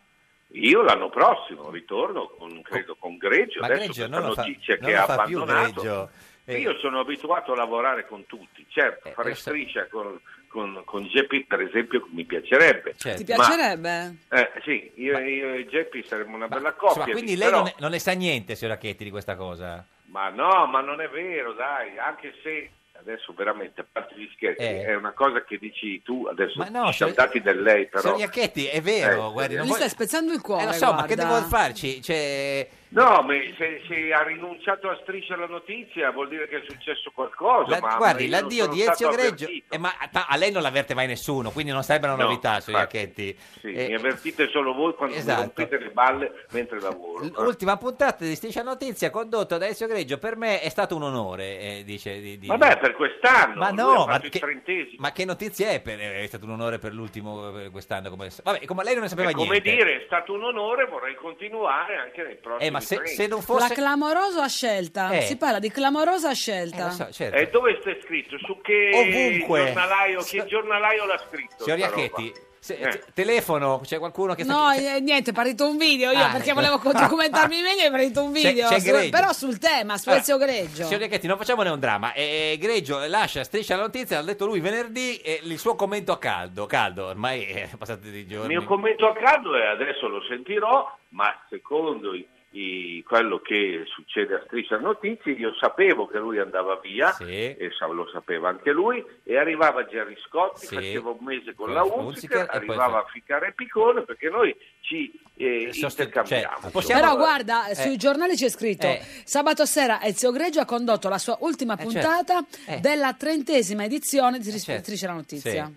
S16: Io l'anno prossimo ritorno con, credo con Greggio,
S2: Ma
S16: adesso
S2: Greggio
S16: questa
S2: non lo fa-
S16: notizia
S2: non
S16: che
S2: lo
S16: ha
S2: fa più
S16: abbandonato.
S2: Greggio. Eh.
S16: Io sono abituato a lavorare con tutti, certo, fare
S2: lo so.
S16: striscia con, con, con Geppi per esempio mi piacerebbe.
S2: Certo.
S1: Ti
S16: ma-
S1: piacerebbe?
S16: eh, sì, io, io e Geppi saremmo una bella
S2: Insomma,
S16: coppia.
S2: quindi
S16: dico,
S2: lei
S16: però-
S2: non ne, non ne sa niente, signora Chetti, di questa cosa?
S16: Ma no, ma non è vero, dai, anche se adesso veramente, a parte gli scherzi,
S2: Eh.
S16: è una cosa che dici tu adesso,
S2: Ma no,
S16: ci siamo
S2: signor-
S16: dati del lei però. Eh,
S2: Signor Iacchetti, è vero, guardi, non
S1: Mi
S2: voglio-
S1: stai spezzando il cuore.
S2: Eh, lo so, ma che
S1: guarda.
S2: devo farci? Cioè,
S16: No, ma se, se ha rinunciato a striscia la notizia vuol dire che è successo qualcosa.
S2: la-
S16: ma- ma
S2: guardi,
S16: io
S2: l'addio
S16: non sono
S2: di Ezio
S16: stato
S2: Greggio,
S16: avvertito.
S2: eh, ma ma a lei non l'avverte mai nessuno, quindi non sarebbe una
S16: No,
S2: novità, signor Iacchetti.
S16: Sì,
S2: Eh,
S16: mi avvertite solo voi quando
S2: Esatto.
S16: mi rompete le balle mentre lavoro.
S2: L'ultima puntata di Striscia Notizia condotta da Ezio Greggio per me è stato un onore, eh, dice. Di, di-
S16: Vabbè, per quest'anno.
S2: Ma
S16: lui
S2: no,
S16: ha
S2: ma
S16: fatto il
S2: che-
S16: trentesimo.
S2: Ma che notizia è? Per, è stato un onore per l'ultimo eh, quest'anno. Come, vabbè, come lei non ne sapeva
S16: È come
S2: niente.
S16: dire, è stato un onore, vorrei continuare anche nei prossimi
S2: Eh, ma se-
S16: 30.
S2: se non
S1: La clamorosa scelta.
S16: Eh.
S1: Si parla di clamorosa
S2: Eh,
S1: scelta.
S16: E dove sta scritto? Su che
S2: certo. Ovunque.
S16: giornalaio? Che giornalaio l'ha scritto?
S2: Signor
S16: sta roba? Eh.
S2: Iacchetti, se- te- telefono, c'è qualcuno che sta
S8: No,
S2: chi- c'è-
S8: eh, niente, è partito un video io
S2: Ah,
S8: perché
S2: ecco.
S8: volevo co- documentarmi meglio e è partito un
S2: C'è-
S8: video.
S2: c'è
S8: su-
S2: Greggio.
S8: però sul tema, su
S2: Allora,
S8: Ezio Greggio.
S2: Ah, Signor Iacchetti, non facciamone un dramma. Eh, Greggio lascia striscia la notizia, l'ha detto lui venerdì, e il suo commento a caldo, caldo, ormai è passato dei
S16: Il
S2: giorni.
S16: mio commento a caldo è adesso lo sentirò, ma secondo i- i- quello che succede a Striscia Notizie, io sapevo che lui andava via, e sa- lo sapeva anche lui, e arrivava Gerry Scotti,
S2: Sì.
S16: faceva un mese con
S2: Con
S16: la
S2: la Hunziker,
S16: Hunziker,
S2: e poi-
S16: arrivava a ficcare Piccone, perché noi ci eh,
S2: cioè,
S16: intercambiamo. insomma.
S1: Però guarda,
S16: Eh.
S1: sui giornali c'è scritto:
S16: Eh.
S1: sabato sera Ezio Greggio ha condotto la sua ultima
S2: certo.
S1: puntata
S16: Eh.
S1: della trentesima edizione
S2: Eh,
S1: di Striscia la notizia.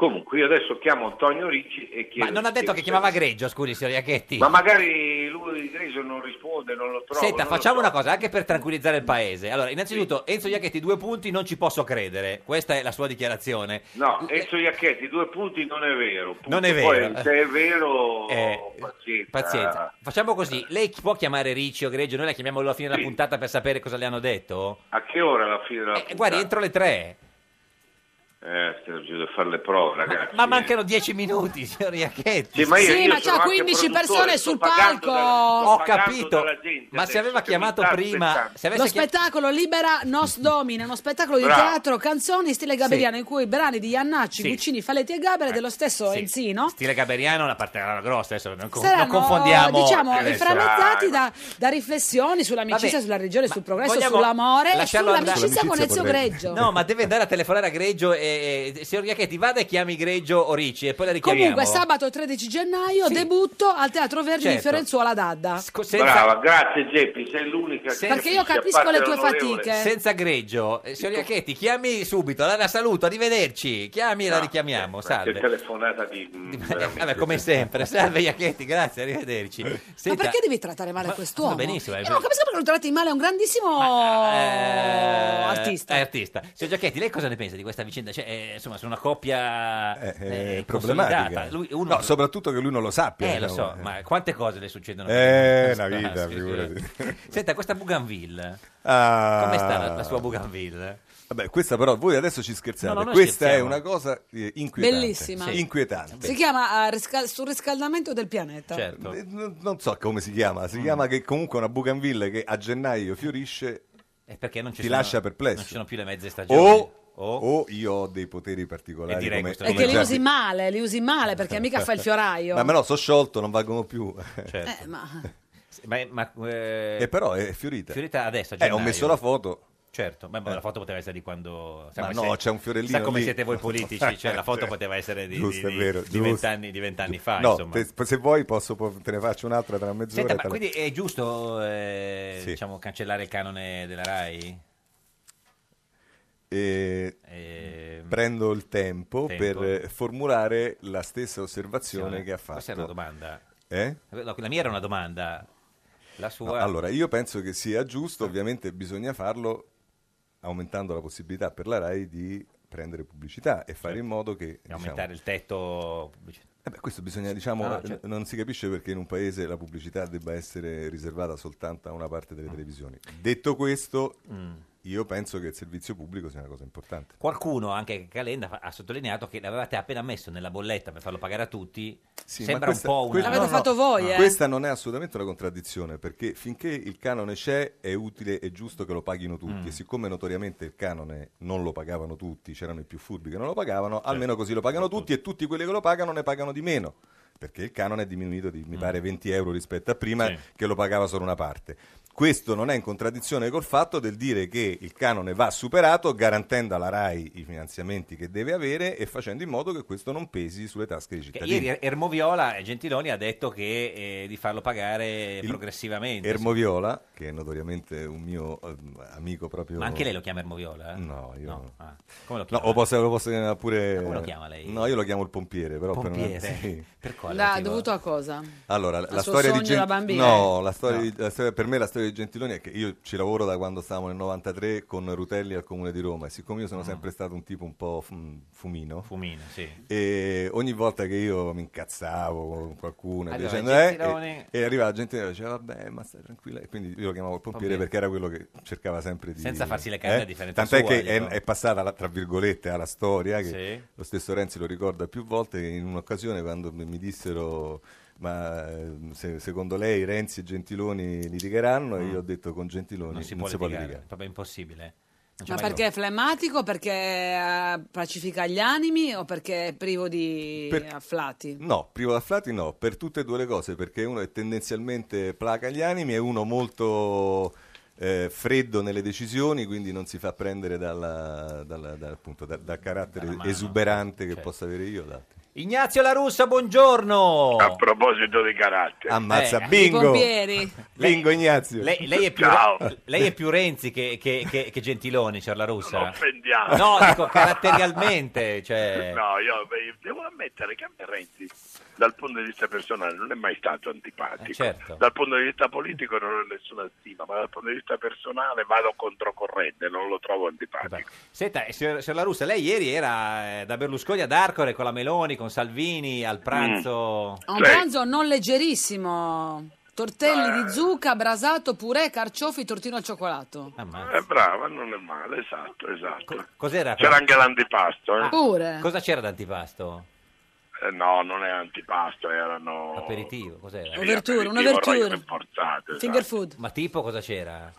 S16: Comunque io adesso chiamo Antonio Ricci e chiedo...
S2: Ma non ha detto che chiamava Greggio, scusi, signor Iacchetti.
S16: Ma magari lui di Greggio non risponde, non lo trovo.
S2: Senta,
S16: non lo
S2: facciamo una cosa anche per tranquillizzare il paese. Allora, innanzitutto, Enzo Iacchetti, due punti, non ci posso credere. Questa è la sua dichiarazione.
S16: No, Enzo Iacchetti, due punti non è vero. punto.
S2: Non è vero.
S16: Poi, se è vero,
S2: Eh,
S16: pazienza.
S2: Pazienza.
S16: Eh.
S2: Facciamo così, lei chi- può chiamare Ricci o Greggio, noi la chiamiamo alla fine della puntata per sapere cosa le hanno detto?
S16: A che ora alla fine della puntata?
S2: Eh, Guardi, entro le tre.
S16: Eh, stiamo giù a fare le prove, ragazzi.
S2: Ma mancano dieci minuti, signor Iacchetti.
S16: Sì, ma io-
S8: sì,
S16: io
S8: ma
S16: sono
S8: c'ha
S16: anche
S8: 15
S16: produttore,
S8: persone
S16: sto
S8: sul
S16: pagando
S8: palco.
S16: dalla- sto
S2: Ho
S16: pagando
S2: capito,
S16: dalla gente
S2: ma se
S16: adesso,
S2: aveva
S16: che mi
S2: chiamato
S16: sta
S2: prima...
S16: aspettando.
S2: Se avesse
S1: Lo
S2: chiam-
S1: spettacolo Libera Nos Domina, uno spettacolo di
S2: Bravo.
S1: teatro, canzoni in stile gaberiano, in cui i brani di Iannacci,
S2: Sì. Eh.
S1: Guccini, Faletti e Gabere, dello stesso
S2: sì.
S1: Enzino,
S2: Stile Gaberiano, la parte era grossa, adesso non, co- non
S1: saranno
S2: confondiamo...
S1: diciamo
S2: adesso.
S1: inframmezzati da, da riflessioni sull'amicizia,
S2: Vabbè,
S1: sulla religione, sul progresso,
S2: vogliamo
S1: sull'amore e
S2: lasciarlo andare.
S1: sull'amicizia con Ezio Greggio.
S2: No, ma deve andare a telefonare a Greggio e, e- signor Iacchetti, vada e chiami Greggio o Ricci e poi la richiamiamo.
S1: Comunque, sabato 13 gennaio debutto al Teatro Verdi di
S2: Certo.
S1: Fiorenzuola d'Adda.
S16: Brava, grazie Geppi, sei l'unica che
S1: Perché io
S16: capisce, a
S1: capisco
S16: parte
S1: le tue
S16: l'onorevole.
S1: fatiche.
S2: Senza Greggio, Eh, signor Iacchetti, chiami subito, la, la saluto, arrivederci, chiami e la richiamiamo,
S16: Che
S2: salve.
S16: eh, telefonata di... mm, veramente.
S2: Vabbè, come sempre, salve Iacchetti, grazie, arrivederci.
S1: Ma
S2: Senta,
S1: perché devi trattare male quest'uomo?
S2: va benissimo, eh,
S1: Io non capisco perché lo tratti male, è un grandissimo Oh, artista.
S2: eh, artista. Signor Giacchetti, lei cosa ne pensa di questa vicenda? Cioè, eh, insomma, sono una coppia
S12: Eh,
S2: eh,
S12: problematica.
S2: consolidata. Lui, uno-
S12: No, soprattutto che lui non lo sappia.
S2: Eh, lo so,
S12: diciamo.
S2: ma quante cose le succedono?
S12: Eh,
S2: Questa-
S12: una vita,
S2: Ah, sì, sì.
S12: figurati.
S2: Senta, questa Bougainville,
S12: Ah.
S2: come sta la, la sua Bougainville?
S12: Vabbè, questa però voi adesso ci scherziate.
S2: No, no, noi
S12: questa è
S2: scherziamo.
S12: una cosa eh, inquietante.
S1: Bellissima. Sì.
S12: Inquietante.
S1: Si chiama eh, riscal- surriscaldamento del pianeta.
S2: Certo.
S12: Eh, non- Non so come si chiama,
S2: Mm.
S12: si chiama che comunque è una Bougainville che a gennaio fiorisce
S2: E perché non ci
S12: ti
S2: sono-
S12: lascia perplesso. Oh,
S2: Non ci sono più le mezze stagioni.
S12: o, o io ho dei poteri particolari.
S2: E direi
S12: come,
S2: questo
S1: E
S12: come
S1: che li
S12: già-
S1: usi male, li usi male perché mica fa il fioraio.
S12: Certo. Ma, ma no, sono sciolto, non valgono più.
S2: Certo.
S1: Eh, ma-
S2: Ma, ma, eh,
S12: E però è fiorita.
S2: Fiorita adesso. a
S12: Eh, ho
S2: gennaio.
S12: messo la foto. Eh.
S2: Certo, ma ma la foto poteva essere di quando.
S12: Ma
S2: come
S12: no, c'è un fiorellino
S2: Sa come
S12: lì.
S2: siete voi politici? Cioè, la foto poteva essere di,
S12: Giusto,
S2: di-
S12: è vero,
S2: di
S12: giusto.
S2: vent'anni, di vent'anni fa.
S12: no,
S2: insomma.
S12: te- se vuoi posso, po- te ne faccio un'altra tra mezz'ora.
S2: Senta,
S12: e te
S2: ma
S12: la-
S2: quindi è giusto eh, diciamo, cancellare il canone della Rai?
S12: E prendo il tempo,
S2: Ehm, Tempo.
S12: per eh, formulare la stessa osservazione
S2: Sì,
S12: che ha fatto.
S2: Questa è una domanda.
S12: Eh?
S2: No, la mia era una domanda. La sua.
S12: No, allora, io penso che sia giusto, ovviamente bisogna farlo aumentando la possibilità per la RAI di prendere pubblicità e fare in modo che...
S2: E Certo. aumentare il tetto pubblicitario.
S12: Eh beh, questo bisogna, diciamo,
S2: No, no,
S12: eh,
S2: certo.
S12: non si capisce perché in un paese la pubblicità debba essere riservata soltanto a una parte delle televisioni. Detto questo,
S2: Mm.
S12: io penso che il servizio pubblico sia una cosa importante.
S2: Qualcuno, anche Calenda, fa- ha sottolineato che l'avevate appena messo nella bolletta per farlo pagare a tutti.
S12: Sì,
S2: Sembra
S12: ma questa-
S2: un po' una...
S12: que- no, no,
S1: voi, eh.
S12: Questa non è assolutamente una contraddizione, perché finché il canone c'è è utile e giusto che lo paghino tutti.
S2: Mm.
S12: E siccome notoriamente il canone non lo pagavano tutti, c'erano i più furbi che non lo pagavano,
S2: Certo.
S12: almeno così lo pagano tutti e tutti quelli che lo pagano ne pagano di meno. Perché il canone è diminuito
S2: Mm.
S12: di, mi pare, 20 euro rispetto a prima
S17: Sì.
S12: che lo pagava solo una parte. Questo non è in contraddizione col fatto del dire che il canone va superato garantendo alla RAI i finanziamenti che deve avere e facendo in modo che questo non pesi sulle tasche dei cittadini.
S2: Ieri Ermoviola e Gentiloni ha detto che eh, di farlo pagare progressivamente.
S12: Ermoviola, che è notoriamente un mio ehm, amico proprio...
S2: Ma anche lei lo chiama Ermoviola? eh?
S12: No, io...
S2: No, ah. Come
S12: No,
S2: lo chiama?
S12: o posso, lo posso chiamare pure...
S2: Come lo chiama lei?
S12: No, io lo chiamo il pompiere, però... per una-
S2: Pompiere?
S12: sì.
S2: Per quale
S1: L'ha
S2: motivo?
S1: dovuto a cosa?
S12: Allora, la,
S1: Al
S12: la
S1: suo
S12: storia di
S1: sogno da bambina? eh.
S12: No, la storia di- la storia- per me la storia di Gentiloni è che io ci lavoro da quando stavamo nel 93 con Rutelli al comune di Roma e siccome io sono sempre stato un tipo un po' fum- fumino,
S2: Mm. Fumino, sì.
S12: e ogni volta che io mi incazzavo con qualcuno e
S2: Allora,
S12: dicendo eh,
S2: Gentiloni-
S12: e, e arrivava Gentiloni e diceva vabbè ma stai tranquilla e quindi io lo chiamavo il pompiere
S2: Pompiere.
S12: perché era quello che cercava sempre di
S2: Senza farsi le canne,
S12: eh?
S2: a differenza
S12: tant'è
S2: sua,
S12: che
S2: dico.
S12: è, è passata la- tra virgolette alla storia che
S2: Sì.
S12: lo stesso Renzi lo ricorda più volte in un'occasione quando mi mi dissero ma eh, se- secondo lei Renzi e Gentiloni litigheranno e
S2: Mm.
S12: io ho detto con Gentiloni
S2: Non si può litigare,
S12: litigare
S2: è proprio impossibile. Non
S1: Ma
S2: c'è mai
S1: perché è flemmatico? Perché eh, pacifica gli animi o perché è privo di
S12: Per-
S1: afflati?
S12: No, privo d'afflati no, per tutte e due le cose, perché uno è tendenzialmente placa agli animi e uno molto eh, freddo nelle decisioni, quindi non si fa prendere dalla- dalla- dal, appunto, da- dal carattere
S2: Dalla mano,
S12: esuberante che
S2: certo.
S12: possa avere io. da-
S2: Ignazio La Russa, buongiorno. Eh.
S18: A proposito dei caratteri.
S12: Ammazza, bingo! Bingo Ignazio!
S2: Lei, lei è più,
S18: Ciao.
S2: lei è più Renzi che, che- che- che Gentiloni, c'è la russa.
S18: Non offendiamo.
S2: No, dico caratterialmente. Cioè...
S18: No, io beh, devo ammettere che a me Renzi, dal punto di vista personale, non è mai stato antipatico.
S2: Eh, certo.
S18: Dal punto di vista politico non ho nessuna stima, ma dal punto di vista personale vado controcorrente, non lo trovo antipatico.
S2: Senta, eh, signor, signor La Russa, lei ieri era eh, da Berlusconi ad Arcore con la Meloni, con Salvini al pranzo.
S1: Ha
S12: Cioè-
S1: un Mm. pranzo non leggerissimo.
S12: Ah.
S1: Tortelli di zucca, brasato, purè, carciofi, tortino al cioccolato.
S18: Eh, brava, non è male, esatto, esatto.
S2: Cos'era?
S18: C'era anche l'antipasto, eh?
S2: Ah,
S1: Pure.
S2: Cosa c'era d'antipasto?
S18: Eh, no, non era antipasto, erano...
S2: Aperitivo, cos'era?
S18: Sì, Overture, aperitivo, un'overture. rogne forzate, esatto.
S1: food.
S2: Ma tipo cosa c'era?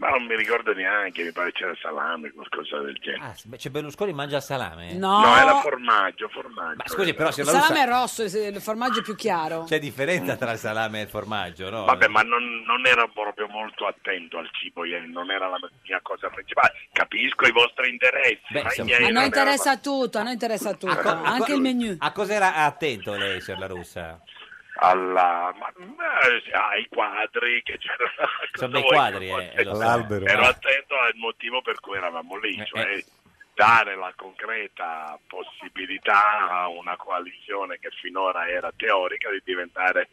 S18: Ma non mi ricordo neanche, mi pare c'era salame, qualcosa del genere.
S2: Ah, beh, c'è Berlusconi mangia il salame?
S1: No.
S18: No, era formaggio, formaggio.
S2: Ma scusi,
S12: Ah,
S2: però
S1: Il
S2: signor La
S1: salame
S2: Russa,
S1: è rosso, il il formaggio è più chiaro.
S2: c'è differenza tra il salame e il formaggio, no?
S18: Vabbè, ma non, non ero proprio molto attento al cibo ieri, non era la mia cosa principale. Capisco i vostri interessi,
S2: Beh,
S18: ma
S2: insomma.
S18: ieri
S1: A
S18: non
S1: noi
S18: era la-
S1: interessa tutto, a noi
S12: Ah,
S1: interessa tutto, anche il menu.
S2: A cos'era attento lei, signor La Russa?
S18: alla- ma- ma- eh, ai quadri che c'erano.
S2: Sono
S18: cosa
S2: dei
S18: vuoi
S2: quadri,
S18: che
S2: eh,
S18: faccia?
S2: eh, eh. lo so. L'albero.
S18: Ero
S2: Ah.
S18: attento al motivo per cui eravamo lì, cioè dare la concreta possibilità a una coalizione che finora era teorica di diventare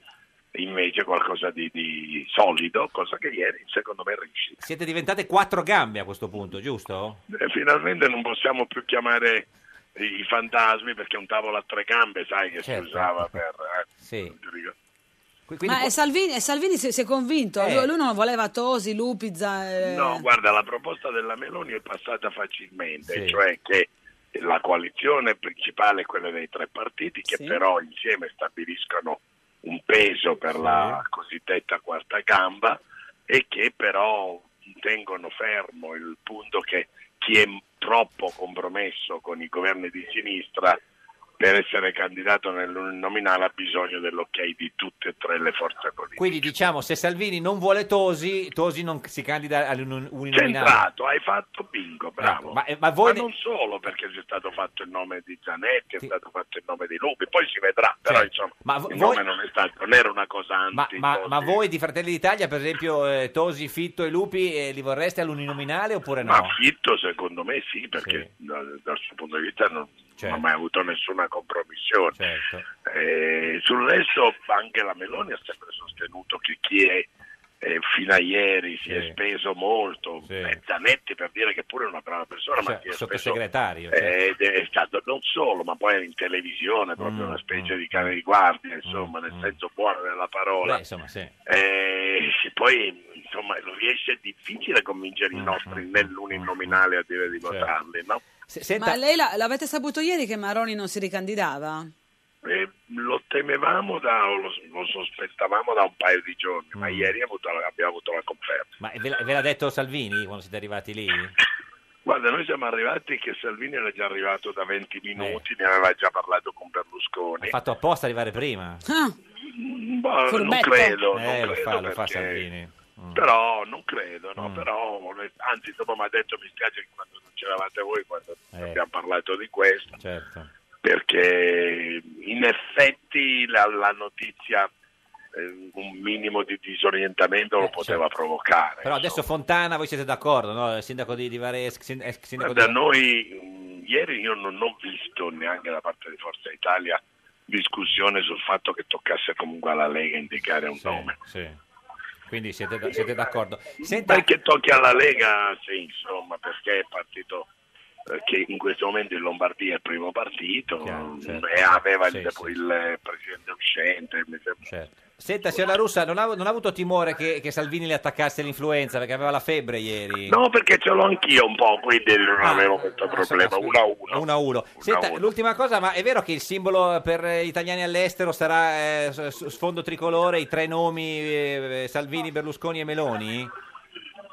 S18: invece qualcosa di, di solido, cosa che ieri secondo me è riuscita.
S2: Siete diventate quattro gambe a questo punto, giusto?
S18: Eh, Finalmente non possiamo più chiamare i i fantasmi perché un tavolo a tre gambe, sai, che
S2: Certo.
S18: si usava per... eh,
S2: Sì.
S18: ti ricordo.
S1: Ma è Salvini, è Salvini si, si è convinto,
S18: Eh.
S1: lui, lui non voleva Tosi, Lupiza. eh.
S18: No, guarda, la proposta della Meloni è passata facilmente,
S2: Sì.
S18: cioè che la coalizione principale è quella dei tre partiti che
S2: Sì.
S18: però insieme stabiliscono un peso per la cosiddetta quarta gamba e che però tengono fermo il punto che chi è troppo compromesso con i governi di sinistra per essere candidato nell'uninominale ha bisogno dell'ok di tutte e tre le forze politiche.
S2: Quindi diciamo, se Salvini non vuole Tosi, Tosi non si candida all'uninominale.
S18: Centrato, hai fatto bingo, bravo.
S2: Ecco, ma- eh, ma voi ne-
S18: non solo perché c'è stato fatto il nome di Zanetti, è stato fatto il nome di Lupi, poi si vedrà, però insomma
S2: Ma vo-
S18: il nome
S2: voi-
S18: non è stato, non era una cosa
S2: Ma,
S18: anti.
S2: ma- ma voi di Fratelli d'Italia, per esempio, eh, Tosi, Fitto e Lupi, eh, li vorreste all'uninominale oppure no?
S18: Ma Fitto secondo me sì, perché dal, dal suo punto di vista non, non ha mai avuto nessuna compromissione.
S2: Certo.
S18: Eh, sul resto anche la Meloni ha sempre sostenuto che chi è eh, fino a ieri si è speso molto, eh, Zanetti per dire che pure è una brava persona,
S2: Certo.
S18: ma si è speso
S2: Cioè, sottosegretario. cioè.
S18: eh, ed è stato non solo, ma poi era in televisione, proprio
S2: Mm,
S18: una specie di cane di guardia, insomma, nel senso buono della parola.
S2: Beh, insomma, sì.
S18: Eh, e poi insomma lo riesce è difficile convincere
S2: Mm,
S18: i nostri nell'uninominale a dire di
S2: certo.
S18: votarli, no?
S1: Ma lei la- l'avete saputo ieri che Maroni non si ricandidava?
S18: Eh, lo temevamo da, o lo, lo sospettavamo da un paio di giorni,
S2: Mm.
S18: ma ieri ha avuto- abbiamo avuto la conferma.
S2: Ma ve, l'ha- ve l'ha detto Salvini quando siete arrivati lì?
S18: Guarda, noi siamo arrivati che Salvini era già arrivato da 20 minuti, ne aveva già parlato con Berlusconi.
S2: Ha fatto apposta arrivare prima?
S18: Ma non
S2: Furbetto.
S18: credo,
S2: Eh,
S18: non
S2: lo
S18: credo
S2: fa, lo fa
S18: perché-
S2: Salvini.
S18: Però non credo, no?
S2: Mm.
S18: Però, onest- anzi, dopo mi ha detto mi spiace che quando non c'eravate voi, quando
S2: Eh.
S18: abbiamo parlato di questo,
S2: Certo.
S18: perché in effetti la, la notizia eh, un minimo di disorientamento
S2: Eh,
S18: lo poteva
S2: certo.
S18: provocare.
S2: Però adesso Fontana, voi siete d'accordo, no? Il sindaco di, di Varese, sin- ex sindaco
S18: Da
S2: di-
S18: noi mh, ieri io non ho visto neanche da parte di Forza Italia discussione sul fatto che toccasse comunque alla Lega indicare un nome.
S2: Sì. Quindi siete, da- siete d'accordo. Senta,
S18: Perché tocchi alla Lega, sì, insomma, perché è partito eh, che in questo momento in Lombardia è il primo partito mh,
S2: certo.
S18: e aveva il, il presidente uscente. mi sembra.
S2: Certo. senta signora Russa, non ha, non ha avuto timore che, che Salvini le attaccasse l'influenza perché aveva la febbre ieri?
S18: No, perché ce l'ho anch'io un po', quindi non
S2: Ah, eh,
S18: avevo questo problema. Uno a uno.
S2: Uno a uno. Senta, l'ultima cosa, ma è vero che il simbolo per eh, gli italiani all'estero sarà eh, s- s- sfondo tricolore, i tre nomi eh, Salvini, Berlusconi e Meloni?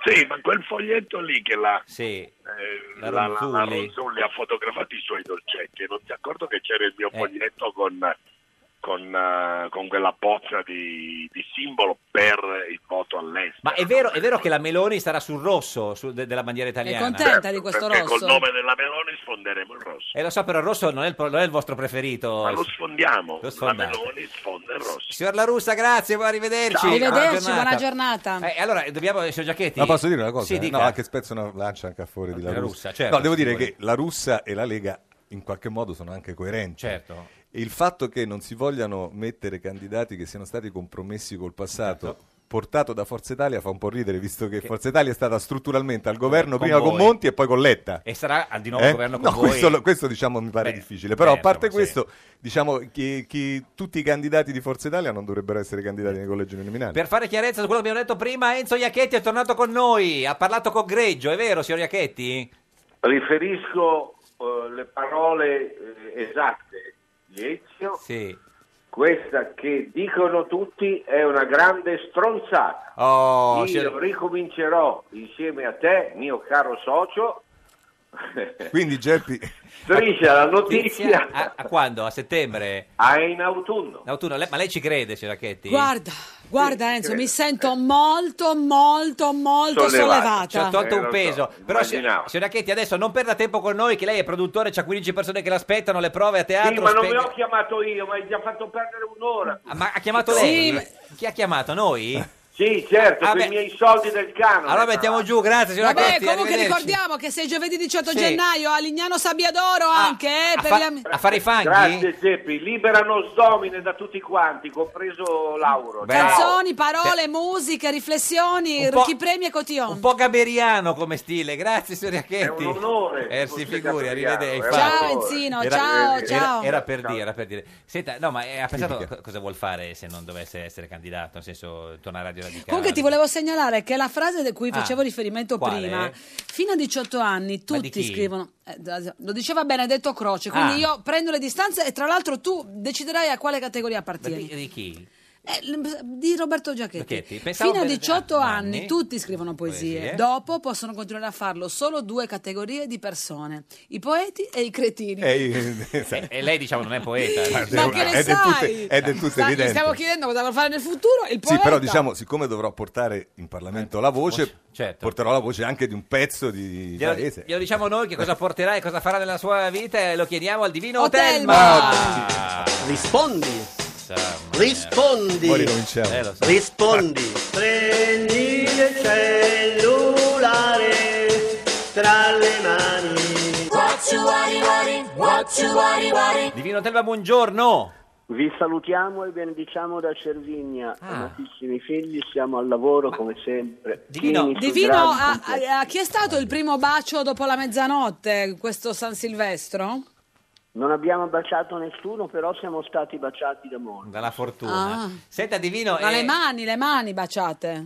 S18: Sì, ma quel foglietto lì che la,
S2: Sì.
S18: eh,
S2: La
S18: la, la- la
S2: Ronzulli.
S18: Ronzulli ha fotografato i suoi dolcetti. Non ti accordo che c'era il mio
S2: Eh.
S18: foglietto con, con, eh, con quella bozza di, di simbolo per il voto all'estero.
S2: Ma è vero, è vero che la Meloni sarà sul rosso su- de- della bandiera italiana?
S18: Certo, perché Col nome della Meloni sfonderemo il rosso.
S2: E lo so, però il rosso non è il, pro- non è il vostro preferito.
S18: Ma lo sfondiamo.
S2: Lo
S18: la
S2: sfondate.
S18: Meloni sfonda il rosso.
S2: Signor La Russa, grazie, poi arrivederci.
S1: Arrivederci, buona giornata.
S2: Eh, allora, dobbiamo, signor Giacchetti.
S12: Ma posso dire una cosa? Eh,
S2: Sì, dica.
S12: no, anche spezzo una lancia anche a fuori di la
S2: La
S12: Russa.
S2: Russa, certo,
S12: no, devo dire
S2: sicuro.
S12: che la Russa e la Lega in qualche modo sono anche coerenti.
S2: Certo.
S12: E il fatto che non si vogliano mettere candidati che siano stati compromessi col passato.
S2: Certo.
S12: Portato da Forza Italia fa un po' ridere, visto che, Forza Italia è stata strutturalmente al governo
S2: Eh, con
S12: prima con
S2: voi.
S12: Monti e poi con Letta.
S2: E sarà ah, di nuovo
S12: Eh?
S2: il governo con
S12: No,
S2: voi.
S12: Questo, questo, diciamo mi pare
S2: Beh,
S12: difficile, però
S2: beh,
S12: a parte
S2: insomma, sì.
S12: questo, diciamo che, che tutti i candidati di Forza Italia non dovrebbero essere candidati nei collegi uninominali.
S2: Per fare chiarezza su quello che abbiamo detto prima, Enzo Iacchetti è tornato con noi, ha parlato con Greggio, è vero signor Iacchetti?
S16: Riferisco eh, le parole eh, esatte di Ezio.
S2: Sì.
S16: Questa che dicono tutti è una grande stronzata.
S2: Oh,
S16: Io
S2: signor-
S16: ricomincerò insieme a te, mio caro socio.
S12: Quindi Geppi
S16: Striscia la notizia.
S2: A, a quando? A settembre?
S16: Ah, in autunno.
S2: Lei- ma lei ci crede, signor Iacchetti?
S1: Guarda, guarda Enzo, mi sento molto, molto, molto sollevata.
S2: Ci ha
S16: Eh,
S2: tolto un peso. Però, si- signora Chetti, adesso non perda tempo con noi, che lei è produttore, c'ha 15 persone che l'aspettano, le prove a teatro.
S16: Sì, ma non
S2: spiega-
S16: me l'ho chiamato io, ma hai già fatto perdere un'ora.
S2: Ah, Ma ha chiamato lei? Chi ha chiamato? Noi?
S16: Sì, certo,
S2: Ah,
S16: con
S2: beh.
S16: i miei soldi del canone.
S2: Allora mettiamo giù, grazie signora
S1: Vabbè,
S2: Chetti,
S1: comunque
S2: arrivederci.
S1: ricordiamo che sei giovedì 18
S2: Sì. Ah,
S1: gennaio a Lignano Sabbiadoro anche, eh,
S2: a
S1: per
S2: fa-
S1: gli am-
S2: a fare i fanghi?
S16: Grazie Geppi, liberano Sdomine da tutti quanti, compreso Lauro.
S2: Beh.
S1: canzoni, parole, musiche, riflessioni,
S2: Un po'-
S1: chi premi e cotillon.
S2: Un po' gaberiano come stile, grazie signora Chetti. È un onore. Eh, si figuri, arrivederci.
S1: è un
S2: infatti.
S1: Ciao, Enzino, ciao,
S2: era-
S1: ciao.
S2: Era per dire, era per dire. Senta, no, ma eh, ha pensato
S12: dica.
S2: co- cosa vuol fare se non dovesse essere candidato, nel senso tornare a Radio Radicale?
S1: Comunque ti volevo segnalare che la frase di cui
S2: Ah,
S1: facevo riferimento
S2: quale?
S1: prima, fino a 18 anni
S2: Ma
S1: tutti
S2: di chi?
S1: scrivono, eh, da- lo diceva Benedetto Croce, quindi
S2: Ah.
S1: io prendo le distanze e tra l'altro tu deciderai a quale categoria
S2: Ma
S1: appartieni.
S2: Di, di chi?
S1: Eh, l- di Roberto Giachetti.
S2: Giachetti, pensavo
S1: Fino a
S2: Benedetto-
S1: 18 anni,
S2: anni.
S1: tutti scrivono poesie.
S2: Poesie.
S1: dopo possono continuare a farlo solo due categorie di persone, i poeti e i
S12: Eh,
S1: cretini.
S2: E, e lei diciamo non è poeta.
S1: Ma che ne
S12: è del tutto-
S1: sai?
S12: è del tutto
S1: Sta- gli
S12: evidente.
S1: stiamo chiedendo cosa vuol fare nel futuro il
S12: Sì,
S1: poeta.
S12: però diciamo, siccome dovrò portare in Parlamento la voce,
S2: certo.
S12: porterò la voce anche di un pezzo di
S2: Glielo,
S12: paese.
S2: glielo diciamo noi che cosa porterà e cosa farà nella sua vita e lo chiediamo al divino
S1: Otelma.
S12: Ah,
S2: Otelma.
S19: Rispondi. Rispondi.
S12: Poi ricominciamo.
S2: Eh,
S19: Rispondi. Prendi il cellulare tra le mani.
S2: Divino Telma, buongiorno.
S20: Vi salutiamo e benediciamo da Cervigna,
S2: Ah.
S20: amatissimi figli, siamo al lavoro come sempre. Pieni sui
S1: Divino,
S20: grandi
S1: a,
S20: complessi.
S1: a- a chi è stato il primo bacio dopo la mezzanotte, questo San Silvestro?
S20: Non abbiamo baciato nessuno, però siamo stati baciati da molti.
S2: Dalla fortuna.
S1: Ah.
S2: Senta, Divino,
S1: Ma
S2: eh,
S1: le mani, le mani baciate.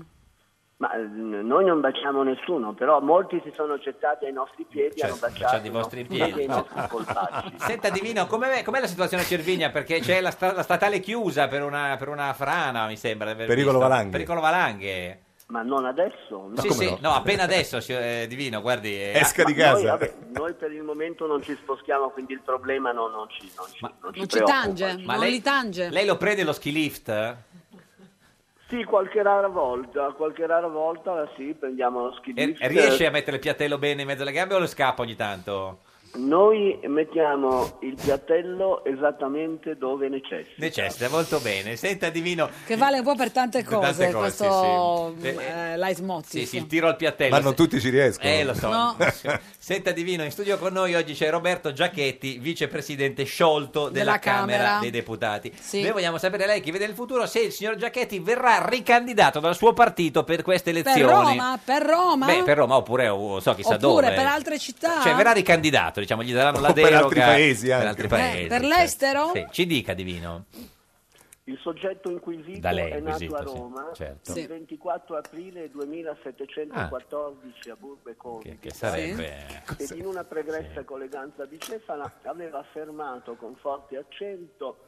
S20: Ma eh, noi non baciamo nessuno, però molti si sono gettati ai nostri piedi e
S2: Cioè,
S20: hanno baciato
S2: baciate i vostri
S20: nostri piedi e
S2: piedi.
S20: i nostri polpacci.
S1: Ah.
S2: Senta Divino, com'è, com'è la situazione a Cervigna? Perché c'è la, sta- la statale chiusa per una, per una frana, mi sembra. di aver
S12: Pericolo
S2: visto.
S12: valanghe.
S2: Pericolo valanghe.
S20: Ma non adesso?
S2: sì, sì, no? appena adesso, si- eh, Divino, guardi. eh,
S12: Esca di
S20: Ma noi,
S12: casa.
S20: vabbè, Noi, per il momento non ci spostiamo, quindi il problema no, non ci, non ci, non ci
S1: Non ci
S20: preoccupa.
S1: tange,
S2: Ma
S1: non
S2: lei-
S1: li tange.
S2: Lei lo prende lo ski lift? Eh?
S20: Sì, qualche rara volta, qualche rara volta sì, prendiamo lo ski
S2: E,
S20: lift.
S2: e riesce a mettere il piattello bene in mezzo alle gambe o lo scappa ogni tanto?
S20: Noi mettiamo il piattello esattamente dove necessita.
S2: Necessita, molto bene. Senta Divino,
S1: Che vale un po' per tante
S2: Eh, Per
S1: cose,
S2: tante cose,
S1: questo
S2: sì, sì.
S1: mm,
S2: Eh,
S1: eh, leitmotiv.
S2: sì, sì, il tiro al piattello.
S12: Ma non tutti ci riescono.
S2: Eh, lo so.
S1: No.
S2: Senta Divino, in studio con noi oggi c'è Roberto Giachetti, vicepresidente sciolto della,
S1: Della Camera.
S2: Camera. dei Deputati.
S1: Sì.
S2: Noi vogliamo sapere lei che vede il futuro se il signor Giachetti verrà ricandidato dal suo partito per queste
S1: Per
S2: elezioni.
S1: Roma, per Roma.
S2: Beh, per Roma oppure oh, so chissà
S1: Oppure
S2: dove.
S1: per altre città.
S2: Cioè verrà ricandidato, diciamo, gli daranno la
S12: O per
S2: deroga.
S12: altri paesi
S2: Per
S12: anche.
S2: altri
S12: Eh,
S2: paesi.
S1: per l'estero?
S2: Sì, ci dica Divino.
S20: Il soggetto inquisito
S2: Da lei,
S20: è nato
S2: inquisito,
S20: a
S2: sì,
S20: Roma
S2: certo. Ah.
S20: il 24 aprile 2714 a Burbe Conti.
S2: Che sarebbe... eh,
S20: Ed in una pregressa colleganza di Cefala aveva affermato con forte accento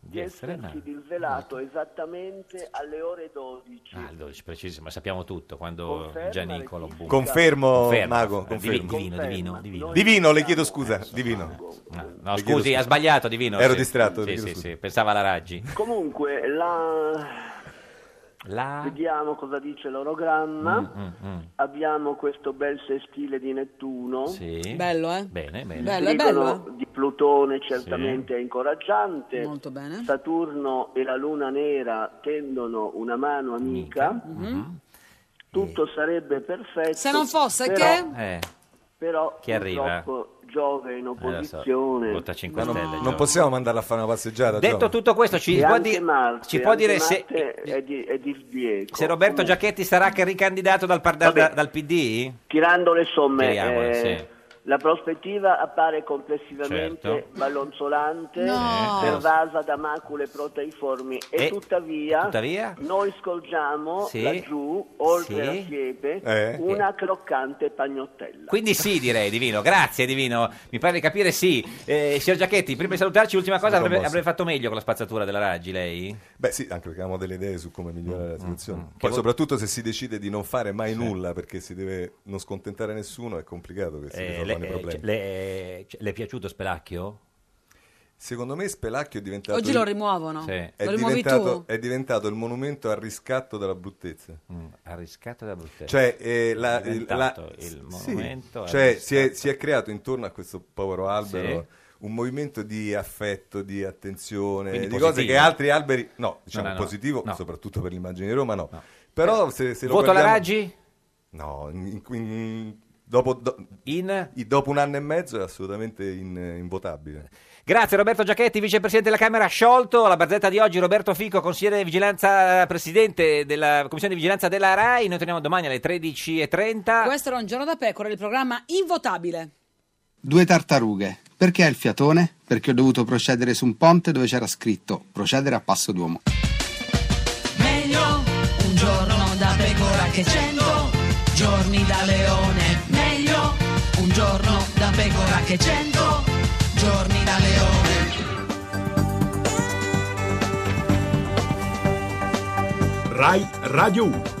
S20: di
S2: Di essere
S20: essersi
S2: nato.
S20: disvelato esattamente alle ore 12.
S2: Ah, il 12, precisissimo, ma sappiamo tutto quando
S20: Conferma,
S2: Gianicolo butta.
S12: Confermo,
S2: Conferma.
S12: Mago,
S2: Eh,
S12: confermo.
S2: Divino, divino, divino.
S12: Divino, le chiedo scusa, divino.
S2: Ah,
S12: Le
S2: No,
S12: Eh, chiedo
S2: scusi,
S12: scusa.
S2: ha sbagliato Divino.
S12: Ero
S2: sì.
S12: distratto, le
S2: Sì,
S12: chiedo
S2: sì,
S12: scusa.
S2: sì, pensava alla Raggi.
S20: Comunque, la...
S2: La...
S20: vediamo cosa dice l'orogramma.
S2: Mm, mm.
S20: Abbiamo questo bel sestile di Nettuno.
S2: Sì.
S20: Bello,
S1: eh?
S2: Bene, bene.
S20: Il
S1: Bello, è
S20: trigono
S1: bello, eh?
S20: Di Plutone certamente è incoraggiante.
S1: Molto bene.
S20: Saturno e la Luna Nera tendono una mano amica.
S2: Mm-hmm.
S1: Mm?
S20: Tutto sarebbe perfetto.
S1: Se non fosse
S20: però-
S1: che-
S2: Eh,
S20: Però
S2: Chi arriva?
S20: purtroppo Giove è in
S2: eh, lo so.
S20: opposizione.
S2: Vota 5
S12: Non-
S2: Stelle.
S12: Non
S2: Giorgio.
S12: possiamo mandarla a fare una passeggiata.
S2: Detto
S12: Giorgio.
S2: tutto questo, ci
S20: E
S2: può,
S20: anche
S2: di-
S20: Marte,
S2: ci può
S20: anche
S2: dire se,
S20: Marte è di, è di sbieco.
S2: se Roberto
S20: Comunque,
S2: Giachetti sarà che ricandidato dal, par- dal-
S20: Vabbè.
S2: dal PD?
S20: Tirando le somme,
S2: Tiriamole,
S20: eh,
S2: sì.
S20: la prospettiva appare complessivamente
S2: Certo.
S20: ballonzolante,
S2: No.
S20: pervasa da macule proteiformi e,
S2: E-
S20: tuttavia,
S2: tuttavia?
S20: noi scolgiamo
S2: Sì.
S20: laggiù, oltre
S2: Sì.
S20: la siepe,
S2: Eh.
S20: una croccante pagnottella.
S2: Quindi sì, direi, Divino. Grazie, Divino. Mi pare di capire sì. Eh, signor Giachetti, prima di salutarci, ultima cosa, avrebbe,
S12: commosso.
S2: avrebbe fatto meglio con la spazzatura della Raggi, lei?
S12: Beh sì, anche perché abbiamo delle idee su come migliorare la situazione. Poi
S2: Mm, Che vo-
S12: soprattutto se si decide di non fare mai nulla perché si deve non scontentare nessuno è complicato che si
S2: Eh,
S12: risolvano
S2: le,
S12: i
S2: eh,
S12: problemi.
S2: c- le- eh, c- le è piaciuto Spelacchio?
S12: Secondo me Spelacchio è diventato...
S1: Oggi lo rimuovono.
S2: Sì.
S12: È
S1: Lo rimuovi
S12: diventato,
S1: tu.
S12: è diventato il monumento al riscatto della bruttezza.
S2: Ha Mm, riscatto da bruttezza.
S12: Cioè, eh, la-
S2: È
S12: il-
S2: diventato
S12: la-
S2: il
S12: sì,
S2: monumento al
S12: cioè,
S2: riscatto.
S12: si, è, si è creato intorno a questo povero albero un movimento di affetto, di attenzione,
S2: Quindi
S12: di cose
S2: positivo.
S12: che altri alberi, no, diciamo
S2: no, no,
S12: positivo,
S2: no. Eh.
S12: soprattutto per l'immagine di Roma, no. Però se, se lo
S2: Voto alla
S12: guardiamo-
S2: Raggi?
S12: No, in- in- dopo, do-
S2: i-
S12: dopo un anno e mezzo è assolutamente in- invotabile.
S2: Grazie Roberto Giachetti, vicepresidente della Camera sciolto. La barzetta di oggi Roberto Fico, consigliere di vigilanza, eh, presidente della Commissione di Vigilanza della RAI. Noi torniamo domani alle 13.30.
S1: Questo era un giorno da pecora, il programma invotabile.
S21: Due tartarughe. Perché il fiatone? Perché ho dovuto procedere su un ponte dove c'era scritto procedere a passo d'uomo.
S22: Meglio un giorno da pecora che cento giorni da leone. Meglio un giorno da pecora che cento giorni da leone.
S15: Rai Radio 1.